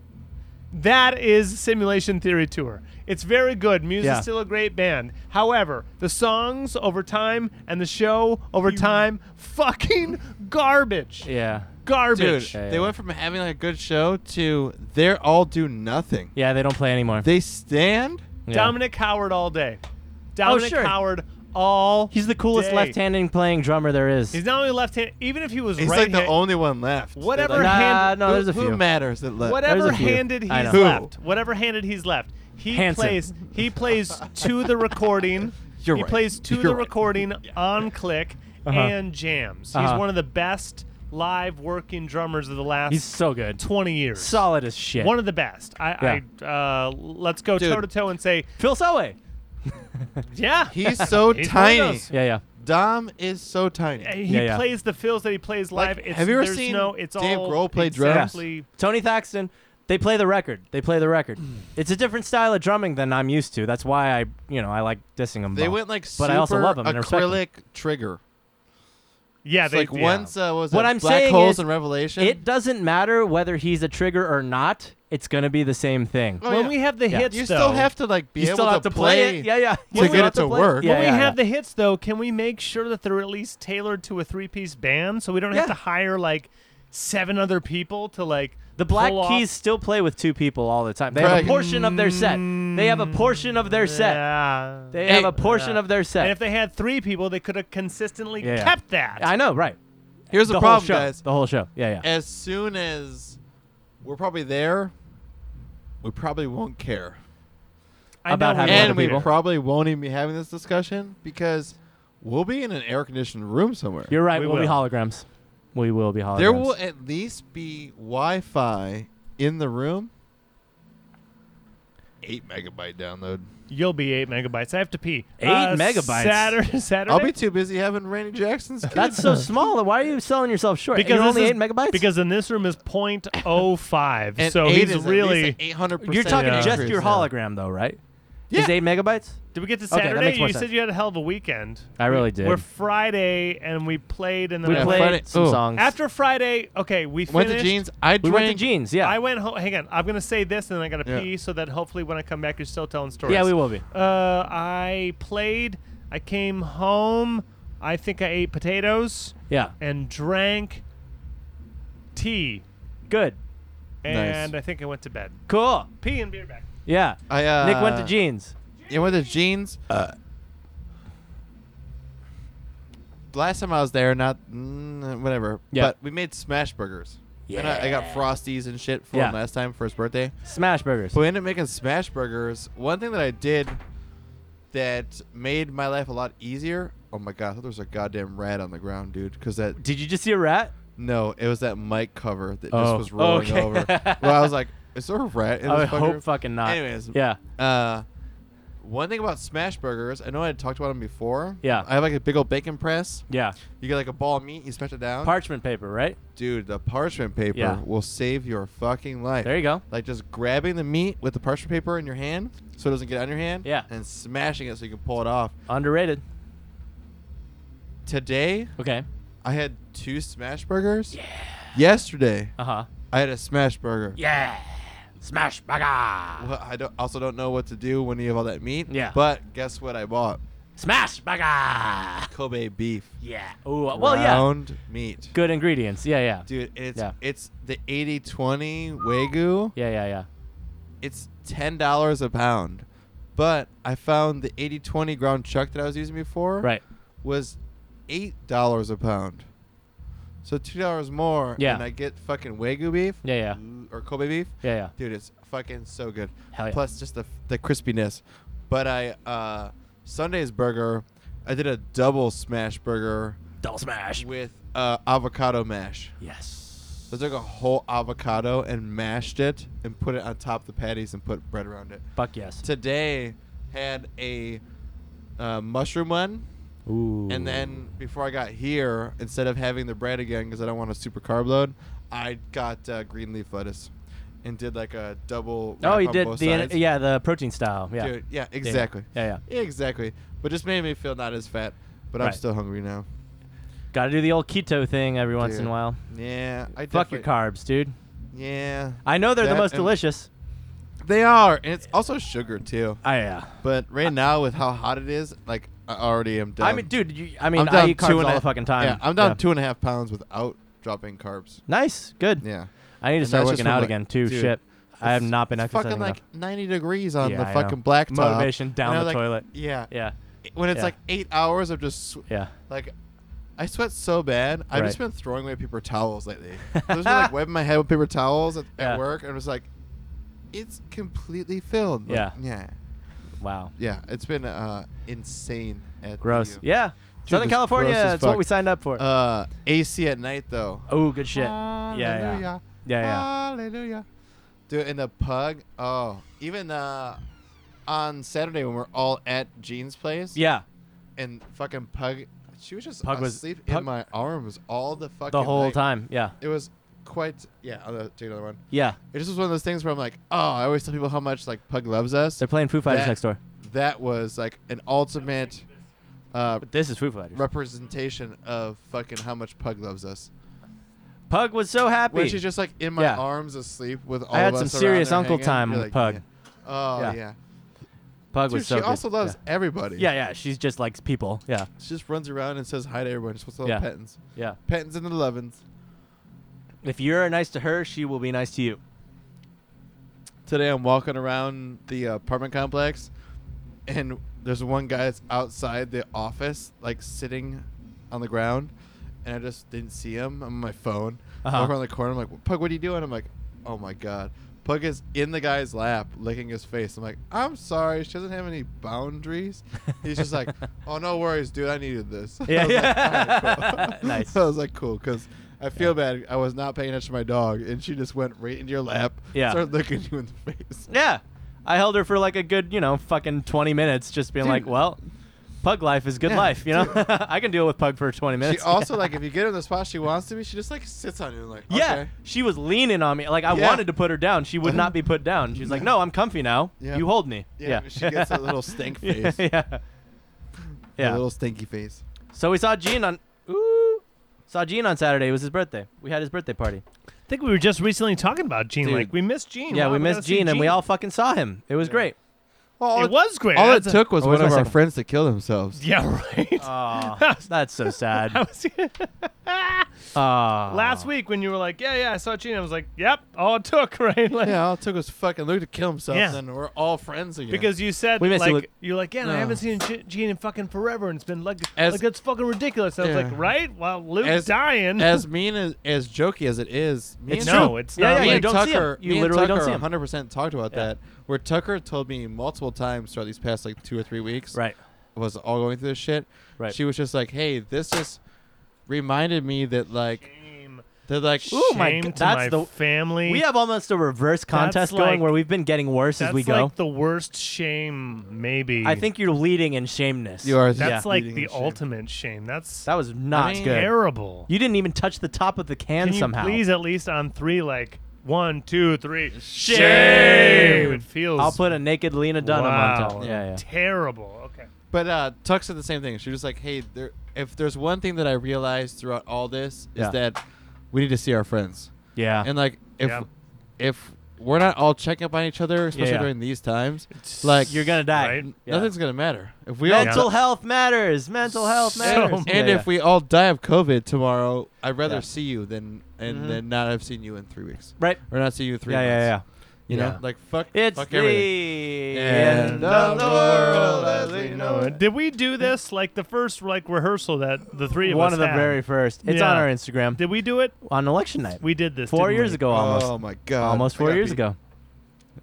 That is Simulation Theory Tour. It's very good. Muse
Yeah.
is still a great band. However, the songs over time and the show over time, fucking garbage.
yeah,
Dude,
Garbage.
Yeah,
they
yeah.
went from having like a good show to they're all do nothing.
yeah. They don't play anymore.
They stand.
Yeah.
Dominic Howard all day. Dominic
sure.
Howard all.
He's the coolest
day.
left-handed playing drummer there is.
He's not only left-handed. Even if he was
He's
right,
like the only one left.
Whatever
They're
nah,
like,
hand-
no,
who-
there's a
who
few.
matters that left.
whatever
There's a few.
handed he's
I know.
Who?
left, whatever handed he's left, he
Hanson.
plays. He plays to the recording.
You're
he
right.
plays to
You're
the
right.
recording on click and jams. He's
Uh-huh.
one of the best live working drummers of the last
He's so good.
twenty years.
Solid as shit.
One of the best. I, I uh, let's go
Dude.
toe to toe and say,
Phil Selway.
yeah,
He's so
He's one of
tiny.
those.
Yeah, yeah.
Dom is so tiny.
he
Yeah, yeah.
plays the fills that he plays
Like,
live. it's,
have you ever
there's
seen
no, it's
Dave
all
Grohl play drums?
exactly-
Tony Thaxton, they play the record. They play the record. It's a different style of drumming than I'm used to. That's why I, you know, I like dissing them.
They
both.
went like
But
super
I also love 'em and respect 'em.
acrylic trigger.
Yeah,
It's
they,
like
yeah.
once uh, what was
What
that,
I'm
black
saying
holes
is
and Revelation.
It doesn't matter whether he's a trigger or not. It's gonna be the same thing.
Oh,
when
yeah.
we have the
Yeah.
hits,
you
though,
still have to like be
you
able
still have to play, it. Yeah, yeah. You still
to get
have
it to
play
work.
Yeah,
when
yeah,
we
yeah.
have the hits though can we make sure that they're at least tailored to a three-piece band so we don't have
Yeah.
to hire like seven other people to like
The Black
pull off-
Keys still play with two people all the time. They have
Correct.
a portion of their set. They have a portion of their set.
Yeah.
They
Hey.
have a portion
Yeah.
of their
and if
set.
they had three people, they could have consistently
Yeah.
kept that.
I know, right?
Here's the,
The whole
problem,
show.
guys.
The whole show. Yeah, yeah.
As soon as we're probably there, we probably won't care.
I know
About
we
having
won't.
other
and we
people.
probably won't even be having this discussion because we'll be in an air conditioned room somewhere.
You're right.
We
We will be
will.
holograms. We will be holograms.
there will at least be Wi Fi in the room. Eight megabyte download.
You'll be eight megabytes. I have to pee.
Eight
Uh,
megabytes?
Saturday, Saturday.
I'll be too busy having Randy Jackson's kids.
That's so small. Why are you selling yourself short?
because
You're
this
only
is-
eight megabytes.
Because in this room is 0.05,
And
so
eight
he's
is
really.
eight hundred percent.
you're talking
Yeah.
just your hologram, though, right?
Yeah.
Is eight megabytes?
Did we get to
Okay, that
Saturday?
makes more
you said
sense.
you had a hell of a weekend.
I really did.
We're Friday, and we played in the
we
Yeah,
night.
played
Friday-
some
ooh.
songs.
after Friday. Okay, we
Went to
finished.
jeans. I
we
drank.
went to jeans. Yeah.
I went home. Hang on, I'm gonna say this, and then I gotta
Yeah.
pee, so that hopefully when I come back, you're still telling stories.
yeah, we will be.
Uh, I played. I came home. I think I ate potatoes
Yeah.
and drank tea,
Good.
and
Nice.
I think I went to bed.
Cool.
Pee and be right back.
Yeah.
I, uh,
Nick went to jeans.
You went to jeans. Last time I was there, not mm, whatever.
Yeah.
But we made smash burgers. And
uh,
I, I got frosties and shit for
Yeah.
him last time for his birthday.
Smash burgers.
But we ended up making smash burgers. One thing that I did that made my life a lot easier. Oh my god, I thought there was a goddamn rat on the ground, dude. Because that
Did you just see a rat?
no, it was that mic cover that just
Oh.
was rolling
Okay.
over. Well, I was like, is there a rat in
I
this
would
fucking
hope fucking not.
Anyways,
Yeah.
Uh, one thing about smash burgers, I know I had talked about them before.
Yeah.
I have like a big old bacon press.
Yeah.
You get like a ball of meat, you smash it down.
Parchment paper, right?
Dude, the parchment paper
Yeah.
will save your fucking life.
There you go.
Like just grabbing the meat with the parchment paper in your hand so it doesn't get on your hand.
Yeah.
And smashing it so you can pull it off.
Underrated.
Today,
Okay.
I had two smash burgers. Yeah. Yesterday,
Uh huh.
I had a smash burger.
Yeah. Smash burger.
Well, I don't, also don't know what to do when you have all that meat.
Yeah.
But guess what I bought?
Smash burger.
Kobe beef.
Yeah. Ooh. uh, Well, yeah.
Ground meat.
Good ingredients. Yeah, yeah.
Dude, it's
Yeah.
it's the 80-20 Wagyu.
Yeah, yeah, yeah.
It's $10 a pound. But I found the 80-20 ground chuck that I was using before
Right.
was $8 a pound. So $2 more
Yeah.
and I get fucking Wagyu beef.
Yeah, yeah.
Ooh, Or Kobe beef.
Yeah, yeah.
Dude, it's fucking so good.
Hell yeah.
Plus just the the crispiness. But I uh Sunday's burger, I did a double smash burger
Double smash.
with uh, avocado mash.
Yes.
So I took a whole avocado and mashed it and put it on top of the patties and put bread around it.
Fuck yes.
Today had a uh, mushroom one,
Ooh.
and then before I got here, instead of having the bread again because I don't want a super carb load, I got uh, green leaf lettuce and did like a double.
Oh,
wrap
you
on
did
both
the
sides.
yeah the protein style. Yeah.
Dude, yeah, exactly.
Yeah,
Exactly. But just made me feel not as fat. But I'm
Right.
still hungry now.
Got to do the old keto thing every once in
Dude.
a while.
Yeah, I
Fuck your
definitely-
carbs, dude.
Yeah,
I know they're
That
the most
and-
delicious.
They are, and it's also sugar too.
I Oh, yeah.
But right now, with how hot it is, like I already am done.
I mean, dude, you, I mean, I eat carbs all the fucking time.
Yeah, I'm down two and a half pounds without dropping carbs.
Nice, good.
Yeah,
I need to
And
start
that's
working
just
out
from,
again
like,
too.
dude,
Shit, I have not been
it's
exercising
fucking like
enough.
90 degrees on
Yeah,
the
I know.
fucking blacktop.
Motivation down
And I
the
was like,
toilet.
Yeah,
Yeah,
When it's
Yeah.
like eight hours of just sw-
yeah.
like. I sweat so bad. I've just
Right.
been throwing away paper towels lately. I've just been like wiping my head with paper towels at,
Yeah.
at work, and it's like, it's completely filled. Like,
Yeah.
yeah.
Wow.
Yeah, it's been uh, insane. At
Gross.
the,
Yeah. Southern
it's gross
California.
as
That's what
fuck.
we signed up for.
Uh, AC at night though.
oh, good shit. Yeah,
Hallelujah.
yeah. Yeah, yeah.
Hallelujah. Dude, and the pug. Oh, even uh, on Saturday when we're all at Jean's place.
Yeah.
And fucking pug. She was just
Pug was-
asleep in
Pug-
my arms all the fucking.
The whole
night.
time. Yeah.
It was quite. Yeah, I'll uh, take another one.
Yeah.
It just was one of those things where I'm like, oh, I always tell people how much like Pug loves us.
They're playing Foo Fighters
That-
next door.
That was like an ultimate uh,
But this is Foo Fighters.
representation of fucking how much Pug loves us.
Pug was so happy.
When she's just like in my
Yeah.
arms asleep with all
I had
of
some
us around
serious
there
uncle
hanging,
time
you're
with Pug.
like, Yeah. Oh
Yeah.
yeah.
Pug
Dude,
was so
she
good.
also loves
Yeah.
everybody.
Yeah, yeah. She's just likes people. Yeah,
She just runs around and says hi to everyone. She's supposed to love
Yeah.
Pettins.
yeah.
Pettins and the Lovins.
If you're nice to her, she will be nice to you.
Today I'm walking around the uh, apartment complex, and there's one guy that's outside the office, like sitting on the ground, and I just didn't see him. I'm on my phone.
Uh-huh.
Walk around the corner. I'm like, Pug, what are you doing? I'm like, oh my god. Pug is in the guy's lap, licking his face. I'm like, I'm sorry. She doesn't have any boundaries. He's just like, oh no worries, dude. I needed this. I
Yeah,
was like,
yeah.
"All cool."
Nice.
I was like, cool, because I feel bad. I was not paying attention to my dog, and she just went right into your lap.
Yeah.
Started looking you in the face.
Yeah. I held her for like a good, you know, fucking 20 minutes just being
Dude.
like, well, pug life is good
Yeah,
life, you know? I can deal with pug for 20
She
minutes.
also
Yeah.
like if you get her in the spot she wants to be, she just like sits on you and like
Yeah,
okay.
she was leaning on me. Like I
Yeah.
wanted to put her down. She would not be put down. She's like, "No, I'm comfy now.
Yeah.
You hold me."
Yeah,
Yeah.
she gets that little stink
Yeah,
face.
yeah.
A
Yeah.
little stinky face.
So we saw Gene on ooh, saw Gene on Saturday. It was his birthday. We had his birthday party.
I think we were just recently talking about Gene.
Dude.
Like we missed Gene.
yeah,
Wow,
we missed
gotta see
Gene, and we all fucking saw him. It was great.
Well, all
It was great.
all it
That's a-
took was
Oh,
one
where's
of
my
our
second?
friends to kill themselves.
Yeah, right.
Aw, that's so sad.
I was-
Aw.
last week when you were like, yeah, yeah, I saw Gene. I was like, yep, all it took, right? Like,
Yeah, all it took was fucking Luke to kill himself,
Yeah.
and we're all friends again.
Because you said
We missed
like
it, look-
you're like yeah, and I
No.
haven't seen Ge- Gene in fucking forever, and it's been like
As-
like that's fucking ridiculous. And I was
Yeah.
like, right? Well, Luke's
As-
dying.
as mean as, as jokey as it is, me
It's
and
no, it's
Yeah,
not.
yeah,
me
you
like,
and
don't see him.
Tucker,
You
me and
literally don't
Tucker
see him.
100% talked about
Yeah.
that. Where Tucker told me multiple times throughout these past like two or three weeks,
Right.
was all going through this shit.
Right.
She was just like, "Hey, this just reminded me that like
shame,
that like
Ooh, my
shame
g-
to
that's
my
the-
family.
We have almost a reverse contest going
like-
where we've been getting worse
that's
as we go.
like the worst shame, maybe.
I think you're leading in shameness.
you are
that's
yeah.
like
leading
the
in shame.
ultimate shame. That's
That was not
I mean,
good.
terrible.
You didn't even touch the top of the can,
Can you
somehow.
please at least on three, like one, two, three.
Shame.
It feels.
I'll put a naked Lena Dunham
wow,
on top. Yeah, yeah.
Terrible. Okay.
But uh, Tuck said the same thing. She was like, "Hey, there. If there's one thing that I realized throughout all this
Yeah.
is that we need to see our friends,
Yeah.
and like if
Yeah.
if we're not all checking up on each other, especially
yeah.
during these times, like
You're gonna die.
Right?
Yeah.
nothing's gonna matter if we all
Mental health matters. Mental health
So
matters.
much.
And
Yeah,
if we all die of COVID tomorrow, I'd rather
Yeah.
see you than and
Mhm.
than not have seen you in three weeks,
yeah. right.
or not see you in three
yeah,
months.
yeah, yeah.
You
Yeah.
know, like fuck,
It's
fuck
the
everything.
end of the world as we know it.
Did we do this like the first like rehearsal that the three of
One
us
of the
had?
very first. It's
Yeah.
on our Instagram
Did we do it?
on election night.
We did this
four
didn't
years
we?
ago, almost.
Oh my god,
almost
I
four
got
years
beat.
ago.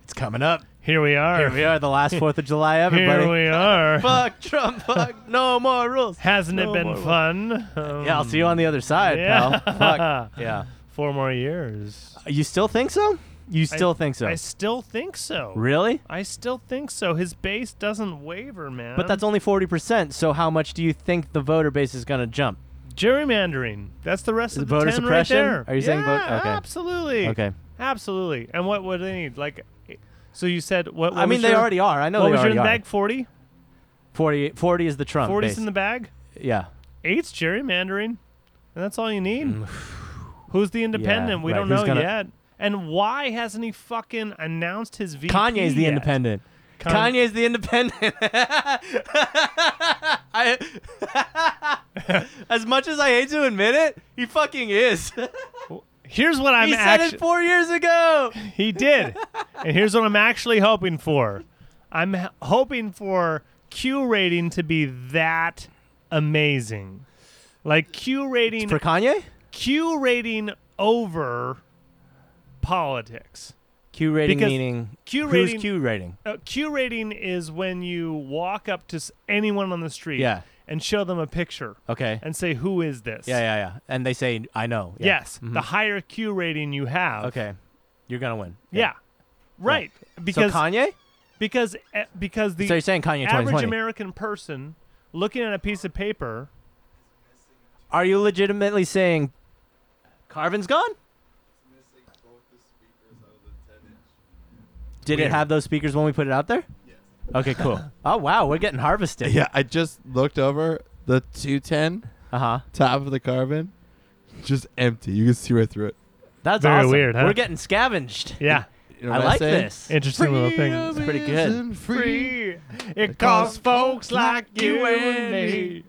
It's coming up.
Here we are.
Here we are, the last Fourth of July ever,
Here
buddy.
we are.
Fuck Trump. Fuck. No more rules.
Hasn't
No
it been
more rules.
fun? Um,
Yeah, I'll see you on the other side,
Yeah.
pal. Fuck. Yeah.
Four more years.
You still think so? You still think so?
I still think so.
really?
I still think so. His base doesn't waver, man.
But that's only 40%. So how much do you think the voter base is going to jump?
gerrymandering. That's the rest
Is
of
it
the
voter
10
suppression?
Right there.
Are you saying vote-
Yeah,
okay.
Absolutely.
Okay.
Absolutely. And what would they need? Like, so you said what? what
I mean,
was
they
your-
already are. I know
what
they
was your
already
in the
are.
bag? Forty.
40, 40 is the Trump.
Forties
base.
in the bag.
Yeah.
Eight's gerrymandering, and that's all you need. Who's the independent? we
Mm. right.
don't
Who's
know
gonna-
yet. And why hasn't he fucking announced his VP?
Kanye's the
yet?
independent.
Kan-
Kanye's the independent. I, as much as I hate to admit it, he fucking is.
Here's what I'm
he said
actu-
it four years ago.
He did. and here's what I'm actually hoping for. I'm h- hoping for Q rating to be that amazing. Like Q rating
For Kanye?
Q rating over politics.
Q rating
Because
meaning.
Q
Who's
rating-
Q rating?
Uh, Q rating is when you walk up to s- anyone on the street
Yeah.
and show them a picture
Okay.
and say who is this?
Yeah, yeah, yeah. And they say, I know. Yeah. Mm-hmm.
Yes, the higher Q rating you have.
Okay. You're going to win.
Yeah. Right. Because
so Kanye?
because eh, because the
So you're saying Kanye
average
2020?
American person looking at a piece of paper.
Are you legitimately saying Carvin's gone? Did it
Weird.
have those speakers when we put it out there? Okay, cool. oh wow, we're getting harvested.
Yeah, I just looked over the 210
Uh huh.
top of the carbon, just empty. You can see right through it.
That's
Very
awesome.
weird, huh?
We're getting scavenged.
Yeah,
You know
I
what
like
say?
this.
interesting little thing.
Freedom
It's pretty good.
isn't Free.
It costs
costs
folks like you and me.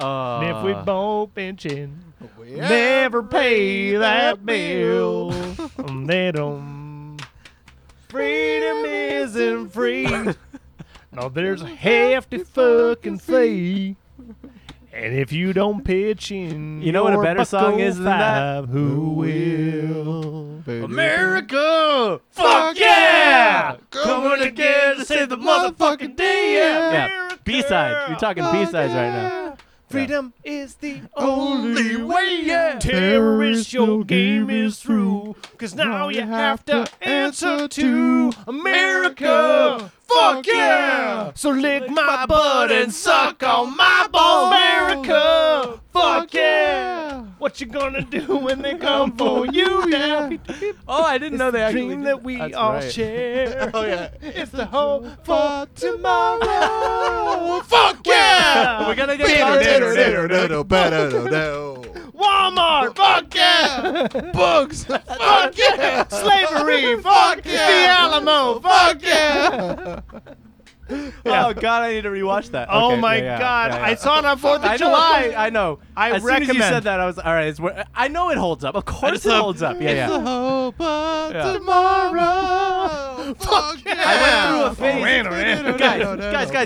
Uh,
And if we both pinching, Never pay that bill. Um, they don't. Freedom isn't free. No, there's a hefty fucking fee. And if you don't pitch in,
You know what a
your
better song
buckle
is than that?
five, Who will?
America!
Fuck yeah!
Coming again to save the motherfucking day! Yeah,
America!
B-side. We're talking B-sides right now.
Freedom is the
Only way, yeah.
Terrorist, your
Terrorist,
game is through. Cause now you have to answer to America. Fuck yeah! So lick my butt and suck on my balls. America. Fuck yeah! What you gonna do when they come for you? Yeah.
Oh, I didn't know they actually
Dream
did
that we
That's
all
right.
share.
Oh yeah.
It's the hope for
tomorrow. Fuck yeah!
We're gonna get caught.
Walmart.
Walmart. Fuck yeah!
Bugs. Fuck yeah!
Slavery.
Fuck
The
yeah!
Alamo.
Fuck yeah!
Oh god, I need to rewatch that.
Oh
Okay,
my
yeah, yeah,
God!
yeah, yeah.
I saw it on Fourth
I
of
know,
July.
I know.
I
as soon as you said
recommend.
that, I was all right. It's where, I know it holds up. Of course it holds up. Yeah, yeah.
hope of
Yeah.
tomorrow. Fuck Oh,
I went through a phase.
no, no,
guys,
no, no,
guys,
no,
guys,
no,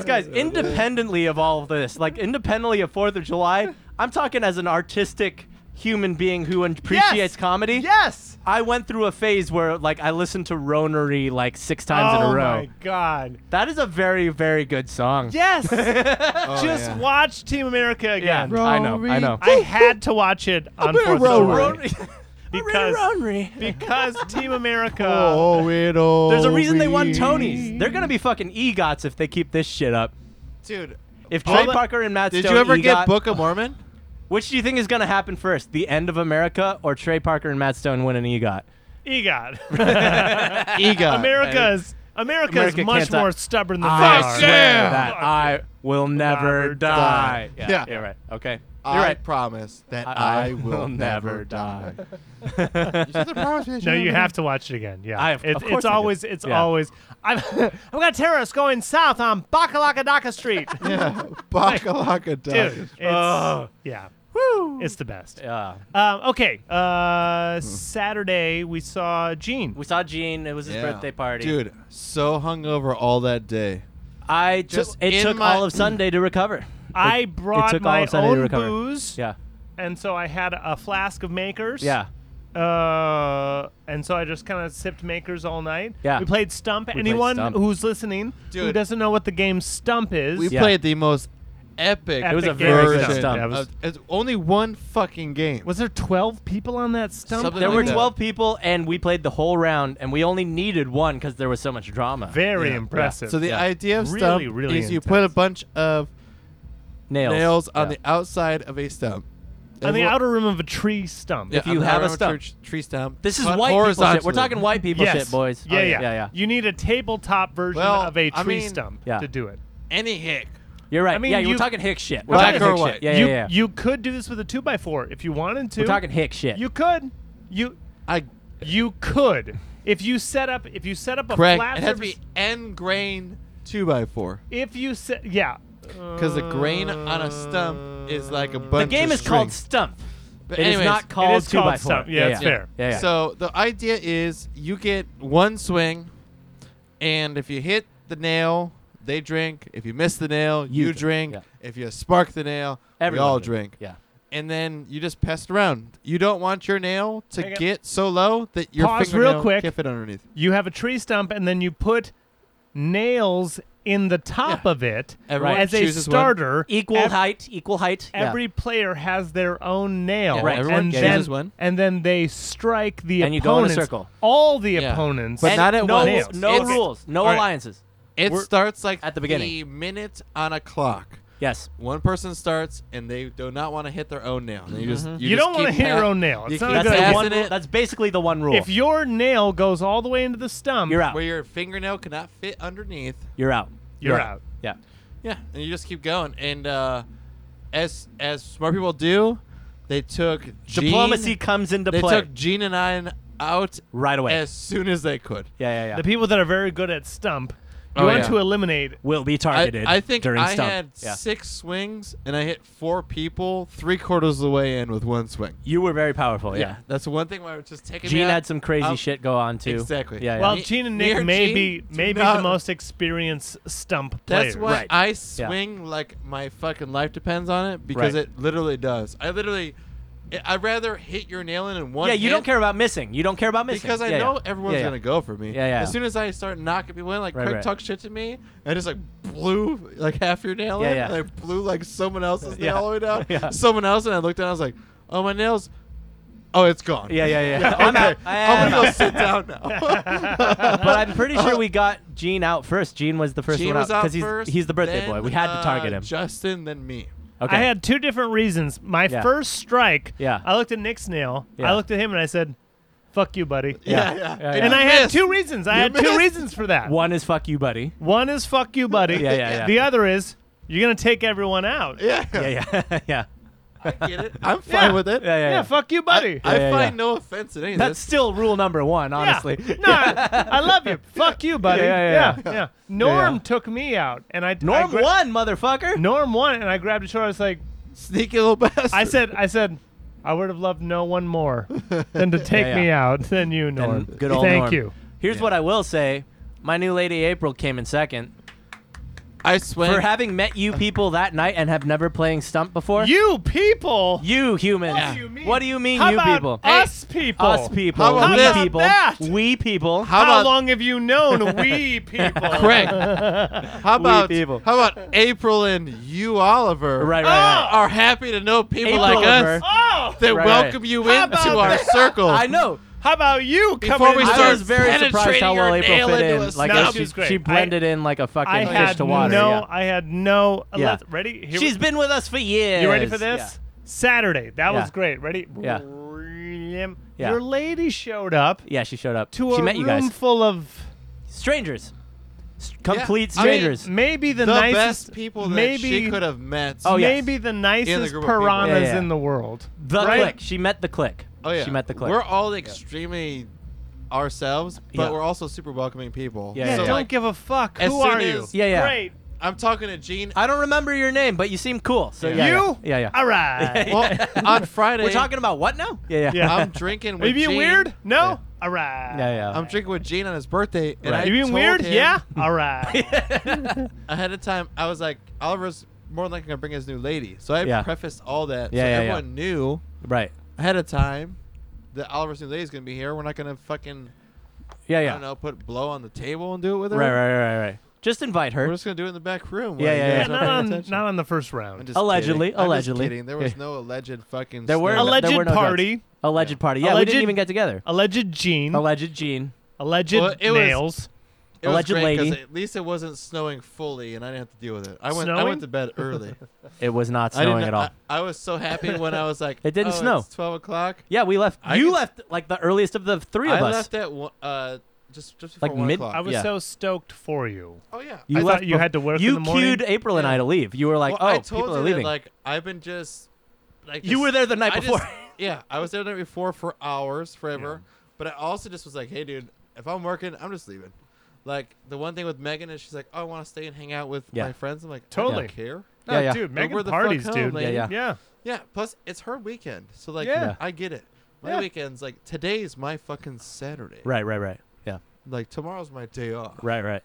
guys.
no, no, no.
Independently of all of this, like independently of Fourth of July, I'm talking as an artistic human being who appreciates comedy.
Yes.
I went through a phase where like I listened to Ronery like six times in
oh
a row.
my God!
That is a very, very good song.
Yes.
Oh,
Just
yeah.
watch Team America
Yeah,
again.
I know, I know.
I had to watch it on
bit of
Fourth of July
Ronery.
Ronery.
Because-
Ronery.
because Team America.
Oh, it all.
There's a reason they won
means-
Tonys. They're gonna be fucking egots if they keep this shit up.
Dude,
If
All
Trey
the-
Parker and Matt
did
Stone
you ever get
EGOT
Book of Mormon?
Which do you think is going to happen first, the end of America or Trey Parker and Matt Stone E win an EGOT?
EGOT.
EGOT.
E America's America's
America
much
can't die.
more stubborn than
I
they are.
swear
yeah!
that I will never
Never
die.
die.
Yeah,
Yeah.
you're right. Okay,
I
you're right.
promise that
I-
I, will never die. you said the promise man,
No, you
never
have to watch it again. Yeah,
I- of
It-
course
it's
I do.
always it's
Yeah.
always. I've I've got terrorists going south on Bakalaka Daka Street.
die. Yeah, Bakalaka
Dude,
died.
it's, yeah,
Woo.
it's the best.
yeah.
Um, okay, uh, Saturday we saw Gene.
We saw Gene. It was his
Yeah.
birthday party.
Dude, so hungover all that day.
I just
in
it took
my-
all of Sunday to recover.
I
It-
brought
took all
my
of Sunday to
own
recover.
booze,
Yeah,
and so I had a flask of Makers.
yeah.
Uh, and so I just kind of sipped Makers all night.
Yeah.
We played Stump.
played
Anyone
Stump.
who's listening who
Dude.
doesn't know what the game Stump is,
We
Yeah.
played the most epic.
Epic
It was a
game
very good
Stump.
stump.
That was-
of- it's only one fucking game.
was there 12 people on that Stump?
Something
There
like
were
that.
12 people, and we played the whole round, and we only needed one because there was so much drama.
Very
Yeah.
impressive.
So the
Yeah.
idea of
Really,
stump
really
is you put a
intense.
bunch of
nails,
nails on
Yeah.
the outside of a stump.
on the
Everyone-
outer rim of a tree stump.
Yeah,
If you
on the
have a
outer rim of
stump.
Tree, tree stump.
This is
cut
white people shit. We're
horizontally.
talking white people
Yes.
shit, boys.
Yeah,
Oh,
yeah,
yeah, yeah.
You need a tabletop version
Well,
of a tree
I mean-
stump
Yeah.
to do it.
any hick.
You're right.
I mean,
yeah, we're
you-
talking hick shit. We're
Black
talking
or
hick
white?
shit. Yeah,
you,
yeah, yeah.
you could do this with a two by four if you wanted to.
we're talking hick shit.
You could. You
I
you could if you set up if you set up a
correct.
flat
It has to be
surface-
n grain two by four
if you set yeah
because the grain on a stump is like a
the
bunch.
game is
of
called
string.
Stump.
But
It is
anyways,
not called
is
two
called
by four.
Stump. Yeah, it's
yeah.
fair.
Yeah, yeah.
So the idea is you get one swing, and if you hit the nail, they drink. If you miss the nail,
You
you,
drink,
drink.
yeah.
If you spark the nail,
Everyone
we all
did.
drink.
Yeah.
And then you just pass it around. You don't want your nail to
Hang on.
get so low that your
Pause real
fingernail
quick.
can't fit underneath.
you have a tree stump and then you put nails in the top
Yeah.
of it
Everyone
as a
chooses one.
starter
Equal
ev-
height, equal height. yeah.
every player has their own nail
Yeah,
Right.
Everyone
and
chooses
then
one.
and then they strike the
And you go
opponents
in a circle.
all the
Yeah.
opponents
But
And
not at
no,
once.
No
It's-
rules. No
All right.
alliances.
It
We're-
starts like
at the beginning.
minute on a clock.
Yes.
One person starts and they do not want to hit their own nail. And you just you,
You don't
want
wanna
to
hit your own nail. It's not
Mm-hmm.
a
That's,
good
the
idea.
one rule. That's basically the one rule.
if your nail goes all the way into the stump
You're out.
where your fingernail cannot fit underneath.
You're out.
you're out
Yeah.
Yeah, and you just keep going. And uh, as as smart people do, they took Gene,
Diplomacy comes into
They
play
took Gene and I out
right away.
as soon as they could.
yeah, yeah, yeah.
the people that are very good at stump You
Oh,
want
yeah.
to eliminate
will be targeted.
I, I think
during
I
stump.
had
yeah.
six swings and I hit four people three quarters of the way in with one swing.
You were very powerful. Yeah.
that's the one thing where it just taking me
Gene
out.
had some crazy
Um,
shit go on too.
Exactly.
Yeah. yeah.
Well,
Me-
Gene and
me
Nick
or
may
Gene
be
do
may be
not-
the most experienced stump players.
That's why
Right.
I swing like my fucking life depends on it because
Right.
it literally does. I literally, I- I'd rather hit your nail in in one.
yeah, you don't
hit
care about missing. You don't care about missing
because I
Yeah, yeah.
know everyone's
Yeah, yeah.
gonna go for me.
Yeah, yeah.
As soon as I start knocking people in, like
Right,
Craig
right.
talked shit to me, I just like blew like half your nail
Yeah,
in,
yeah.
and I blew like someone else's
Yeah.
nail all the way down.
Yeah.
Someone else, and I looked down, I was like, oh my nails, oh it's gone.
Yeah, yeah, yeah. I'm
okay.
out. I am
I'm gonna go
out.
sit down now.
but I'm pretty sure we got Gene out first. Gene was the first
Gene
one
was out
because he's
first,
he's the birthday
then,
boy. We had to target
uh,
him.
Justin, then me.
Okay.
I had two different reasons. My
Yeah.
first strike,
Yeah.
I looked at Nick's nail.
Yeah.
I looked at him and I said, "Fuck you, buddy."
Yeah.
Yeah,
Yeah,
yeah.
yeah.
And
You
I had two reasons. I
You
had two
missed.
reasons for that.
one is fuck you, buddy.
One is "fuck you, buddy."
Yeah, yeah, yeah.
The other is you're gonna take everyone out.
Yeah,
Yeah, yeah, yeah,
I get it. I'm fine
Yeah.
with it.
yeah, yeah.
Yeah,
yeah.
fuck you, buddy.
I
yeah,
find
yeah.
no offense in any of
That's
this.
still rule number one,
Yeah.
honestly.
No, I, I love you. Fuck you, buddy.
Yeah, yeah, yeah.
yeah. Norm
yeah.
took me out, and I I
Norm
gra-
one, motherfucker.
Norm won, and I grabbed his shoulder. I was like,
Sneaky little bastard.
I said, I said, I would have loved no one more than to take
Yeah, yeah.
me out than you, Norm.
And good old
Thank
Norm.
you.
Here's what I will say. My new lady April came in second.
I swear.
For having met you people that night and have never playing stump before.
You people.
You humans.
What do you mean?
What do you mean,
How
you
about
people?
Us people.
Us people.
How about
we
this?
people.
How about that?
We people.
How,
How about-
long have you known we people? Oh!
Craig, how about
people.
how about April and you, Oliver? Uh,
Right, right, right.
Are happy to know people
April
like us
Oliver.
Oh,
that
Right, right.
welcome you
How
into
about
our
that?
circle.
I know.
how about you coming
Before we
into
I
start
was very surprised how
penetrating
well
your
April
nail
fit
into
in.
a
Like
stump.
I-
No,
she,
she was great.
she blended in like a fucking
I
fish
had
to water.
no,
yeah.
I had no.
Yeah.
Let's- Ready? Here
She's
we,
been with us for years.
You ready for this? Saturday. That
Yeah.
was great. Ready?
Yeah. Yeah.
Your lady showed up
Yeah, yeah she showed up.
to
she
a
met
room
you guys.
full of
Strangers. S-
Yeah,
Complete
I mean-
strangers.
maybe the,
the
nicest
best people that
maybe
she could have met.
Oh, yeah. yes.
maybe the
In the
nicest
group of people.
piranhas
Yeah, yeah.
in the world.
the
right?
click. She met the click.
Oh, yeah.
She met the click.
We're all extremely ourselves, but
Yeah.
we're also super welcoming people.
Yeah,
Yeah,
so
don't
like,
give a fuck.
as
Who
soon
are you?
as-
Yeah, yeah.
Great.
I'm talking to Gene.
I don't remember your name, but you seem cool. So yeah,
Yeah.
You?
Yeah, yeah. yeah.
All right.
Well, on Friday,
We're talking about what now? Yeah, yeah.
Yeah.
I'm drinking
Are
with
you being
Gene.
weird? No.
Yeah.
All right.
Yeah, yeah.
I'm drinking with Gene on his birthday, and
Right.
I
You being
told
weird?
him
Yeah. All right.
ahead of time. I was like, Oliver's more than likely gonna bring his new lady, so I
Yeah.
prefaced all that
Yeah,
so
yeah, yeah.
everyone knew
Right.
ahead of time that Oliver's new lady's gonna be here. We're not gonna fucking
Yeah,
I
yeah.
don't know, put blow on the table and do it with her.
Right, right, right, right, right. Just invite
We're
her.
just gonna do it in the back room.
Yeah,
while you
yeah, yeah.
Yeah,
guys are
not
paying
on
attention.
not on the first
I'm
round.
just
Allegedly,
kidding. I'm just
allegedly.
kidding. There
Yeah.
was no alleged fucking.
There were
snow.
no- there were
Alleged
no drugs.
party.
Alleged party. Yeah, we
Alleged-
didn't even get together.
Alleged
Um,
Gene.
Alleged Gene.
Alleged
Well, it was-
nails.
It was
alleged
great 'cause
lady.
At least it wasn't snowing fully, and I didn't have to deal with it. I went. I
Snowing?
went to bed early.
It was not
I didn't.
snowing at all.
I, I was so happy when I was like,
It didn't
"Oh,
snow."
It's Twelve o'clock.
yeah, we left.
I
you
could-
left like the earliest of the three of
I
us.
left at one, uh, just just before
Like
one
mid-
o'clock.
I was
Yeah.
so stoked for you.
oh yeah.
You
I
left
thought you
bef-
had to work in
You
the morning.
cued April and
Yeah.
I to leave. You were like,
well, I
"Oh,
told
people
you
are
that,
leaving."
like I've been just like
you were there the night
I
before.
Just, yeah, I was there the night before for hours, forever. But I also just was like, hey, dude, if I'm working, I'm just leaving. Like the one thing with Megan is she's like, oh, I want to stay and hang out with
Yeah.
my friends. I'm like, I
Totally.
don't care.
No,
Yeah, yeah.
dude,
Like,
Megan
we're the fuck
parties,
home,
dude.
lady.
Yeah, yeah.
yeah.
Yeah. Plus, it's her weekend, so like,
Yeah.
I get it. My
Yeah.
weekend's like today's my fucking Saturday.
right, right, right. Yeah,
Like tomorrow's my day off.
right, right.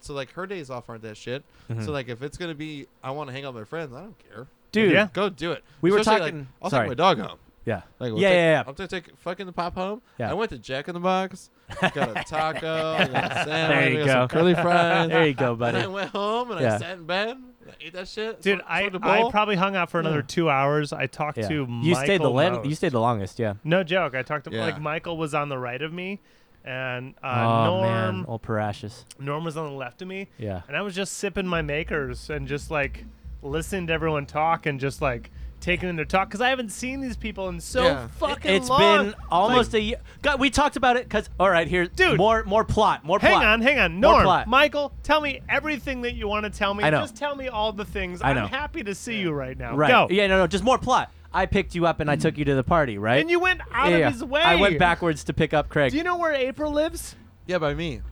So like her days off aren't that shit.
Mhm.
So like if it's gonna be I want to hang out with my friends, I don't care.
Dude,
Yeah.
Go do it.
We were
Especially, like,
talking-
I'll
sorry.
take my dog home.
yeah,
Like, we'll
yeah,
take-
yeah, yeah.
I'm gonna take fucking the pop home.
Yeah.
I went to Jack in the Box. Got a taco. I got a sandwich.
There you
I got some
go.
curly fries.
There you go,
And I
buddy.
went home and
Yeah.
I sat in bed. And I ate that shit.
Dude,
sw-
I,
swung the
I
ball.
probably hung out for another two hours. I talked
Yeah.
to
You stayed the
Michael
lan- you
Most.
stayed the longest. Yeah.
No joke. I talked to
Yeah.
like Michael was on the right of me, and uh,
oh
Norm
man, old Parashas.
Norm was on the left of me,
Yeah.
and I was just sipping my makers and just like listening to everyone talk and just like taking in their talk because I haven't seen these people in so
Yeah.
fucking
It's
long.
been almost a year. God, we talked about it because all right, here,
Dude.
more more plot, more
Hang
plot.
on, hang on,
More
Norm,
plot.
Michael, tell me everything that you want to tell me.
I know.
Just tell me all the things.
I know.
I'm happy to see you right now.
Right.
Go.
Yeah, no, no, just more plot. I picked you up and I took you to the party, right?
And you went out
yeah,
of
yeah.
his way.
I went backwards to pick up Craig.
Do you know where April lives?
Yeah, by me.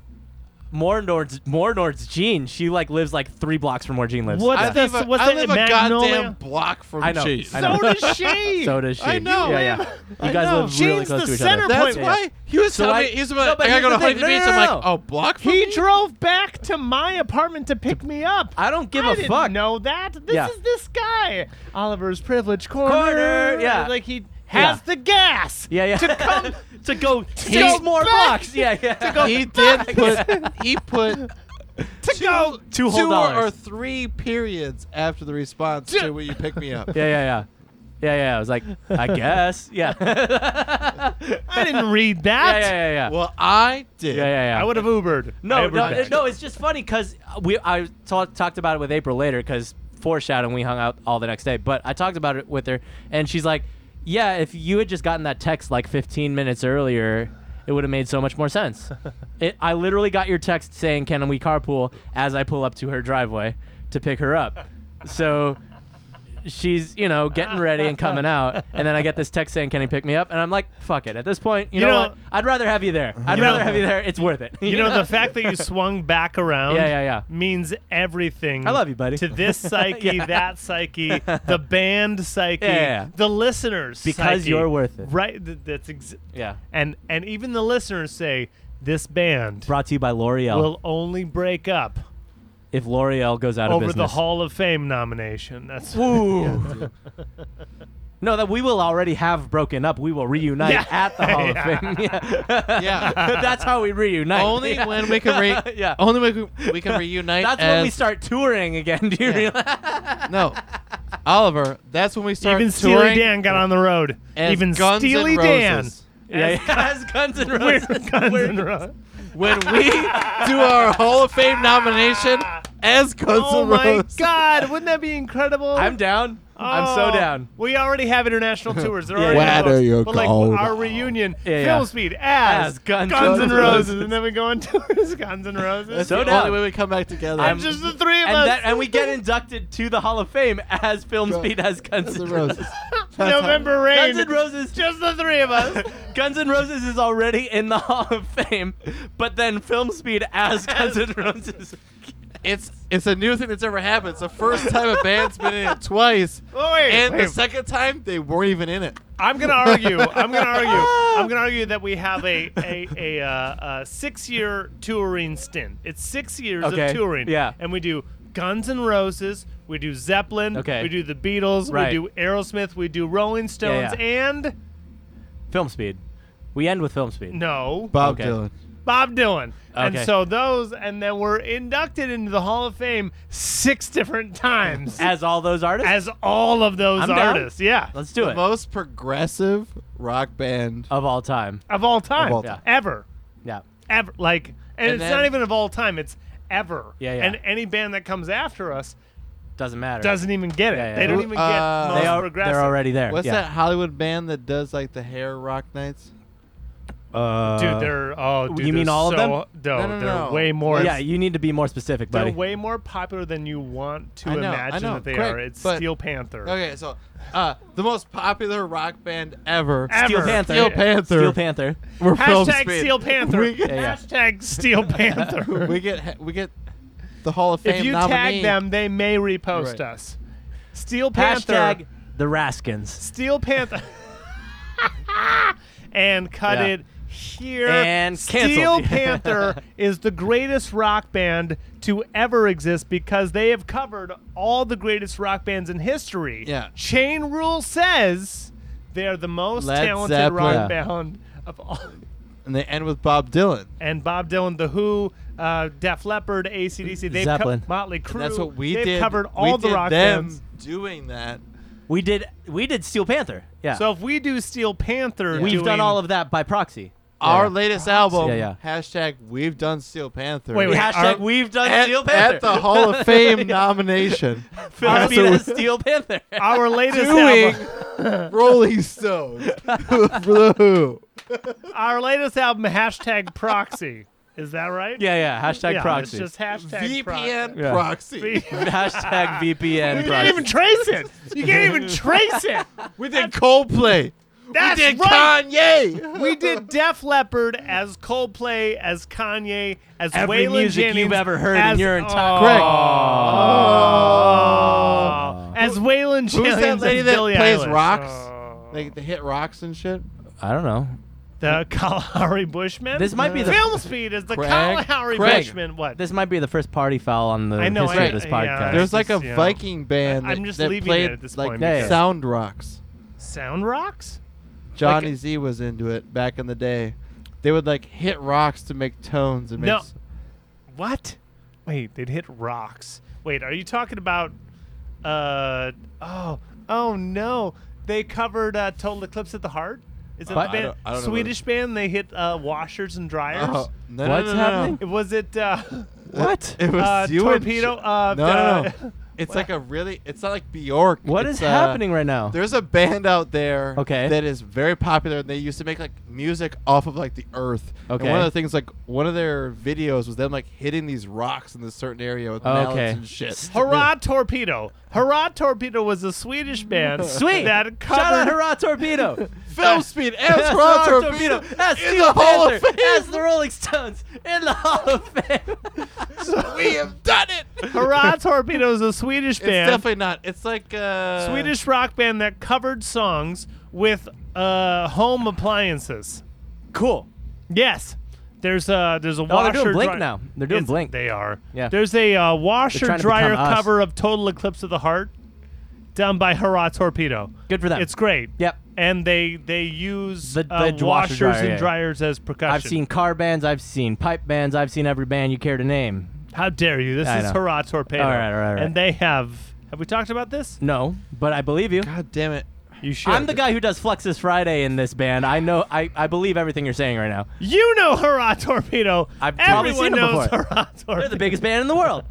more Nord's more Nord's Jean. She like lives like three blocks from where Jean lives.
What
I-
the-
live
that's-
a,
what's
I
that,
live a
Magnolia?
goddamn block from
I know,
Jean.
I know.
So does she.
so does she.
I know,
Yeah, yeah.
man.
You
I
guys
know.
live really
Jean's
close
the
to each
center
other.
That's
Yeah,
why he was
So
telling
I-
me he was
No,
about.
but
I gotta
here's
go to
the thing.
Huntington
No,
Beach.
no,
I'm
no,
like,
no.
oh, block from
He
me?
drove back to my apartment to pick me up.
I don't give
I
a
didn't
fuck.
know that. This
Yeah.
is this guy. Oliver's privilege corner.
Corner, yeah.
Like he has
Yeah.
the gas.
Yeah, yeah.
To come to go
Six
to
more
back,
blocks. Yeah, yeah.
He did put. He put
to go
Two whole
two
dollars.
or three periods after the response to will you pick me up.
yeah, yeah, yeah. Yeah, yeah. I was like, I guess. Yeah.
I didn't read that.
yeah, yeah, yeah, yeah.
Well, I did.
yeah, yeah, yeah.
I would have Ubered. I
No, no,
Ubered back.
it- no. It's just funny because we I ta- talked about it with April later because foreshadowing we hung out all the next day. But I talked about it with her, and she's like, "Yeah, if you had just gotten that text like 15 minutes earlier." It would have made so much more sense. It, I literally got your text saying, "Can we carpool?" As I pull up to her driveway to pick her up, so she's you know getting ready and coming out, and then I get this text saying, "Can you pick me up?" And I'm like, "Fuck it." At this point, you,
You
know,
know-
what? I'd rather have you there. I'd
You know-
rather have you there. It's worth it.
You know, the fact that you swung back around
Yeah, yeah, yeah.
means everything.
I love you, buddy.
To this psyche,
Yeah.
that psyche, the band psyche,
Yeah, yeah, yeah.
the listeners.
Because
psyche.
you're worth it.
Right. th- That's ex-
Yeah.
and and even the listeners say this band
Brought to you by L'Oreal.
will only break up
if L'Oreal goes out
over
of
the
business.
Hall of Fame nomination. That's
Ooh. no, that we will already have broken up. We will reunite
Yeah.
at the Hall
Yeah.
of Fame. Yeah.
Yeah.
That's how we reunite.
Only
Yeah.
when we can re-
Yeah.
Only when we- we can reunite.
That's when we
as-
start touring again. Do you
Yeah.
realize?
No, Oliver. That's when we start
even Steely
touring.
Dan got on the road.
as
even
Guns N'
Steely Dan.
Roses.
Yeah, yeah. As Guns N'
We're
Roses.
Guns
We're-
N' Roses.
when we do our Hall of Fame nomination as Guns
Oh
N'
my
Roses.
God! Wouldn't that be incredible?
I'm down. I'm so
Oh,
down.
We already have international tours. They're
Yeah,
already
yeah.
in the
Where do
books.
you
But like
go
our
now?
reunion,
Yeah,
film
yeah.
speed as,
As Guns
Guns and
N'
Roses,
Roses.
and then we go on tours Guns and Roses.
So
the
down.
only way we come back together.
I'm-
and just the three of
And,
us.
that, and we get inducted to the Hall of Fame as Film Speed as Guns N' Roses.
November rain.
Guns N' Roses
Just the three of us.
Guns N' Roses is already in the Hall of Fame, but then Film Speed as Guns N' Roses.
it's it's a new thing that's ever happened. It's the first time a band's been in it twice,
Oh, wait,
and
wait.
the second time they weren't even in it.
I'm gonna argue. I'm gonna argue. I'm gonna argue that we have a a, a, uh, a six year touring stint. It's six years
Okay,
of touring.
yeah.
And we do Guns N' Roses. We do Zeppelin.
Okay.
We do the Beatles.
Right.
We do Aerosmith. We do Rolling Stones.
yeah.
And
Film Speed. We end with Film Speed.
no,
Bob
Okay.
Dylan.
Bob Dylan. And
Okay.
so those, and then we're inducted into the Hall of Fame six different times
As all those artists?
as all of those
I'm down.
artists. Yeah.
Let's do
The
it.
most progressive rock band.
Of all time.
Of all time.
all
time.
Ever.
Yeah.
ever like
And
and, it's
then-
not even of all time it's ever
Yeah, yeah.
and any band that comes after us
Doesn't matter.
doesn't even get it
Yeah, yeah.
they don't even get
Uh,
most
They are,
progressive
they're already there.
What's
yeah.
that Hollywood band that does like the hair rock nights?
that? Uh,
dude they're oh dude,
you mean
they're
all of
so,
them?
no,
No, no,
they're
no.
way more
yeah, you need to be more specific,
they're
buddy.
way more popular than you want to
I know, I
imagine
know,
that they
correct,
are it's
but-
steel panther
Okay, so uh, the most popular rock band ever.
Ever.
Steel Panther.
Steel Panther.
Steel Panther.
We're Film
hashtag
Speed.
steel panther
We get,
yeah.
hashtag steel panther
we get we get the Hall of Fame
if you
nominee.
tag them they may repost
Right.
us steel panther
Hashtag the Raskins.
Steel Panther. and cut
Yeah.
it here.
And
Steel
canceled.
Panther is the greatest rock band to ever exist because they have covered all the greatest rock bands in history.
Yeah.
Chain Rule says they are the most
Led
talented
Zeppelin.
rock band of all.
And they end with Bob Dylan.
And Bob Dylan, The Who, uh, Def Leppard, ACDC, they've
Zeppelin.
co- Motley Crue.
That's what we
they've
did.
covered
we
all the
did
rock
them
bands.
doing that.
We did we did Steel Panther. Yeah.
So if we do Steel Panther,
We've done
doing-
all of that by proxy.
Our
yeah.
latest album,
Yeah, yeah.
hashtag We've Done Steel Panther.
Wait, wait,
Hashtag
our-
we've done
at,
Steel Panther.
at the Hall of Fame nomination,
Film Speed
Also-
as Steel Panther.
our latest
doing
album.
Rolling Stones for the Who.
Our latest album, hashtag proxy. Is that right?
Yeah, yeah. Hashtag
Yeah,
proxy.
It's just hashtag
VPN
Yeah.
proxy.
proxy. you
hashtag VPN
can't
proxy.
even trace it. You can't even trace it.
We did Coldplay.
That's
we did
right.
Kanye.
we did Def Leppard as Coldplay, as Kanye, as
Every
Waylon
music
Jennings,
you've ever heard in
as- Oh.
your entire-
Aw.
Correct.
Aw. as Waylon Jennings.
that lady
and
that
Billie
plays
Eilish.
rocks?
Aw.
Like they hit rocks and shit.
I don't know.
the Kalahari Bushman.
This might be the-
film speed is the
Craig,
Kalahari
Craig,
Bushman. What?
This might be the first party foul on the
I know,
history
I-
of this
yeah,
podcast.
There's
There's like a
just, you know,
Viking band
I- I'm
that,
just
that
leaving it
played
at this
like
point
because-
sound rocks.
sound rocks?
Johnny Z was into it back in the day. They would like hit rocks to make tones and make
No.
s-
What? Wait, they'd hit rocks. Wait, are you talking about? Uh oh, oh no! They covered uh, "Total Eclipse of the Heart." Is that
What?
the
I
band?
don't- I don't know what
Swedish band. They hit uh, washers and dryers.
Oh, no, no,
What's
no, no, no.
happening?
It- Was it uh,
what?
It was
uh,
you and
torpedo?
Ch-
Uh,
no, no,
uh,
no. It's like a really. It's not like Bjork.
What
It's,
is
uh,
happening right now?
There's a band out there
Okay.
that is very popular and they used to make like music off of like the earth. And
Okay.
one of the things like one of their videos was them like hitting these rocks in this certain area with mallets
Okay.
and shit.
Hurrah Torpedo! Hurrah Torpedo was a Swedish band.
Sweet.
That
Shout out,
covered
hurrah, torpedo.
Film speed and
That's
squad
Rock
torpedo
That's
in
Steel
the Hall of
Panther.
Fame.
That's the Rolling Stones in the Hall of Fame.
We have done it.
Hurrah Torpedo is a Swedish
It's
band.
definitely not. It's like uh
Swedish rock band that covered songs with uh, home appliances.
cool.
Yes, there's a there's a
Oh,
washer.
they're doing Blink
dry-
now. They're doing
It's-
Blink.
They are.
Yeah.
There's a uh,
They're
washer
trying to
dryer
become us.
cover of Total Eclipse of the Heart, done by Hurrah Torpedo.
Good for them.
It's great.
Yep.
And they they use
The-
uh,
the washer
washers
dryer,
and
yeah.
dryers as percussion.
I've seen car bands. I've seen pipe bands. I've seen every band you care to name.
How dare you? This
I
is
know.
Hurrah Torpedo.
All right, all right, all right.
And they have. Have we talked about this?
No, but I believe you.
God damn it.
You should.
I'm the guy who does Flex this Friday in this band. I know. I, I believe everything you're saying right now.
You know Hurrah Torpedo.
I've probably
Everyone
seen them
knows
before.
Hurrah Torpedo.
They're the biggest band in the world.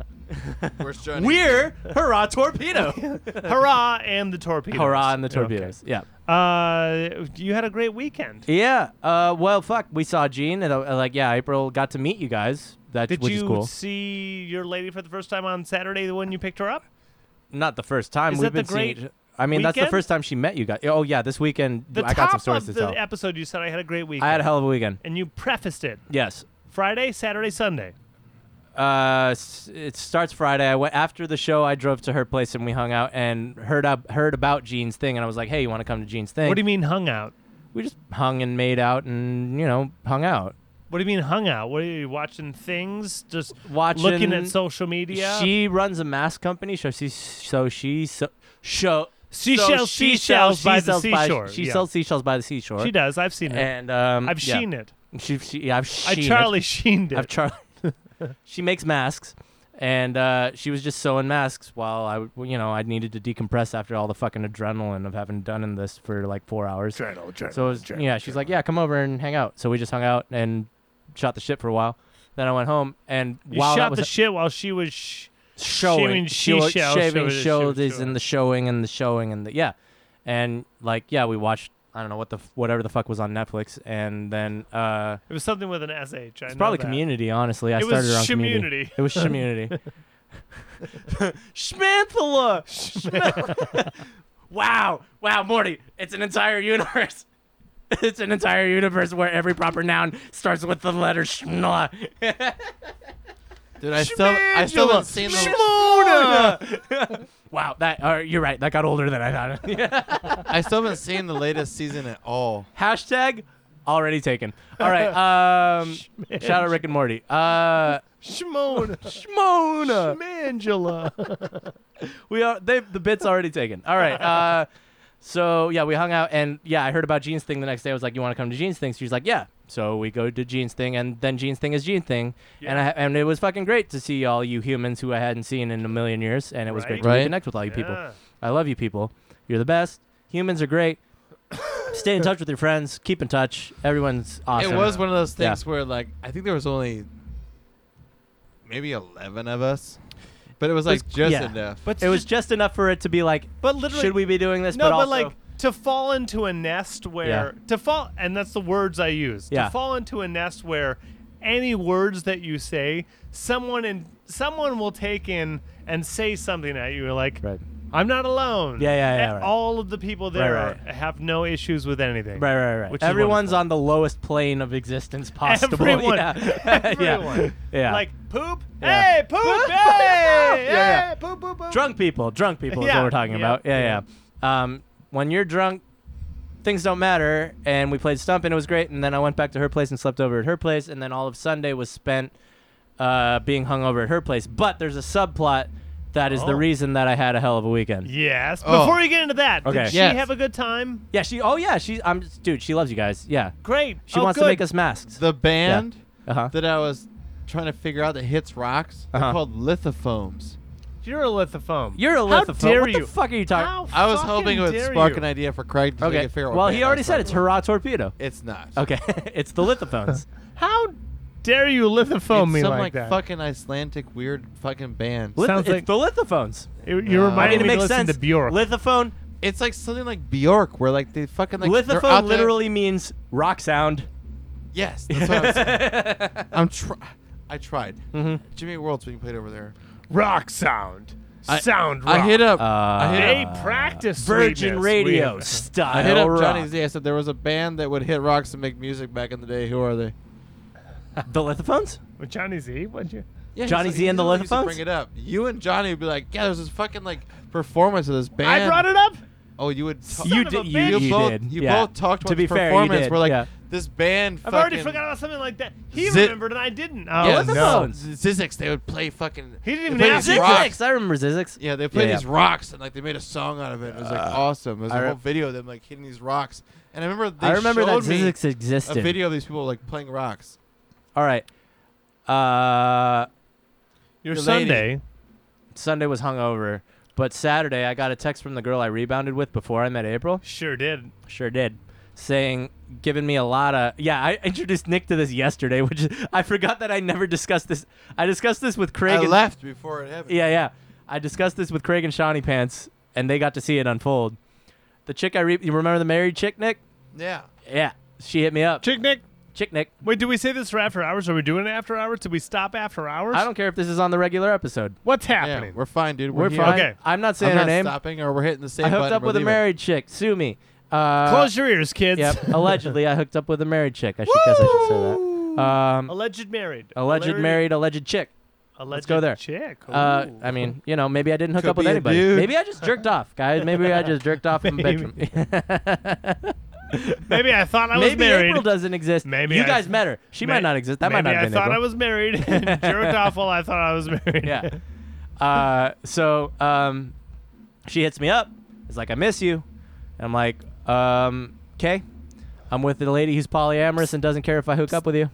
Where's Johnny?
We're Hurrah Torpedo.
Hurrah and the Torpedo.
Hurrah and the Torpedoes. Yeah.
Uh, you had a great weekend.
Yeah. Uh, well, fuck. We saw Gene, and uh, like, yeah, April got to meet you guys. That
Did
which
you
is cool.
see your lady for the first time on Saturday, the one you picked her up?
Not the first time
Is
we've
that the
been seeing.
great
each- I mean, that's
weekend?
the first time she met you guys. Oh yeah, this weekend
The
I
top
got some stories
of
to tell.
the episode, you said I had a great weekend.
I had a hell of a weekend.
and you prefaced it
Yes.
Friday, Saturday, Sunday.
Uh, s- it starts Friday. I went after the show. I drove to her place and we hung out and heard up heard about Gene's thing. And I was like, "Hey, you want to come to Gene's thing?"
What do you mean hung out?
We just hung and made out and you know hung out.
What do you mean hung out? What are you watching things? Just
Watching-
looking at social media.
She runs a mask company, so she so she so show
Seashell-
so she
seashells
sells-
by
she
the
sells by-
seashore,
she
yeah.
sells seashells by the seashore.
She does. I've seen it.
And um,
I've
yeah.
seen it.
She, she yeah, I've
I
seen it.
Charlie Sheen it.
I've Charlie. she makes masks, and uh, she was just sewing masks while I, w- you know, I needed to decompress after all the fucking adrenaline of having done in this for like four hours. so it was, yeah, she's like, yeah, come over and hang out. So we just hung out and shot the shit for a while. Then I went home, and
You
while that
shot
was
the shit while she was. Sh-
showing,
shaving
show-
seashells,
shaving
showing-
shoulders,
showing-
and the showing and the showing and the yeah, and like yeah, we watched. I don't know what the f- whatever the fuck was on Netflix, and then uh,
It was something with an SH. It's
it's probably Community. Honestly, I
It was
started on Community.
Shmunity.
It was community. Schmanthala. wow. Wow, Morty. It's an entire universe. It's an entire universe where every proper noun starts with the letter schmla.
Dude, I still I still haven't seen the
wow, that uh, you're right. That got older than I thought.
I still haven't seen the latest season at all.
Hashtag already taken. All right. Um, shout out Rick and Morty. Uh,
Shmona.
Shmona.
Shmangela.
we are they the bit's already taken. All right. Uh, so yeah, we hung out and yeah, I heard about Jean's thing the next day. I was like, "You want to come to Jean's thing?" She's like, "Yeah." So we go to Jean's thing, and then Jean's thing is Jean's thing, and I, and it was fucking great to see all you humans who I hadn't seen in a million years, and it was great to
Right. Right.
reconnect with all you
Yeah.
people. I love you people. You're the best. Humans are great. Stay in touch with your friends. Keep in touch. Everyone's awesome.
It was one of those
Yeah.
things where like I think there was only maybe eleven of us, but it was like
was-
just
yeah.
enough.
But
It was just enough for it to be like,
But literally.
should we be doing this?
No, but,
but, also,
like to fall into a nest where to fall, and that's the words I use.
Yeah.
To fall into a nest where any words that you say, someone in someone will take in and say something at you. You're like,
right.
I'm not alone.
Yeah, yeah, yeah,
A-
right.
All of the people there
Right,
are- have no issues with anything.
Right, right, right.
Which is
Everyone's
wonderful.
on the lowest plane of existence possible.
Everyone.
Yeah. yeah.
Everyone.
Yeah.
Like poop.
Yeah.
Hey, poop. hey, hey,
yeah.
poop, poop, poop.
drunk people. Drunk people is
Yeah,
what we're talking
yeah,
about. Yeah, yeah. Um, when you're drunk, things don't matter. And we played Stump, and it was great. And then I went back to her place and slept over at her place. And then all of Sunday was spent uh, being hung over at her place. But there's a subplot that is
Oh.
the reason that I had a hell of a weekend.
Yes.
Oh.
Before we get into that,
Okay.
did she
Yes.
have a good time?
Yeah, she. Oh yeah, she. I'm just- dude. She loves you guys. Yeah.
Great.
She
Oh,
wants
good.
to make us masks.
The band
uh huh.
that I was trying to figure out that hits rocks, they're
Uh-huh.
called lithophones.
You're a lithophone.
You're a
How
lithophone.
dare
what
you?
the fuck are you talking?
How
I was
fucking
hoping it would
dare
spark
you?
an idea for Craig to
Okay.
figure out. what
well,
band
he
I
already
was
said
talking
it's
about.
hurrah torpedo.
It's not.
Okay, it's the lithophones.
How dare you lithophone
it's
me
some
like,
like
that?
fucking Icelandic weird fucking band.
Lith-
Sounds
it's
like-
the lithophones.
You- you
No. I
I
reminded
mean,
me
it
to
makes
listen
sense.
to Bjork.
Lithophone.
It's like something like Bjork, where like they fucking like they're out
lithophone
there-
literally means rock sound.
Yes, that's what I'm saying. I'm try. I tried.
Mm-hmm.
Jimmy World's being played over there.
rock sound.
I-
sound rock.
I hit up.
Uh,
I hit
They
up.
practice
Virgin
sweetness.
Radio
We-
style.
I hit up
rock.
Johnny Z. I said there was a band that would hit rocks and make music back in the day. Who are they?
The lithophones?
With Johnny Z, what'd you?
Yeah,
Johnny
he's-
Z and
he's
the
one who used to
Lilliphones?
Bring it up. You and Johnny would be like, yeah, there's this fucking like performance of this band.
I brought it up.
Oh, you would. T-
you
of a
did. You,
bitch.
you,
you
both.
did.
You
yeah.
both talked
To
about
be
the
fair, you
performance.
did,
We're like,
yeah.
this band.
I've already
fucking-
forgot about something like that. He
Zit-
remembered and I didn't. Oh,
Yeah,
the
no.
phone.
Zizix, they would play fucking.
He didn't even
they played
ask
these
Zizix.
rocks.
Zix. I remember Zizix.
Yeah, they played
Yeah, Uh,
these rocks and like they made a song out of it. It was like awesome. It was a
I re-
whole video of them like hitting these rocks. And I remember they
I remember that
showed me
Zizix existed.
a video of these people like playing rocks.
All right. Uh,
Your
Your lady.
Sunday.
Sunday was hungover, but Saturday I got a text from the girl I rebounded with before I met April.
Sure did.
Sure did. Saying, giving me a lot of. Yeah, I introduced Nick to this yesterday, which is- I forgot that I never discussed this. I discussed this with Craig.
I
and-
left before it happened.
Yeah, yeah. I discussed this with Craig and Shawnee Pants, and they got to see it unfold. The chick I re- you remember the married chick, Nick?
Yeah.
Yeah, she hit me up.
Chick Nick.
chick Nick.
Wait, do we say this for after hours? Are we doing it after hours? Did we stop after hours?
I don't care if this is on the regular episode.
What's
Yeah,
happening?
we're fine, dude.
We're
here.
fine.
Okay.
I'm not saying
I'm
her
not
name.
stopping, or we're hitting the same.
I hooked
button,
up
we're
with a
leaving.
married chick. Sue me. Uh,
Close your ears, kids.
Yep. Allegedly, I hooked up with a married chick. I should guess I should say that. Um,
Alleged married.
alleged
Alleged-
married, alleged chick.
Alleged
go there.
Chick.
Uh,
Ooh.
I mean, you know, maybe I didn't hook
Could
up with
be a
anybody.
dude.
Maybe I just jerked off, guys. Maybe I just jerked off in the
Maybe.
bedroom.
maybe I thought I was
maybe
married.
April doesn't exist.
Maybe
you
I-
guys met her. She
May-
might not exist. That might
maybe
not have
I
been
thought
April.
I was married and jerked off while I thought I was married.
yeah. Uh, so um, she hits me up. It's like, I miss you. And I'm like, um, okay. I'm with the lady who's polyamorous and doesn't care if I hook up with you.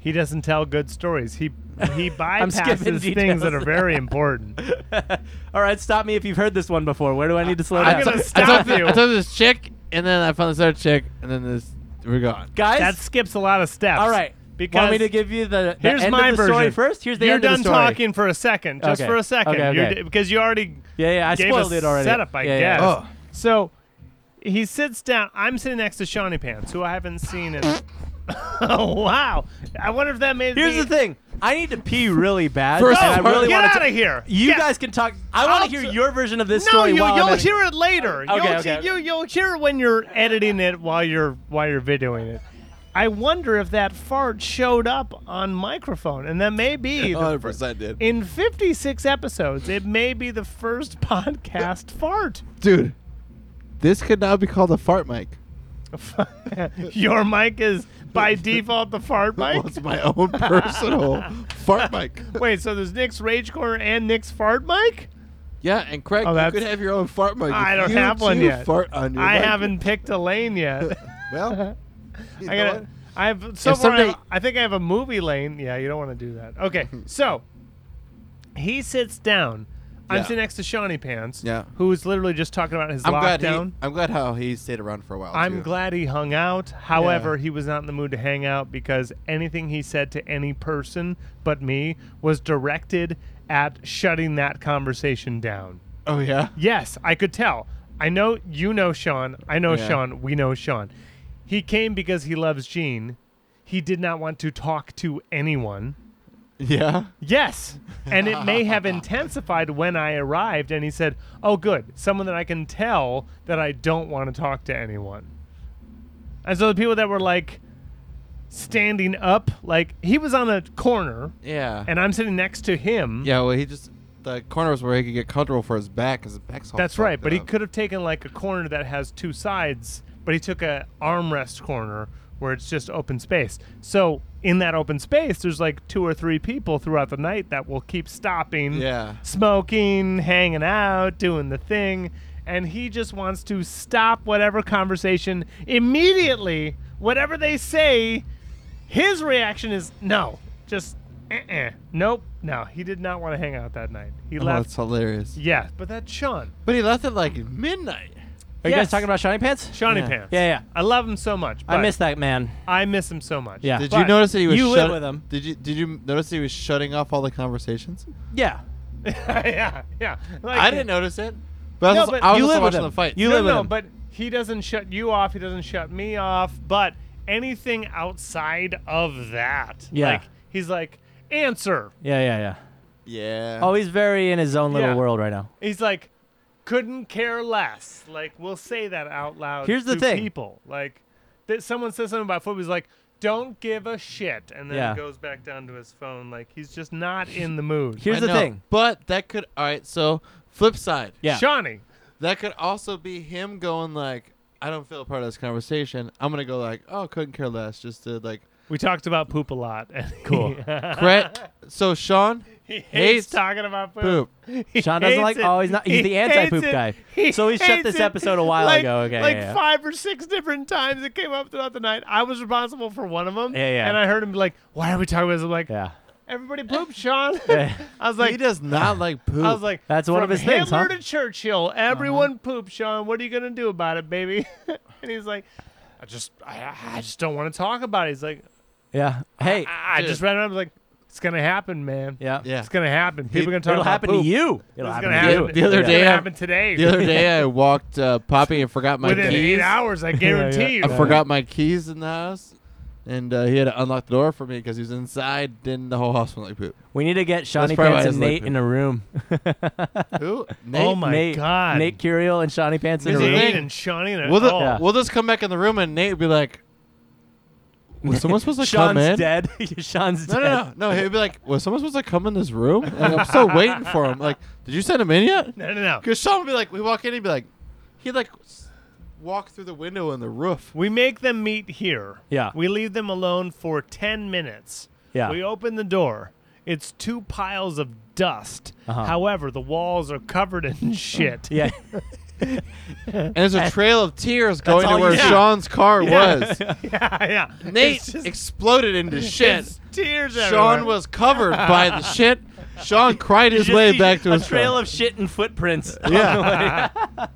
He doesn't tell good stories. He he
skipping
bypasses
details.
things that are very important.
All right, stop me if you've heard this one before. Where do I need to slow
I'm
down?
gonna
Sorry.
stop
I talked, to,
you.
I talked to this chick, and then I found this other chick, and then this. We're gone.
Guys,
That skips a lot of steps.
all right.
Because
Want me to give you the, the
here's
end
my
of the
version.
story first? Here's the
You're
end
done
of the story.
talking for a second, just
Okay.
for a second,
Okay,
You're
okay.
d- because you already
Yeah, yeah, I
gave
spoiled
a
it already.
setup, I
yeah,
guess.
Yeah.
Oh.
So he sits down. I'm sitting next to Shawnee Pants, who I haven't seen in. oh wow! I wonder if that made.
Here's
the,
the thing. I need to pee really bad.
First
and I
part-
really
get
want
out
to.
of here.
You
Get-
guys can talk. I want
I'll
to hear
t-
your version of this
No,
story
you,
while
you'll
I'm editing.
hear it later.
Okay,
you'll,
okay.
You, you'll hear it when you're editing it while you're while you're videoing it. I wonder if that fart showed up on microphone, and that may be the
100% did.
in 56 episodes. It may be the first podcast fart.
Dude, this could now be called a fart mic.
Your mic is by default the fart mic.
Well, it's my own personal fart mic.
Wait, so there's Nick's Rage Corner and Nick's fart mic?
Yeah, and Craig,
Oh,
you
that's-
could have your own fart mic.
I
if
don't
you
have one
too
yet.
Fart on your
I
mic.
haven't picked a lane yet.
Well, you
I
know
gotta.
what?
I have somewhere. I,
someday-
have, I think I have a movie lane. Yeah, you don't want to do that. Okay, so he sits down. I'm
Yeah.
sitting next to Shawnee Pants.
Yeah.
who's literally just talking about his
I'm
lockdown.
glad. He, I'm glad how he stayed around for a while.
I'm
too.
glad he hung out. However, he was not in the mood to hang out because anything he said to any person but me was directed at shutting that conversation down.
Oh yeah.
Yes, I could tell. I know you know Sean. I know
Yeah.
Sean. We know Sean. He came because he loves Gene. He did not want to talk to anyone.
Yeah.
Yes. And it may have intensified when I arrived. And he said, Oh, good. Someone that I can tell that I don't want to talk to anyone. And so the people that were like standing up, like he was on a corner
Yeah.
and I'm sitting next to him.
yeah. Well, he just the corner was where he could get comfortable for his back because his back's all.
That's right.
fucked
But he
up.
could have taken like a corner that has two sides, but he took a armrest corner where it's just open space. So in that open space, there's like two or three people throughout the night that will keep stopping.
Yeah.
smoking, hanging out, doing the thing, and he just wants to stop whatever conversation immediately. Whatever they say, his reaction is no, just uh-uh. nope, no. He did not want to hang out that night. He
Oh,
left.
that's hilarious.
Yeah, but that's Sean,
But he left at like midnight.
Are you
Yes.
guys talking about Shiny Pants?
Shawnee
Yeah.
Pants.
Yeah, yeah.
I love him so much.
I
but
miss that man.
I miss him so much.
Yeah.
Did
But
you notice that he was
you live
shut-
with him.
Did you did you notice he was shutting off all the conversations?
Yeah.
yeah, yeah. Like,
I didn't notice it. But,
No,
I was,
but
I was
you
also
live with
watching
him.
the fight.
You
no,
live with
no,
him.
but he doesn't shut you off. He doesn't shut me off. But anything outside of that,
Yeah.
like he's like answer.
Yeah, yeah, yeah.
yeah.
Oh, he's very in his own little
Yeah.
world right now.
He's like couldn't care less. Like we'll say that out loud.
Here's the
to
thing.
people like that. Someone says something about football. He's like. Don't give a shit, and then
Yeah.
he goes back down to his phone. Like he's just not in the mood.
Here's
I
the
know.
thing.
But that could all right, so flip side.
Yeah.
Shawnee,
That could also be him going like, I don't feel a part of this conversation. I'm gonna go like, oh, couldn't care less, just to like
we talked about poop a lot. cool.
Brett. so Sean
he hates,
hates
talking about poop.
poop.
He
Sean doesn't
hates
like-
it.
oh, he's not- he's
He
the anti-poop
hates it.
guy.
He
So we shut
hates
this
it.
episode a while
Like-
ago. Okay,
like
yeah, yeah.
five or six different times it came up throughout the night. I was responsible for one of them.
Yeah, yeah.
And I heard him be like, "Why are we talking about this?" I'm like,
Yeah.
"Everybody pooped, Sean."
Yeah.
I was like,
he does not like poop.
I was like,
That's one of
"From
his things,
Hitler
huh?" Uh-huh.
to Churchill, everyone pooped, Sean. What are you gonna do about it, baby? and he's like, "I just, I, I just don't want to talk about it." He's like,
Yeah. Hey.
"I, I
Dude.
just read it." I was like, "It's gonna happen, man.
Yeah.
yeah.
It's gonna happen. People are gonna talk
It'll
about
happen
poop.
to you. It'll
It's
happen
gonna
to
happen.
you.
The other
It's
day
gonna
I-
happen today.
The other day I walked uh, Poppy and forgot my
Within
keys.
eight hours, I
yeah.
guarantee you.
I forgot my keys in the house, and uh, he had to unlock the door for me because he was inside. Then the whole house smelled like poop.
We need to get Shawnee
probably why
Pants and
I was like
Nate
that.
in a room.
Who? Nate?
Oh my
Nate,
god.
Nate Curiel and Shawnee Pants in a
Is it
room.
Nate?
Nate and Shawnee and
We'll, ju-
oh,
Yeah.
we'll just come back in the room and Nate would be like, "Was someone supposed to
Sean's
come in?"
dead. Sean's
No,
dead.
no, no, no. He'd be like, "Was someone supposed to come in this room?" Like, I'm still waiting for him. Like, did you send him in yet?
no, no, no.
Because Sean would be like, we walk in, he'd be like, he'd like s- walk through the window in the roof.
We make them meet here.
Yeah.
We leave them alone for 10 minutes.
Yeah.
We open the door. It's two piles of dust.
Uh-huh.
However, the walls are covered in shit.
Yeah.
And there's a trail of tears going to
all
where
you-
Sean's car was.
yeah, yeah.
Nate
It's just-
exploded into shit.
it's tears everywhere.
Sean was covered by the shit. Sean cried his
Just
way
see
back to
a
his
trail
car.
of shit and footprints.
yeah,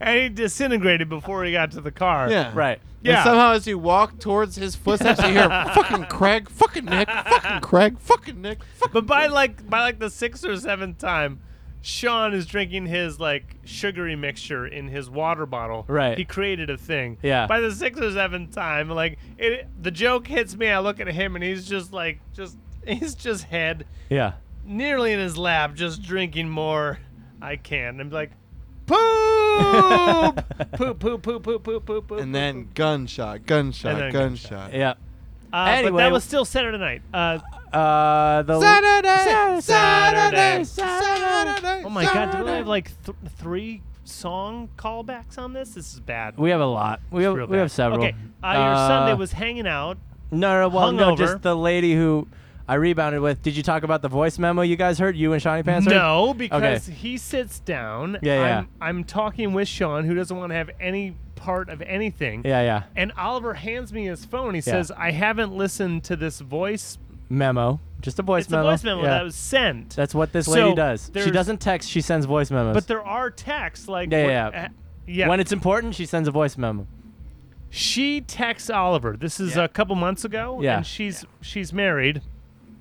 and he disintegrated before he got to the car.
yeah,
right.
And
Yeah.
somehow, as you walk towards his footsteps, you hear "fucking Craig, fucking Nick, fucking Craig, fucking Nick." Fucking
But by like by like the sixth or seventh time, Sean is drinking his like sugary mixture in his water bottle.
Right.
He created a thing.
Yeah.
By the sixth or seventh time, like it, the joke hits me. I look at him and he's just like just he's just head
Yeah.
nearly in his lap, just drinking more. I can. I'm like, poop, poop, poop, poop, poop, poop, poop, poop.
And then gunshot, gunshot,
And then gunshot.
gunshot.
Yeah.
uh, but
anyway-
that was still Saturday night. Uh,
Uh, the
Saturday,
Saturday,
Saturday, Saturday.
oh my God! Do we have like th- three song callbacks on this? This is bad.
we have a lot. We have
Real
we
bad.
have several.
Okay, uh, your Sunday
Uh,
was hanging out.
No, no, well, no,
Hungover.
just the lady who I rebounded with. Did you talk about the voice memo you guys heard? You and Shawnee Pants? heard?
No, because he sits down.
Yeah, yeah.
I'm, I'm talking with Sean, who doesn't want to have any part of anything.
Yeah, yeah.
And Oliver hands me his phone. He says, "I haven't listened to this voice.
Memo. Just a voice
It's
memo.
a voice memo
Yeah.
that was sent.
That's what this
So,
lady does. She
there's-
doesn't text. She sends voice memos.
but there are texts like
Yeah,
what-
yeah, yeah.
uh, yeah.
when it's important, she sends a voice memo.
she texts Oliver. This is a couple months ago.
Yeah.
and she's she's married,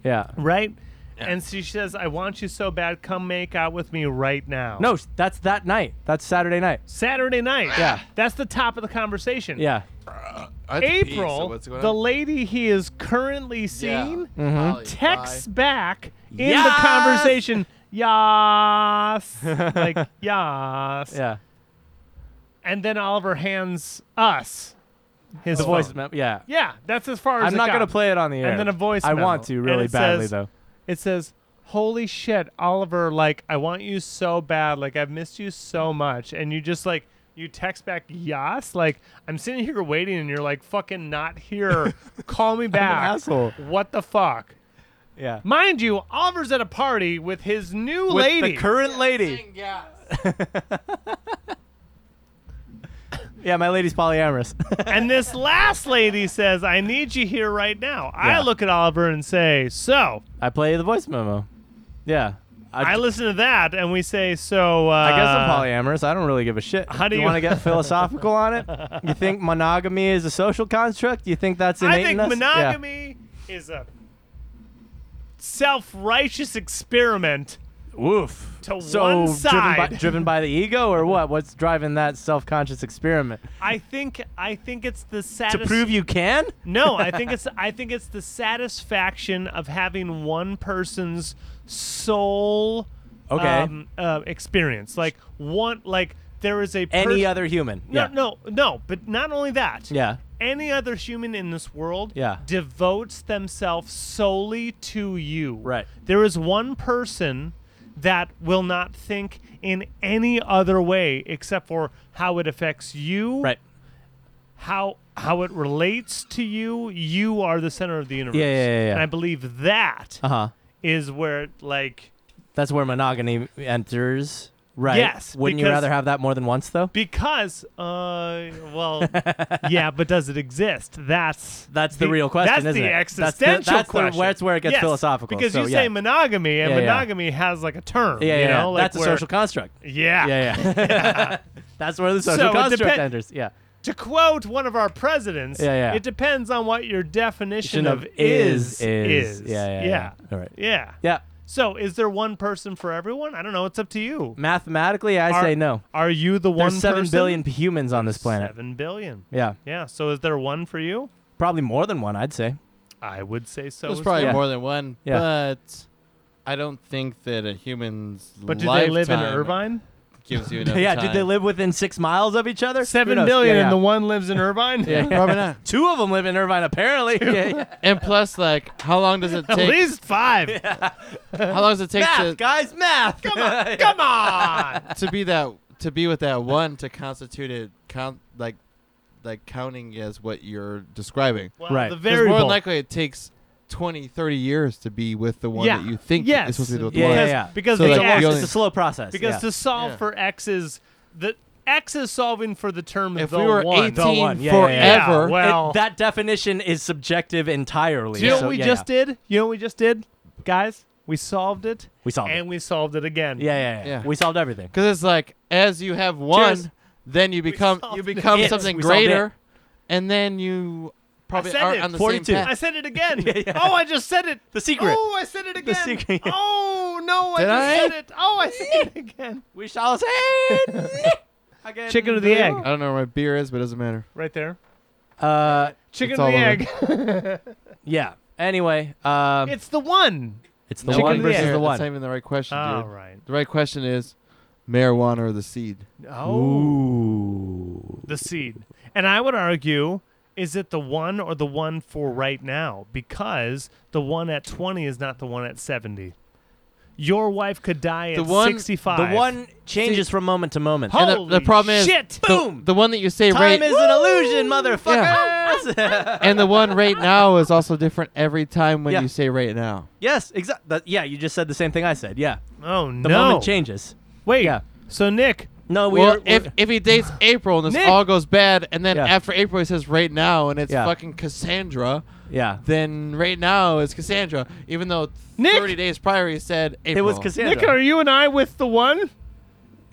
Yeah.
right? And she says, "I want you so bad. Come make out with me right now."
No, s- that's that night. That's Saturday night.
Saturday night.
Yeah.
That's the top of the conversation.
Yeah.
I have to pee, so
April,
what's going
the
on? Mm. Mm-hmm.
lady he is currently seeing,
Holly,
texts
bye.
back in
Yas!
the conversation, yas, like yas,
Yeah.
and then Oliver hands us his
The voice
phone.
memo. Yeah.
Yeah, that's as far as
I'm
it
not
got.
gonna play it on the air.
And then a voice
I
memo.
want to
And
really
it
badly
says-
though.
It says, "Holy shit, Oliver! Like I want you so bad. Like I've missed you so much." And you just like you text back, "Yas." Like I'm sitting here waiting, and you're like, "Fucking not here. Call me back,
asshole.
What the fuck?"
Yeah.
Mind you, Oliver's at a party with his new
With
lady.
the current lady. Yeah, my lady's polyamorous.
and this last lady says, "I need you here right now." I
Yeah.
look at Oliver and say, "So."
I play the voice memo. Yeah.
I listen to that, and we say, "So." Uh,
I guess I'm polyamorous. I don't really give a shit.
how do
you,
you-
want to get philosophical on it? You think monogamy is a social construct? You think that's innate
I think
in us? Yeah.
monogamy is a self-righteous experiment.
Woof.
to
so
one
Driven by,
side.
driven by the ego or what? What's driving that self-conscious experiment?
I think I think it's the
To
satis-
prove you can?
No, I think it's I think it's the satisfaction of having one person's soul
Okay.
um, uh, experience. Like one like there is a
Any
pers-
other human.
No,
yeah.
no, no, but not only that.
Yeah.
Any other human in this world
Yeah.
devotes themselves solely to you.
Right.
There is one person that will not think in any other way except for how it affects you,
Right.
how how it relates to you. You are the center of the universe.
Yeah, yeah, yeah, yeah.
And I believe that is
Uh-huh.
where like
That's where monogamy enters. Right.
Yes,
Wouldn't you
because-
rather have that more than once though?
because uh well yeah, but does it exist? That's
That's the, real question,
That's
isn't
the
it?
existential
that's the, that's
question.
The, where- that's where it gets
Yes,
philosophical.
Because
so,
you
yeah.
say monogamy, and
Yeah, yeah.
monogamy has like a term.
yeah, yeah,
you
yeah.
know, like
that's a
where-
social construct.
Yeah.
Yeah, yeah. that's where the
So
social
it
construct
depen-
enters. Yeah.
To quote one of our presidents,
Yeah, yeah.
it depends on what your definition
Definition
of
of is
is
is.
is.
Yeah, yeah,
yeah.
yeah. All right.
Yeah.
Yeah.
So, is there one person for everyone? I don't know. It's up to you.
Mathematically, I
Are-
say no.
Are you the one
There's seven
person?
billion humans on this planet.
Seven billion.
Yeah.
Yeah. So, is there one for you?
Probably more than one, I'd say.
I would say so.
There's
as
probably
Yeah.
more than one,
Yeah.
but I don't think that a human's
well. But do
lifetime
they live in Irvine?
gives you enough
yeah.
time.
Did they live within six miles of each other?
Seven
Who knows?
billion,
Yeah,
and
yeah.
the one lives in Irvine.
Yeah, yeah.
Probably not.
Two of them live in Irvine, apparently. Yeah, yeah.
And plus, like, how long does it
At
take?
least five.
how long does it take
Math,
to,
guys, math. Come on,
Come on.
to be that to be with that one to constitute it count like like counting as what you're describing?
Well,
Right.
The
'Cause more
variable.
than likely, it takes 20, 30 years to be with the one
yeah.
that you think
yes.
is supposed to be with the
Yeah,
one.
yeah,
because,
yeah.
Because
So,
the
like,
X-
you only-
It's a slow process.
because
yeah.
to solve
Yeah.
for x is the x is solving for the term
If
the
we were
one.
18
one. Yeah, yeah,
forever,
yeah.
yeah, well,
It- that definition is subjective entirely.
do you know
So,
what we
yeah,
just
yeah.
did? You know what we just did, guys? We solved it,
We solved
and
it.
we solved it again.
Yeah, yeah, yeah,
Yeah.
We solved everything.
Because it's like as you have one,
Cheers.
then you become
solved
you
it.
become
It.
something
We solved it.
greater, and then you probably
said
aren't
it.
on the
42.
same
I
path.
said it again.
Yeah, yeah.
Oh, I just said it.
The secret.
Oh, I said it again.
secret.
Oh no,
Did
I
I?
just said it. Oh, I said it again.
We shall say.
Chicken or the egg?
I don't know where my beer is, but it doesn't matter.
Right there.
Uh,
Chicken
It's
or
all
the
over.
egg?
yeah. Anyway, um,
it's the one.
it's the
Chicken
one
or the
versus
egg.
the
That's not
one. Ah,
even the right question,
All
dude.
right.
The right question is marijuana or the seed.
Oh.
Ooh.
the seed. And I would argue, is it the one or the one for right now? Because the one at 20 is not the one at 70. Your wife could die
The
at
one-
65.
The one changes from moment to moment.
Holy
And the, the problem is
shit!
the-
Boom!
The, one that you say
Time
right
is an illusion, motherfuckers.
and the one right now is also different every time when
Yeah.
you say right now.
yes, exactly. Yeah, you just said the same thing I said. Yeah,
oh, no.
the moment changes.
Wait.
Yeah.
So, Nick,
No, we
well,
are.
if if he dates April and this
Nick!
all goes bad, and then
Yeah.
after April he says right now and it's
Yeah.
fucking Cassandra,
yeah,
then right now is Cassandra, even though
Nick!
30 days prior he said April.
it was Cassandra.
Nick, are you and I with the one?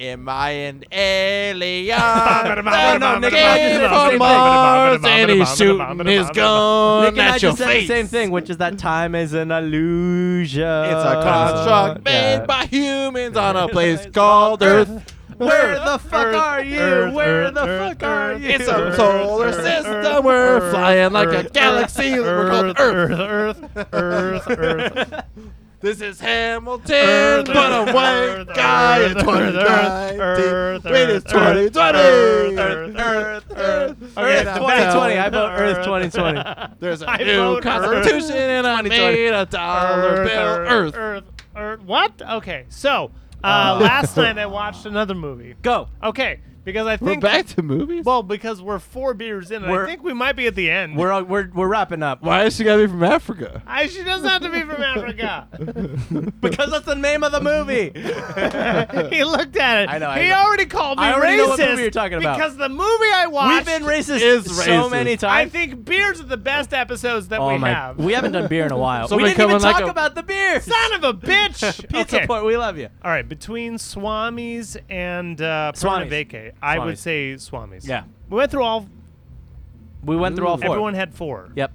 Am I an alien?
No, no, Nick, I just said the
from
same
Mars,
thing.
and he's shooting his gun
Nick and I
at your
just said the
face.
same thing, which is that time is an illusion.
Uh, It's a construct
Yeah.
made by humans on a place called Earth.
Where the fuck are you?
Earth,
Where
Earth,
the
Earth,
fuck are
Earth,
you?
It's
Earth,
a solar
Earth,
system. We're flying like a galaxy. We're called Earth.
Earth, Earth, Earth, Earth.
This is Hamilton,
Earth,
but a
Earth,
white
Earth,
guy
Earth,
in 2019.
Earth,
Wait, it's
Earth, Earth,
2020.
Earth,
Earth,
Earth,
Okay,
Earth,
it's
Earth,
2020. I vote Earth
Earth.
2020.
There's a
I
new
vote
constitution, and I
2020.
made a dollar bill. Earth. Oh.
Earth, Earth. What? Okay, so uh, last night I watched another movie.
Go.
Okay, because I
We're
think
back to movies.
well, because we're four beers in, and I
We're-
think we might be at the end.
We're we're we're wrapping up
Why is she gotta be from Africa?
I, she doesn't have to be from Africa.
because that's the name of the movie.
he looked at it.
I know, I
He
know.
already called me
I already
racist
know what movie you're talking about.
because the movie I
We've
watched.
been racist
is
so
racist.
many
I
times.
think beers are the best episodes that
oh
we
my!
have.
We haven't done beer in a while. we
Somebody
didn't even
coming like
talk
a-
about the beer.
Son of a bitch.
Pizza
okay.
port. We love you.
All right, between Swami's and uh,
Swami's.
Permanent Vacay, I would
Swami's.
say Swami's.
Yeah.
We went through all.
We went through all four.
Everyone had four.
Yep.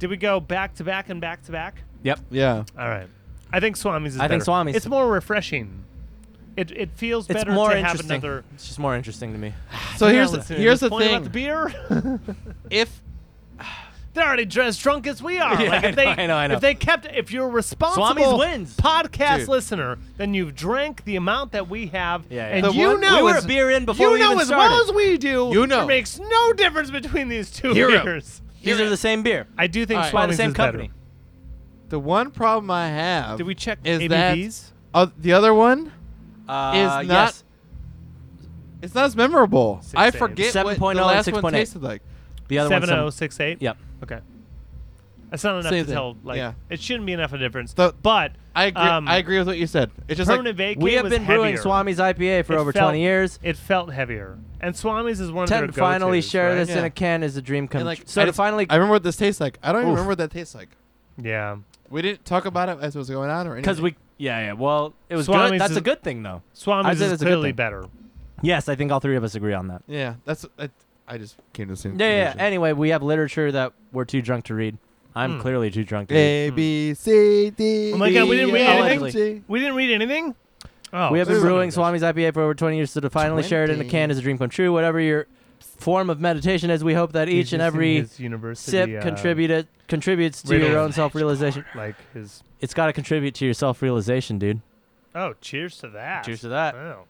Did we go back to back and back to back?
Yep.
Yeah.
All right. I think Swami's is
I think
better.
Swami's-
It's more refreshing. It, it feels
It's
better
more
to have
interesting.
another.
It's just more interesting to me.
So here's
Listen,
here's
this
the
point about
thing.
the beer.
if
They're already dressed drunk as we are.
Yeah,
like if
I
they,
know, I know, I know.
If they kept, if you're a responsible
Swami's wins.
podcast
Dude.
listener, then you've drank the amount that we have,
Yeah, yeah.
and
The
you
one-
know
we were
as
a beer in before
you
we
know
even
as
started.
well as we do.
You know.
it makes no difference between these two
Hero.
beers.
These are the same beer
I do think
All right.
by
Swami's
the same
is
company.
better.
the one problem I have,
Did we check
Is that-
ABVs?
uh, the other one
Uh,
Is not-
yes.
It's not as memorable.
Six
I
eight.
forget
7.0
what the
and
last one
6.8.
tasted like.
the other
Seven
one.
oh six eight.
Yep.
Okay. That's not enough
Same
to
thing.
tell. Like
Yeah.
it shouldn't be enough of a difference.
The-
but
I agree.
Um,
I agree with what you said. It's just like
permanent vacay
We have
was
been brewing
heavier.
Swami's IPA for
It
over
felt-
20 years.
It felt heavier, and Swami's is one of their
Ten
go-tos.
finally share
right?
this in
Yeah.
a can is a dream come
and,
true.
like,
So
I
to
just-
finally,
I remember what this tastes like. I don't even
Oof.
remember what that tastes like.
Yeah.
We didn't talk about it as it was going on or anything.
because we, yeah, yeah. Well, it was
Swami's
good. That's
is-
a good thing though. I'd
Swami's
say
is
that's a good
clearly
thing.
better.
Yes, I think all three of us agree on that.
yeah, that's I, I just came to the same.
Yeah, yeah.
conclusion.
Anyway, we have literature that we're too drunk to read. I'm
Hmm.
clearly too drunk to read.
A B C D.
Oh my God, we didn't read
E, F,
anything?
G.
We didn't read anything. Oh,
we have been
Ooh.
brewing Swami's IPA for over 20 years, so to finally share it in a
20.
can is a dream come true. Whatever your form of meditation is, we hope that each and every sip contributed contributes to your
riddle.
own self-realization.
uh, Like his.
It's got to contribute to your self-realization, dude.
Oh, cheers to that.
Cheers to that.
Wow.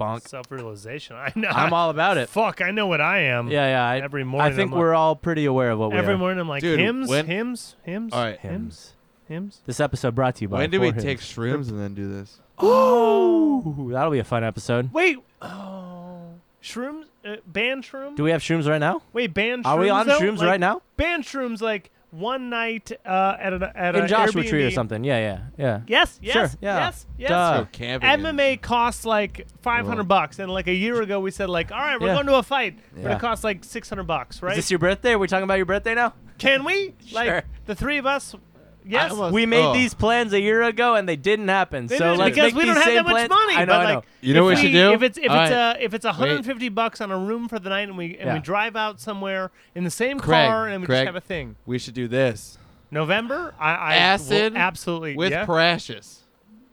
Bonk.
Self-realization. I know.
I'm all about it.
Fuck, I know what I am.
Yeah, yeah. I,
Every
I
morning.
think
I'm
we're all pretty aware of what
Like,
we
every
are.
morning I'm like
Dude,
hymns,
when-
hymns, hymns,
All right.
Hymns.
hymns.
This episode brought to you by.
When do we
Foreheads.
take Oh! shrooms and then do this?
Ooh, that'll be a fun episode.
Wait. Oh. Shrooms. Uh, ban shroom.
Do we have shrooms right now?
Wait, ban.
Are we
shrooms,
on
though?
shrooms
Like,
right now?
Ban shrooms like one night uh, at an at
In
a
Joshua Tree or
Airbnb.
something? Yeah, yeah, yeah.
Yes. Yes.
Sure, yeah.
Yes. Yes.
Duh.
Go camping. and-
MMA costs like 500
Whoa.
bucks, and like a year ago we said like, all right, we're
Yeah.
going to a fight, but
Yeah.
it costs like 600 bucks,
Is
right?
this your birthday? Are we talking about your birthday now?
Can we? Like
Sure.
the three of us? Yes.
almost-
We made
Oh.
these plans a year ago and they didn't happen.
They
so
did,
let's
because
make
we don't
these
have
same
that much
plans-
money.
I know,
but
I know.
like,
You know
if
what we should do?
If it's if
All
it's
right.
uh, if it's 150 bucks on a room for the night, and we and
Yeah.
we drive out somewhere in the same
Craig,
car, and we just
Craig.
have a thing.
We should do this
November, I, I will
Acid
absolutely
with
yeah.
Precious.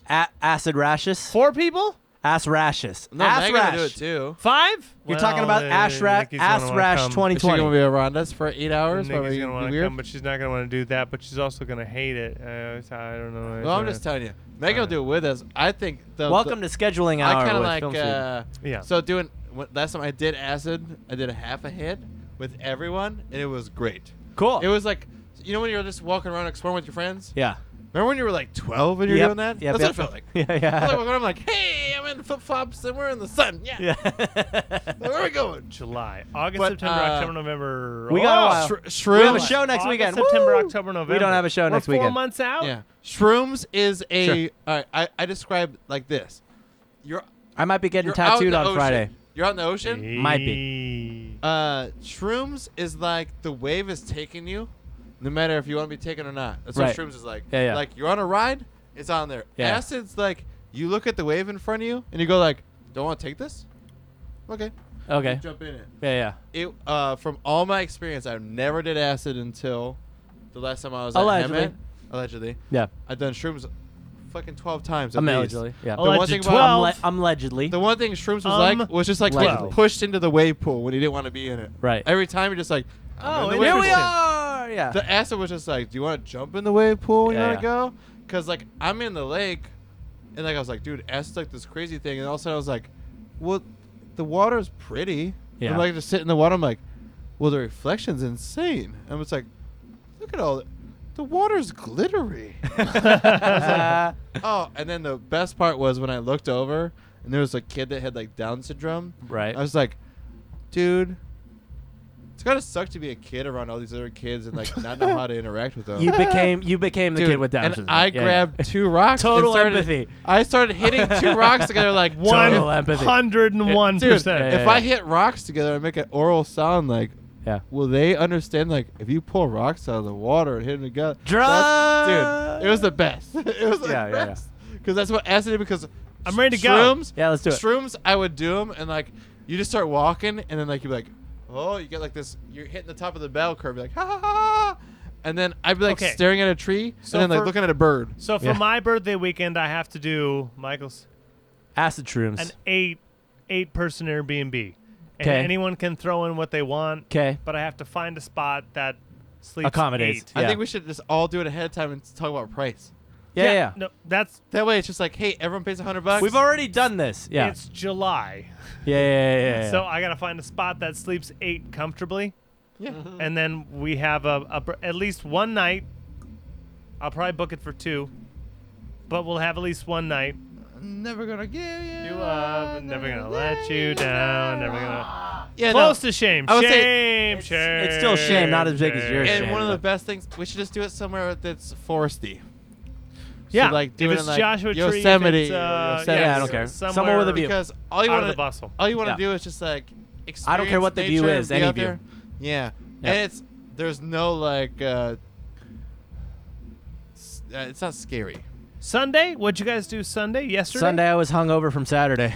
A- acid rashes.
four people.
Ass rashes.
No,
ass
Megan
rash.
will do it too.
Five?
You're talking about ash, ra- ass rash
Is she gonna
2020.
be around us for eight hours? while we
gonna want to
weird?
come, but she's not gonna want to do that. But she's also gonna hate it. Uh, it's- uh, I don't know.
Well, I'm just telling you, Megan will do it with us. I think. The,
Welcome
the,
to scheduling
I
hour
kind of
with
like.
Film Student.
Uh,
Yeah.
So doing when, last time I did acid, I did a half a hit with everyone, and it was great.
Cool.
It was like, you know, when you're just walking around exploring with your friends.
yeah.
Remember when you were like 12 and you're
Yep,
doing that?
yep,
That's
yep.
what it felt like.
Yeah,
I was like,
yeah.
walking around, I'm like, hey, I'm in flip flops and we're in the sun. Yeah.
yeah.
Where are we going?
July, August,
But,
September,
uh,
October, November.
we got a
Oh,
while.
Shro-
we have a
shrooms.
show next
August,
weekend.
September,
Woo!
October, November.
We don't have a show
We're
next
four
weekend.
months out.
Yeah. Shrooms is a. All right. I, I describe like this. You're,
I might be getting
you're out in
tattooed
the
on
ocean.
Friday.
You're out in the ocean.
Might
be.
Uh, shrooms is like the wave is taking you, no matter if you want to be taken or not. That's
Right.
what shrooms is like.
Yeah, yeah.
Like you're on a ride, it's on there.
Yeah.
Acid's like you look at the wave in front of you and you go like, "Don't want to take this." Okay.
Okay.
Jump in it.
Yeah, yeah.
It uh, from all my experience, I never did acid until the last time I was
Allegedly.
at Hemet. Allegedly,
Yeah.
I've done shrooms fucking twelve times. At least.
Allegedly, yeah.
one
Alleged
thing about-
I'm
12.
le- I'm allegedly.
The one thing Shrooms was
Um,
like was just like
Well.
getting pushed into the wave pool when he didn't want to be in it.
Right.
Every time you're just like,
Oh,
oh,
and
Here
Wait,
we
wait.
are. Yeah.
The acid was just like, do you want to jump in the wave pool? When
Yeah,
you want to go? Because like I'm in the lake, and like I was like, dude, acid's like this crazy thing, and all of a sudden I was like, well, the water's pretty.
Yeah.
I'm like just sit in the water. I'm like, well, the reflection's insane. I'm just like, look at all. The, the water's glittery.
Uh,
oh, and then the best part was when I looked over and there was a kid that had like Down syndrome.
right.
I was like, dude, it's gotta suck to be a kid around all these other kids and like not know how to interact with them.
you became you became the
Dude,
kid with Down
and
syndrome.
I
Yeah, yeah.
grabbed two rocks. and
Total
started-
empathy.
I started hitting two rocks together like
One
Total empathy.
hundred and one
Dude,
percent.
yeah,
if I hit rocks together and make an oral sound, like,
Yeah.
will they understand? Like, if you pull rocks out of the water and hit them together,
Drugs.
that's- dude, it was the best. it was the
Yeah, yeah, yeah.
best. Because that's what acid did. Because
I'm ready to go.
shrooms,
Yeah, let's do it.
Shrooms, I would do them, and like, you just start walking, and then like you're like, oh, you get like this. You're hitting the top of the bell curve, you're like ha ha ha, and then I'd be like
Okay.
staring at a tree,
So
and then like
for-
looking at a bird.
So for
Yeah.
my birthday weekend, I have to do Michael's
acid shrooms.
an eight eight person Airbnb, and
'Kay.
anyone can throw in what they want.
Okay.
But I have to find a spot that sleeps
Accommodates.
eight.
Yeah.
I think we should just all do it ahead of time and talk about price.
Yeah, yeah. yeah.
No, that's
That way, it's just like, hey, everyone pays hundred bucks.
We've already done this. Yeah.
it's July,
yeah, yeah, yeah, yeah, yeah.
so I gotta find a spot that sleeps eight comfortably. Mm-hmm.
Yeah.
and then we have a, a br- at least one night. I'll probably book it for two, but we'll have at least one night.
Never gonna give
You up, and never gonna let you down. Never gonna
Yeah, no.
close to shame.
I would say
Shame,
it's-
shame.
it's still shame, not as big as yours.
And
Shame,
one of the
but-
best things, we should just do it somewhere that's foresty.
Yeah,
So like do
if
it
it's
in like
Joshua Tree, if it's,
Yosemite,
uh, yeah,
Yosemite.
Yeah, I don't care.
somewhere-
Someone with a view.
Because all you
Out of
want
the bustle.
all you want to
Yeah.
do is just like experience
I don't care what the view
nature and
is,
be
any
out
view.
there. Yeah.
Yeah.
and it's there's no like, uh, s- uh, it's not scary.
Sunday. What'd you guys do Sunday? Yesterday.
Sunday I was hungover from Saturday.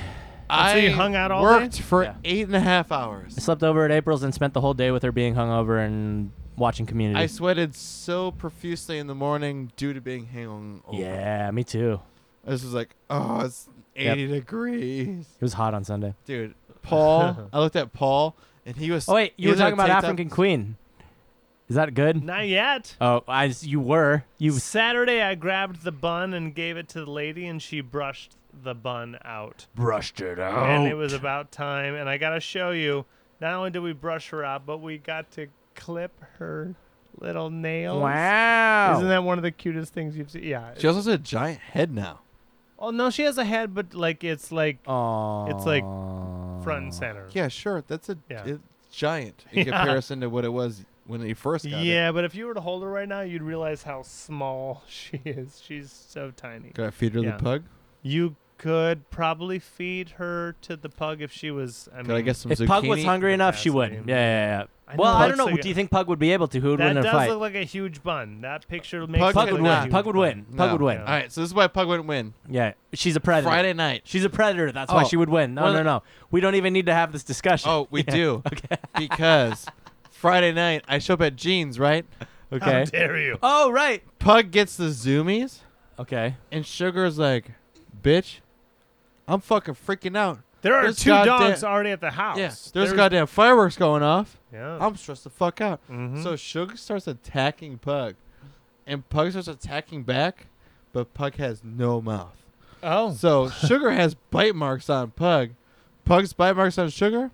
I
you hung out all day?
worked for
Yeah.
eight and a half
I
hours.
slept over at April's and spent the whole day with her being hungover and watching Community.
I sweated so profusely in the morning due to being hangover.
yeah, me too.
I was just like, oh, it's
Yep.
80 degrees.
It was hot on Sunday.
Dude, Paul, I looked at Paul and he was.
Oh wait,
he
you were
was on
talking about
TikTok.
African Queen. Is that good?
Not yet.
Oh, I s- you were you. s-
Saturday, I grabbed the bun and gave it to the lady, and she brushed the bun out.
brushed it out.
and it was about time. And I gotta show you. Not only did we brush her out, but we got to clip her little nails.
wow.
Isn't that one of the cutest things you've seen? Yeah.
She also has a giant head now.
oh no, she has a head, but like it's like
Aww.
it's like front and center.
Yeah, sure. That's a
Yeah.
it's giant in
Yeah.
comparison to what it was when he first got it.
Yeah, but if you were to hold her right now, you'd realize how small she is. She's so tiny.
Gotta feed her
Yeah.
the pug.
You could probably feed her to the pug if she was. I mean,
Could I get some
If
zucchini?
Pug was hungry enough, she would. Yeah,
Fascinating.
yeah, yeah.
I
well,
know.
I don't
Pug's
know.
so-
Do you think Pug would be able to? Who would
that
win in a
does
fight?
look like a huge bun. That picture makes
Pug
it
Pug
look
would
like a
win.
huge
Pug would
bun.
win. Pug
No.
would win.
Yeah.
All right, so this is why Pug wouldn't win.
Yeah, she's a predator.
Friday night.
She's a predator. That's why
Oh.
she would win. No,
Well,
no, no. We don't even need to have this discussion.
Oh, we
Yeah.
do. Because Friday night, I show up at Jeans, right?
Okay.
How dare you?
Oh, right.
Pug gets the zoomies.
Okay.
And Sugar's like, bitch, I'm fucking freaking out.
There are
There's
two
goddamn-
dogs already at the house.
Yeah, there's, goddamn fireworks going off.
Yeah.
I'm stressed the fuck out.
Mhm.
So Sugar starts attacking Pug. And Pug starts attacking back, but Pug has no mouth.
oh.
So Sugar has bite marks on Pug. Pug's bite marks on Sugar?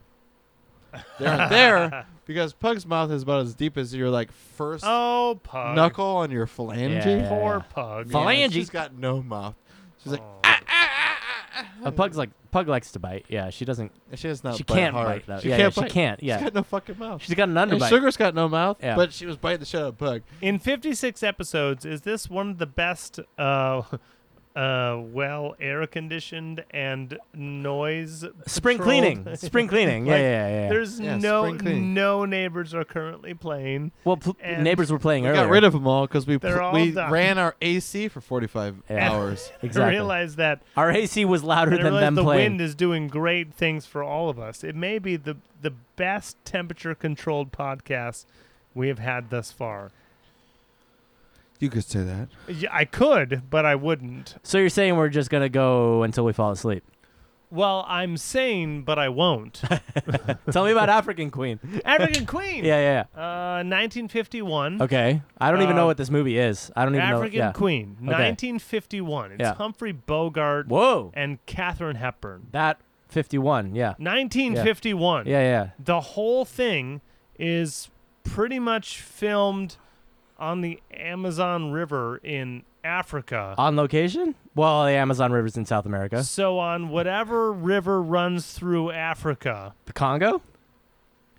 They aren't there because Pug's mouth is about as deep as your like first
Oh, pug.
knuckle on your phalange.
Yeah.
Poor Oh. pug.
Fuck. Phalange.
She's got no mouth. She's like,
Aw.
A pug's like Pug likes to bite. Yeah, she doesn't.
she does not
she
bite
can't
hard.
bite though.
She
yeah,
can't
yeah,
bite.
she can't. Yeah,
She's got no fucking mouth.
she's got an
And
underbite.
Sugar's got no mouth,
Yeah.
but she was biting the shit out of Pug.
In 56 episodes, is this one of the best, uh, uh, well, air conditioned and noise?
Spring
patrolled-
cleaning. Spring cleaning. Yeah,
Like,
yeah, yeah. yeah.
There's
Yeah,
no
spring cleaning.
no neighbors are currently playing.
well, pl-
and-
neighbors were playing
We
earlier.
got rid of them all because we
They're
pl-
all
we
done.
ran our AC for 45
Yeah.
hours.
exactly.
I realize that
Our AC was louder
And I
than
realize
them
the
playing.
wind is doing great things for all of us. It may be the the best temperature controlled podcast we have had thus far.
You could say that.
Yeah, I could, but I wouldn't.
So you're saying we're just gonna go until we fall asleep?
Well, I'm sane, but I won't.
Tell me about African Queen.
African Queen.
Yeah, yeah.
Uh, 1951.
yeah. Okay. I don't even know
Um,
what this movie is. I don't even
African
know. Yeah.
Queen. 1951. It's
Yeah.
Humphrey Bogart
Whoa.
and Katharine Hepburn.
That 51. Yeah.
1951.
Yeah, yeah.
The whole thing is pretty much filmed on the Amazon River in Africa.
On location? Well, the Amazon River's in South America.
So on whatever river runs through Africa,
The Congo?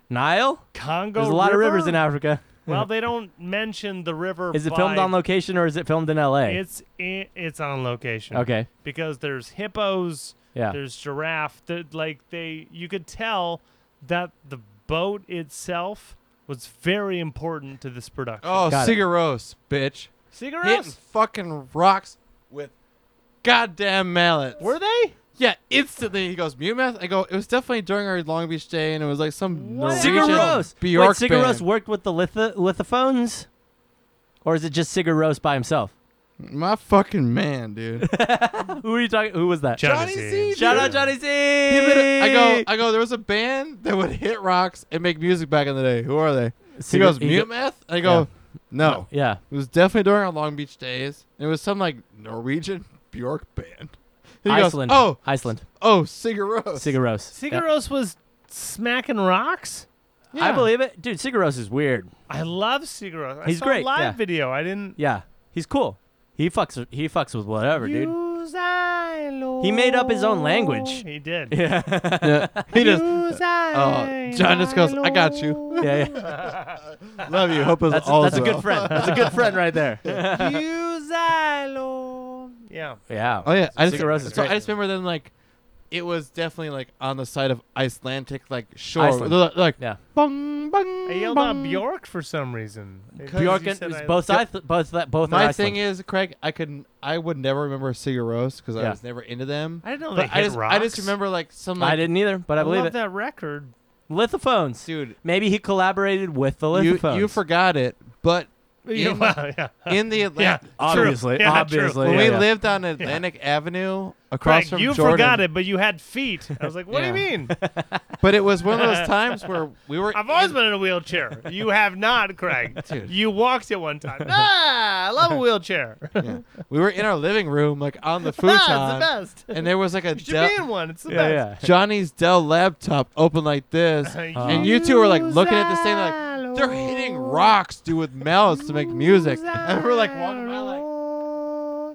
Nile?
Congo.
There's a lot of
River?
rivers in Africa.
Well, they don't mention the river.
Is it filmed
by-
on location or is it filmed in LA?
It's i- it's on location.
okay.
Because there's hippos.
Yeah.
There's giraffe. there- like they, you could tell that the boat itself was very important to this production.
Oh,
Got it.
Cigaros, bitch. Hitting
cigarettes?
fucking rocks with goddamn mallets.
Were they?
Yeah, instantly he goes mute math. I go. It was definitely during our Long Beach day, and it was like some
What?
Norwegian
Sigaros. Wait,
Bjork
Sigaros
band.
worked with the litho- lithophones? Or is it just Sigaros by himself?
My fucking man, dude.
Who are you talking Who was that?
Johnny
Johnny
Z.
Z.
Shout out
dude.
Johnny Z.
He lit- I go. I go. There was a band that would hit rocks and make music back in the day. Who are they? He
Sig-
goes
he
mute
go-
math. I go.
Yeah.
No.
Yeah.
It was definitely during our Long Beach days. It was some like Norwegian Bjork band. He goes,
Iceland.
oh,
Iceland.
oh, Sigaros.
Sigaros.
Cigaros was smacking rocks.
Yeah. I believe it. Dude, Sigaros is weird.
I love Cigaros.
He's
I saw
great,
A live
yeah.
video. I didn't.
Yeah. He's cool. He fucks he fucks with whatever, dude.
Use I, Lord.
He made up his own language.
He did.
Yeah.
Yeah. He just.
Use I,
Oh, John just goes. I got you.
Lord.
yeah, yeah.
Love you. Hope it's
That's,
all
that's a
well.
good friend. That's a good friend right there.
Use I, Lord. Yeah.
Yeah.
Oh yeah, I just,
Cigarettes is
so
great.
I just remember them like, it was definitely like on the side of Icelandic like shore.
Iceland.
They're like- they're like
Yeah.
bung bung.
I yelled
bung.
out Bjork for some reason. Because you
Bjork and
said
it's
I-
both I both that both
My
are
thing
Iceland.
is, Craig, I could I would never remember Cigaros because I
Yeah.
was never into them.
I didn't know they
But I
hit
just
rocks.
I just remember like some like
I didn't either, but I, believe
love
it.
that record.
Lithophones.
dude.
Maybe he collaborated with the
You
lithophones.
you forgot it, but
Yeah,
in,
well, yeah.
in the Atlantic,
Yeah,
obviously,
True. Yeah,
obviously.
when
yeah,
we
yeah.
lived on Atlantic Avenue across
Craig,
from
you
Jordan,
forgot it, but you had feet. I was like, what do you
Yeah.
mean?
But it was one of those times where we were.
I've always
in-
been in a wheelchair. You have not, Craig.
Dude.
You walked at one time. Ah, I love a wheelchair. it's
Yeah. We were in our living room, like on the
the
futon,
best.
and there was like a
You should
Dell-
be in one. It's the
Yeah,
best.
yeah.
Johnny's Dell laptop open like this, and you two were like looking at this thing like they're hitting rocks, dude, with mallets to make music. And we're like walking by like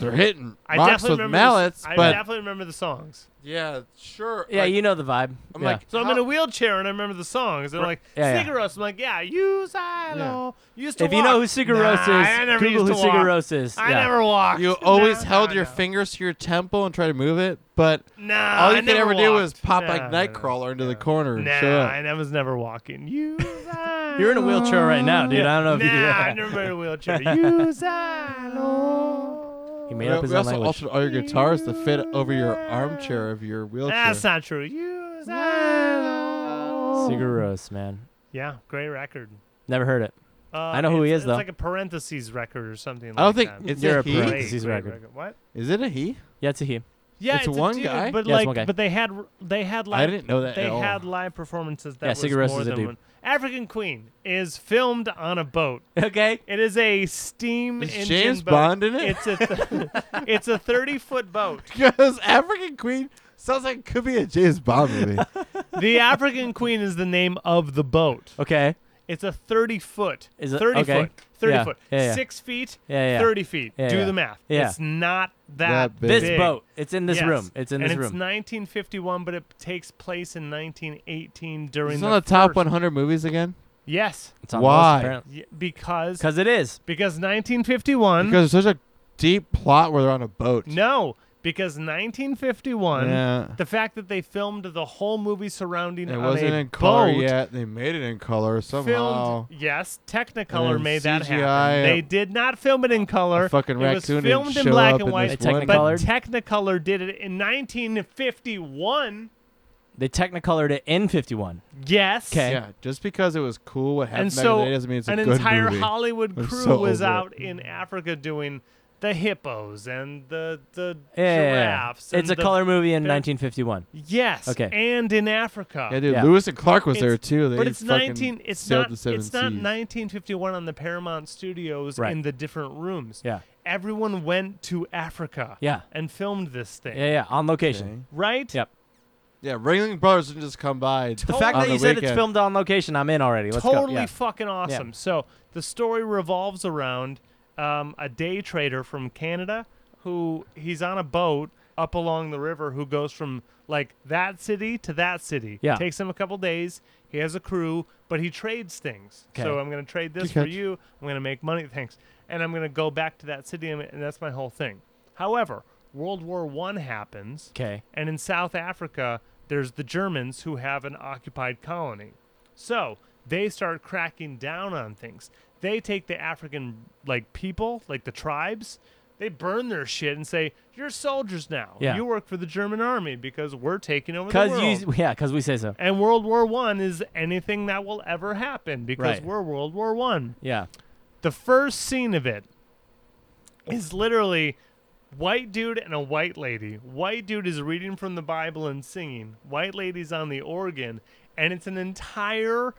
they're hitting
I
rocks
definitely
with
remember
mallets,
The, s- I
but
definitely remember the songs.
yeah, sure.
Yeah,
like,
you know the vibe.
I'm
yeah.
like,
So I'm
how-
in a wheelchair and I remember the songs. They're like
Yeah, yeah.
Cigaros. I'm like, yeah, you silo. Used to
if you know
walk."
who Sigaros
Nah,
is,
I never
Google who
used to walk.
Sigaros is.
I
yeah.
never walked.
you always
Nah,
held
nah,
your
nah.
fingers to your temple and try to move it, but
Nah,
all
Uh, I
you could
never
ever do was
walked.
pop
Nah,
like
nah, nah.
Nightcrawler into the corner and
Nah,
shut up.
I was never walking. You
You're in a wheelchair right now, dude. I don't know if
nah,
you do
I
that.
never been in a wheelchair. You silo.
He
We,
made up his
we
own
also
language.
altered all your guitars to fit over your armchair of your wheelchair.
That's not true. You silo.
Sigaros, man.
Yeah, great record.
Never heard it.
Uh,
I know who he
it's-
is,
It's
though.
like a parentheses record or something.
I
like
don't think
that.
it's
You're
a
a
he.
prank.
great,
parentheses
great
record.
What?
Is it a he?
Yeah, it's a him.
Yeah,
It's
it's,
one
a dude,
guy?
But
Yeah, it's
like,
one guy.
but they had r- they had like
I didn't know that
they
at all.
had live performances that
Yeah,
was
Cigarettes
more
is a
than
dude.
one. African Queen is filmed on a boat.
Okay.
It is a steam
Is
engine
James
boat.
Bond in it?
It's a th- it's a thirty foot boat.
Because African Queen sounds like it could be a James Bond movie.
The African Queen is the name of the boat.
Okay.
It's a thirty foot.
Is it-
thirty
okay.
foot? Thirty
Yeah,
foot.
yeah, yeah.
Six feet.
Yeah, yeah.
Thirty feet.
Yeah,
Do
yeah.
the math.
Yeah.
It's not that,
That big.
This
big.
boat. It's in this
Yes.
room. It's in
and
this
it's
room.
1951, but it takes place in 1918 during
it's
the,
on the top
first-
100 movies again.
Yes,
It's on
Why?
Y- because
Because it is.
because 1951.
Because there's such a deep plot where they're on a boat.
no, because 1951.
Yeah.
The fact that they filmed the whole movie surrounding
It
on
wasn't
a
in color
boat,
yet. They made it in color somehow.
Filmed, yes, Technicolor
then
made that
CGI,
happen. They did not film it in color.
A fucking
it was
raccoon didn't
filmed in
show
black
up
and
in
white,
this
They
one-
but
Technicolored?
Technicolor did it in 1951.
They technicolored it in 51.
Yes.
'Kay.
Yeah, just because it was cool what happened
And
back
so
in the day doesn't mean it's a
An
good
entire
movie.
Hollywood
I'm
crew
so
was
over it.
out in Africa doing the hippos and the the
Yeah.
giraffes.
It's
and
a
the-
color movie in
bear-
1951.
Yes.
Okay.
And in Africa.
yeah, dude,
Yeah.
Lewis and Clark was
It's-
there too. They
but it's
fucking
19 it's
sailed
not
the
it's
seven
not
seas.
1951 on the Paramount Studios
Right.
in the different rooms.
Yeah.
Everyone went to Africa
Yeah.
and filmed this thing.
Yeah, yeah, on location.
Okay.
Right?
Yep.
Yeah, Ringling Brothers didn't just come by.
The fact
on
that
the
you said it's
weekend.
filmed on location, I'm in already. Let's
totally
go. Yeah.
fucking awesome. So the story revolves around um, a day trader from Canada who he's on a boat up along the river who goes from like that city to that city.
Yeah.
Takes him a couple days. He has a crew, but he trades things. So
Okay.
I'm going to trade this
Good
for
catch.
you. I'm going to make money. Thanks. And I'm going to go back to that city, and and that's my whole thing. However, World War One happens.
Okay.
And in South Africa, there's the Germans who have an occupied colony. So they start cracking down on things. They take the African like people, like the tribes, they burn their shit and say, You're soldiers now.
Yeah.
You work for the German army because we're taking over the
Cause
world.
you, yeah, cause we say so.
and World War One is anything that will ever happen because
Right.
we're World War One
Yeah.
the first scene of it is literally white dude and a white lady. White dude is reading from the Bible and singing. White lady's on the organ, and it's an entire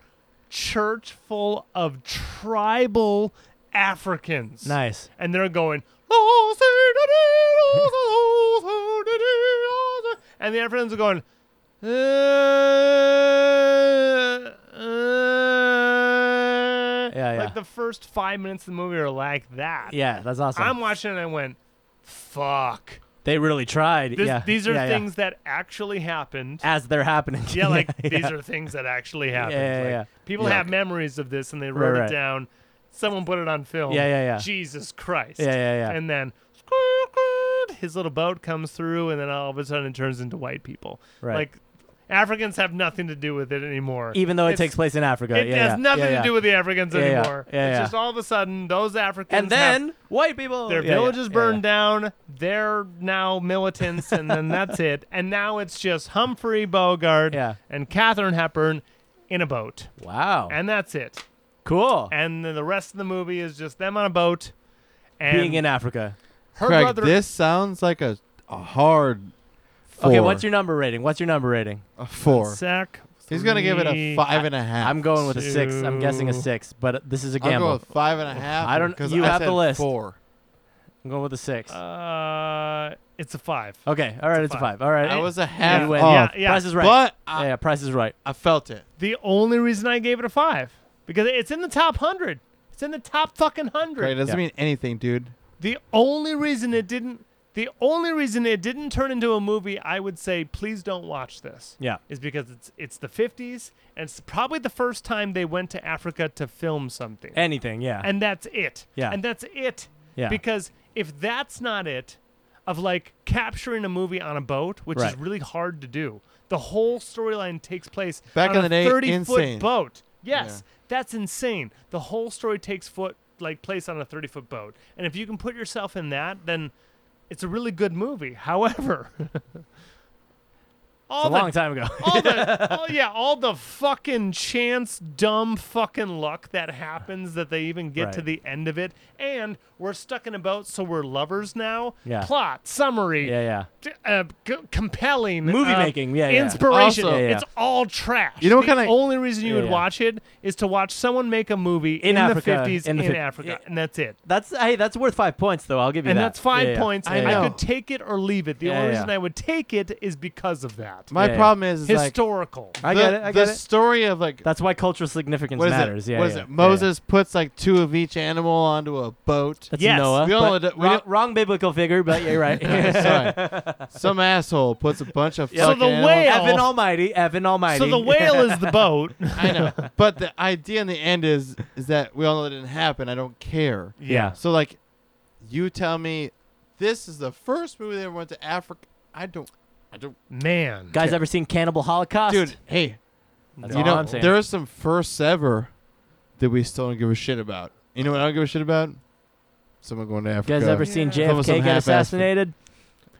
church full of tribal Africans.
Nice.
And they're going and the Africans are going "Eh,
Yeah, yeah.
like the first five minutes of the movie are like that.
Yeah, that's awesome.
I'm watching it and I went, fuck.
they really tried.
This,
yeah.
These are
Yeah, yeah.
things that actually happened.
as they're happening.
yeah, like these
yeah.
are things that actually happened.
yeah,
Like,
yeah.
People
Yeah.
have memories of this and they wrote
right.
it down. Someone put it on film.
Yeah, yeah, yeah.
Jesus Christ.
Yeah, yeah, yeah.
And then squeak, his little boat comes through and then all of a sudden it turns into white people.
Right.
Like Africans have nothing to do with it anymore.
even though it
It's-
takes place in Africa.
It
yeah,
has
yeah,
nothing
yeah, yeah.
to do with the Africans
Yeah, yeah.
anymore.
Yeah,
it's
yeah.
just all of a sudden those Africans
And
have-
then white people.
their
Yeah, yeah.
villages
Yeah,
burned
yeah.
down. They're now militants, and then that's it. And now it's just Humphrey Bogart
Yeah.
and Katherine Hepburn in a boat,
Oh.
Wow.
and that's it.
cool.
And then the rest of the movie is just them on a boat. And
Being in Africa.
her
Craig,
brother,
this sounds like a, a hard. Four.
Okay, what's your number rating? What's your number rating?
a four?
Sack.
He's gonna give it a five and a half.
I'm going with a six. I'm guessing a
Two.
six, but uh, this is a
I'll
gamble.
go with five and a half.
I don't-
'cause
you
I
have the
said
list.
Four.
I'm going with a six.
Uh, it's a five.
Oh.
okay, all right,
it's
it's
a
a five. All right,
I was a
You
half
win.
off,
Yeah.
Price is right.
but
yeah,
I,
yeah, price is right.
I felt it.
The only reason I gave it a five because it's in the top hundred. It's in the top fucking hundred.
Craig, it doesn't
Yeah.
mean anything, dude.
The only reason it didn't the only reason it didn't turn into a movie, I would say please don't watch this.
Yeah.
Is because it's it's the 50s and it's probably the first time they went to Africa to film something.
Anything, yeah,
And that's it.
Yeah.
And that's it.
yeah,
Because if that's not it of like capturing a movie on a boat, which is
Right.
really hard to do. The whole storyline takes place
Back
on
in
a
the day,
30
insane.
foot boat. Yes, that's insane. The whole story takes foot like place on a 30 foot boat. And if you can put yourself in that, then it's a really good movie. However,
it's
all
a
the
long time ago.
all the all, yeah, all the fucking chance, dumb fucking luck that happens that they even get to
Right.
the end of it, and we're stuck in a boat, so we're lovers now.
Yeah.
Plot summary,
yeah, yeah.
d- uh, c- compelling
Movie
uh,
making, yeah, yeah.
inspiration.
Also- Yeah, yeah.
It's all trash.
You know what
the
kinda-
only reason you
Yeah,
would
yeah.
watch it is to watch someone make a movie
In Africa,
the fifties
in the fif-
Africa,
yeah.
and that's it.
That's hey, that's worth five points though. I'll give you
And
that.
that's five
Yeah, yeah.
points.
Yeah,
I
yeah.
could take it or leave it. The
Yeah,
only
yeah.
reason I would take it is because of that.
My
Yeah, yeah.
problem is, is like
Historical.
I
the,
get it. I
the
get it.
story of like
That's why cultural significance
what is
matters.
it?
Yeah,
what is
yeah,
it?
yeah,
Moses puts like two of each animal onto a boat.
Yeah. That's
Yes.
Noah.
We all
but
ad- we
wrong,
don't-
wrong biblical figure, but you're right.
Sorry, some asshole puts a bunch of
Yeah. So
fucking
the
animals-
whale-
Evan Almighty. Evan Almighty.
oh. So the whale is the boat.
I know, but the idea in the end is is that we all know it didn't happen. I don't care.
yeah.
So like, you tell me, this is the first movie that ever went to Africa. I don't, I don't,
Man.
Guys, ever seen Cannibal Holocaust?
dude. Hey,
That's
you
all
know
I'm saying.
there are some firsts ever that we still don't give a shit about. You know what I don't give a shit about? Someone going to
You
Africa.
guys ever
Yeah.
seen
Some
JFK get
half-assed-
assassinated?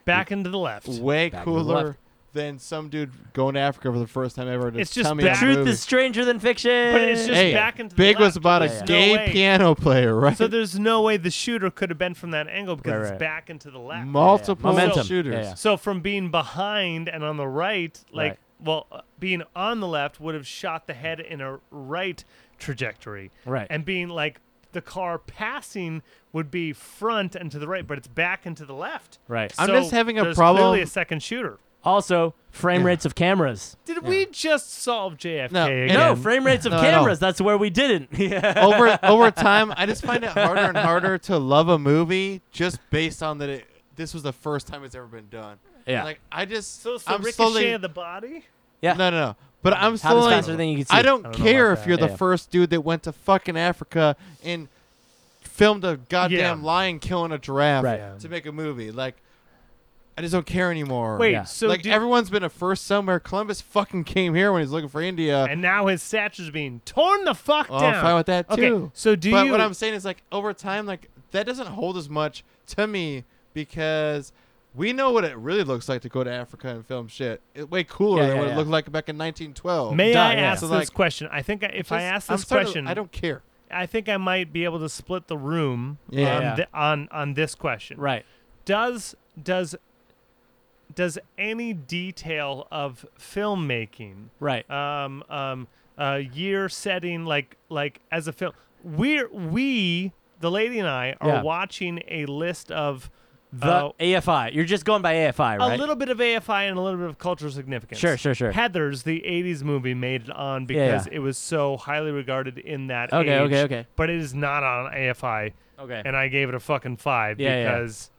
Back into the left.
way
Back to the
cooler
left.
than some dude going to Africa for the first time ever. To
It's just
tell me
bad-
a
Truth
movie.
is stranger than fiction.
But it's just
Hey,
back into the
Big was
left.
about a
Yeah, yeah.
gay
No way.
piano player, right?
So there's no way the shooter could have been from that angle because
Right,
it's
right.
back into the left.
Multiple
Momentum.
shooters.
Yeah, yeah.
So from being behind and on the right, like
Right.
well, uh, being on the left would have shot the head in a right trajectory,
Right.
and being like the car passing would be front and to the right, but it's back and to the left.
right.
I'm
So
just having a
there's Clearly
problem-
a second shooter.
Also, frame rates of cameras.
Did we just solve JFK?
No,
again?
And-
No, Oh, frame rates of
No, no.
cameras. That's where we didn't. yeah.
over over time, I just find it harder and harder to love a movie just based on that. It, this was the first time it's ever been done.
Yeah.
Like I just
So it's the
I'm
ricochet
slowly
of the body.
Yeah.
no no no. But I'm
Happens
slowly.
faster than you can see.
I don't
I don't know
care
about
if you're
that.
the
Yeah.
first dude that went to fucking Africa and filmed a goddamn
Yeah.
lion killing a giraffe
Right.
to make a movie. Like I just don't care anymore.
Wait,
Yeah.
so
like
did-
everyone's been a first somewhere. Columbus fucking came here when he's looking for India.
and now his statue's being torn the fuck
Oh,
down.
I'm fine with that
okay,
too.
so do
but
you?
what I'm saying is like over time, like that doesn't hold as much to me because we know what it really looks like to go to Africa and film shit. It's way cooler
Yeah,
than
yeah,
what
yeah.
it looked like back in 1912.
May
Duh,
I
yeah.
ask
So,
this
like,
question? I think I- if I
Just-
ask
I'm
this
starting to-
question,
I don't care.
I think I might be able to split the room
Yeah.
on,
Yeah.
thi- on on this question.
Right.
Does does does any detail of filmmaking,
Right.
um, um, uh, year setting, like like as a film, we're we the lady and I are
Yeah.
watching a list of
The
uh,
AFI. You're just going by AFI, right?
a little bit of AFI and a little bit of cultural significance.
Sure, sure, sure.
Heather's, the 80s movie, made it on
Yeah, yeah.
because it was so highly regarded in that
Okay,
age.
okay, okay.
But it is not on AFI,
okay.
and I gave it a fucking five
Yeah, yeah.
because,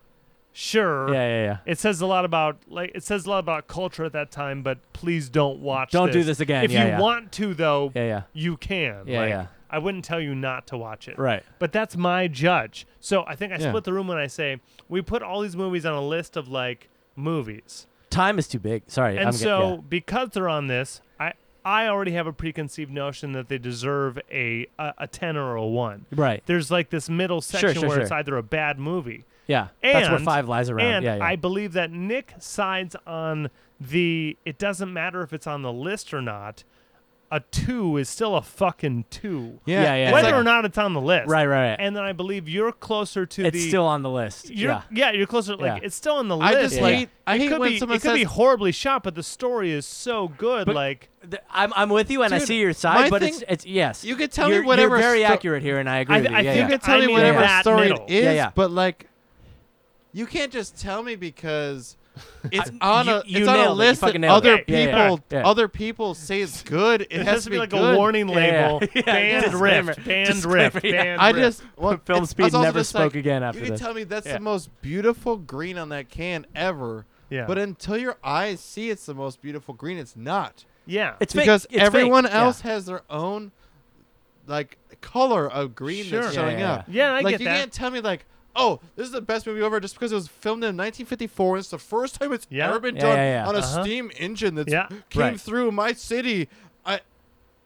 sure,
yeah, yeah, yeah.
it says a lot about like it says a lot about culture at that time. But please don't watch.
Don't do this again.
If
Yeah,
you
yeah.
want to, though,
Yeah, yeah.
you can.
Yeah,
Like,
yeah.
I wouldn't tell you not to watch it.
Right.
But that's my judge. So I think I
Yeah.
split the room when I say we put all these movies on a list of like movies.
Time is too big. Sorry.
And
I'm
so
get, yeah.
because they're on this, I I already have a preconceived notion that they deserve a a, a 10 or a 1.
Right.
There's like this middle section
sure,
where it's
sure.
either a bad movie.
Yeah. That's where
And-
five lies around.
And
yeah, yeah.
I believe that Nick sides on the it doesn't matter if it's on the list or not. A 2 is still a fucking 2.
yeah, yeah, yeah.
Whether
yeah.
or not it's on the list.
Right, right, right.
And then I believe you're closer to
it's
the
still on the list.
you're,
Yeah.
you're closer. Like
Yeah.
it's still on the
I
list.
just
like,
hate. I
it
hate
could
when
be,
someone
it could be
says
horribly shot, but the story is so good.
But-
like
Th- I'm, I'm with you and I
Dude,
see your
my
side, but
thing-
it's it's yes.
you could tell me
You're-
whatever
You're very
sto-
accurate here, and I agree.
I-
with you.
I
yeah,
think
yeah.
you can tell
I
me
mean
whatever
that
story
middle.
it is,
Yeah, yeah.
but like you can't just tell me because it's on
you-
a
you
it's on
nailed it.
a
You
list
fucking
that
nailed
other
it.
people
Yeah, yeah,
yeah. Yeah.
other people say it's good. It,
it
has,
to be like
good.
a warning
Yeah,
label.
yeah.
Banned
Disclaimer.
rift. Banned
Disclaimer,
rift.
yeah.
Banned
I
rift.
just well,
Film
it's-
Speed
it's also
never
just
spoke
like,
again after
You can
this.
tell me that's
Yeah.
the most beautiful green on that can ever.
Yeah.
But until your eyes see it's the most beautiful green, it's not
yeah.
It's fake.
because
It's fake.
everyone
Yeah.
else has their own like color of green
Sure.
that's
Yeah,
showing
yeah,
up.
yeah, I
like
get
you
that.
can't tell me like. Oh, this is the best movie ever just because it was filmed in 1954. It's the first time it's
Yeah.
ever been
Yeah,
done
yeah, yeah.
on a
Uh-huh.
steam engine that's
Yeah.
came
Right.
through my city I,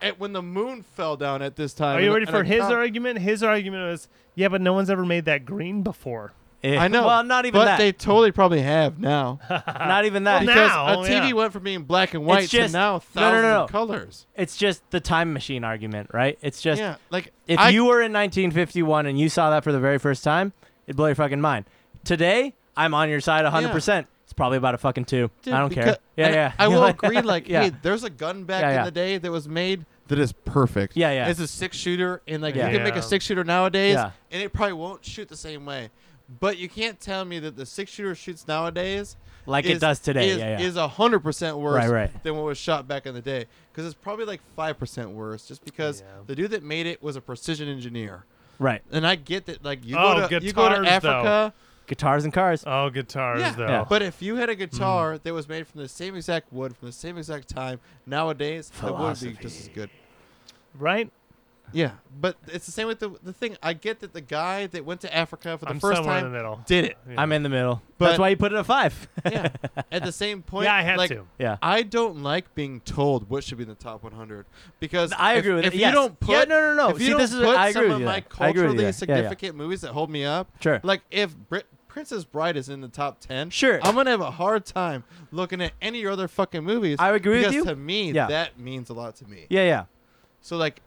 at, when the moon fell down at this time.
Are you
and-
ready
and
for
a
his
cop-
argument? His argument was, yeah, but no one's ever made that green before.
Eh.
I know.
Well, not even
but
that.
they totally probably have now.
not even that.
because
Now,
a TV
yeah.
went from being black and white
just-
to now
no, no,
thousands
no.
of colors.
it's just the time machine argument, right? It's just
yeah, like
if
I,
you were in 1951 and you saw that for the very first time, it'd blow your fucking mind. Today, I'm on your side 100%. It's probably about a fucking two.
Dude,
I don't care.
because-
Yeah,
and
yeah.
I will agree. Like,
yeah.
hey, there's a gun back
Yeah, yeah.
in the day that was made that is perfect.
Yeah, yeah.
It's a six shooter, and like
Yeah.
you can make
Yeah.
a six shooter nowadays,
Yeah.
and it probably won't shoot the same way. But you can't tell me that the six shooter shoots nowadays
Like it
is-
does today,
Is,
yeah, yeah.
is hundred percent worse
Right, right.
than what was shot back in the day because it's probably like five percent worse, just because
Yeah.
the dude that made it was a precision engineer.
Right.
And I get that, like you
Oh,
go to you go to
guitars, though.
Africa,
Guitars and cars.
Oh, guitars
yeah.
though. Mm.
Yeah.
But if you had a guitar that was made from the same exact wood from the same exact time nowadays, it would be just as
Philosophy.
good.
Right?
Yeah, but it's the same with the the thing. I get that the guy that went to Africa for the
I'm
first
somewhere
time
in the middle.
did it.
Yeah.
I'm in the middle. That's
But-
why you put it at five.
Yeah. At the same point,
yeah, I had
like,
to.
yeah.
I don't like being told what should be in the top 100 because
I
if-
agree with
if
it.
you
Yes.
don't put
Yeah, no, no, no.
If you
See,
don't
this is-
put
I agree
some
with
of
you
my
there. I agree with you
culturally
there. Yeah, yeah.
significant movies that hold me up,
Sure.
Like if Brit Princess Bride is in the top ten,
Sure.
I'm gonna have a hard time looking at any of your other fucking movies.
I agree with
because
you.
to me,
Yeah.
that means a lot to me.
yeah, yeah.
So like,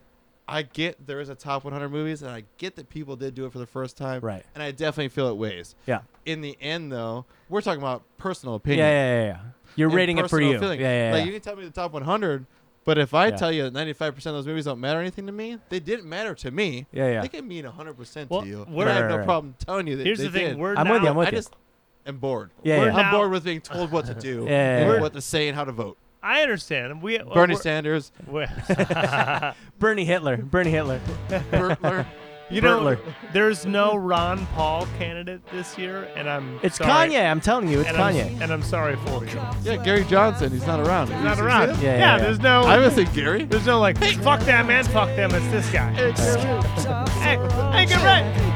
I get there is a top 100 movies, and I get that people did do it for the first time,
Right.
And I definitely feel it weighs.
Yeah.
In the end, though, we're talking about personal
Yeah,
opinion.
yeah, yeah, yeah. You're
and
rating it for
personal
you.
feeling.
Yeah, yeah, yeah.
Like you can tell me the top 100, but if I
Yeah.
tell you that 95% of those movies don't matter anything to me, they didn't matter to me.
Yeah, yeah.
They can mean 100%
Well,
to you.
we're-
and I have
Right,
no
right, right.
problem telling you that
Here's
they
the thing:
did.
we're
I'm
now,
with you. I'm with
I
you.
just am bored.
yeah,
we're
yeah.
not-
I'm
Now-
bored with being told what to do
Yeah, yeah,
and
yeah.
what to say and how to vote.
I understand. We
Bernie
we're-
Sanders,
we're-
Bernie Hitler. Bernie Hitler.
Bertler.
you know,
Bertler.
there's no Ron Paul candidate this year, and I'm
It's
sorry.
Kanye. I'm telling you, it's
and
Kanye.
I'm, and I'm sorry for you.
yeah, Gary Johnson. He's not around. He's
Not around.
Yeah, yeah, yeah.
there's no.
I haven't seen Gary.
there's no like. Fuck that man. Fuck them. It's this guy. Hey, hey, get right.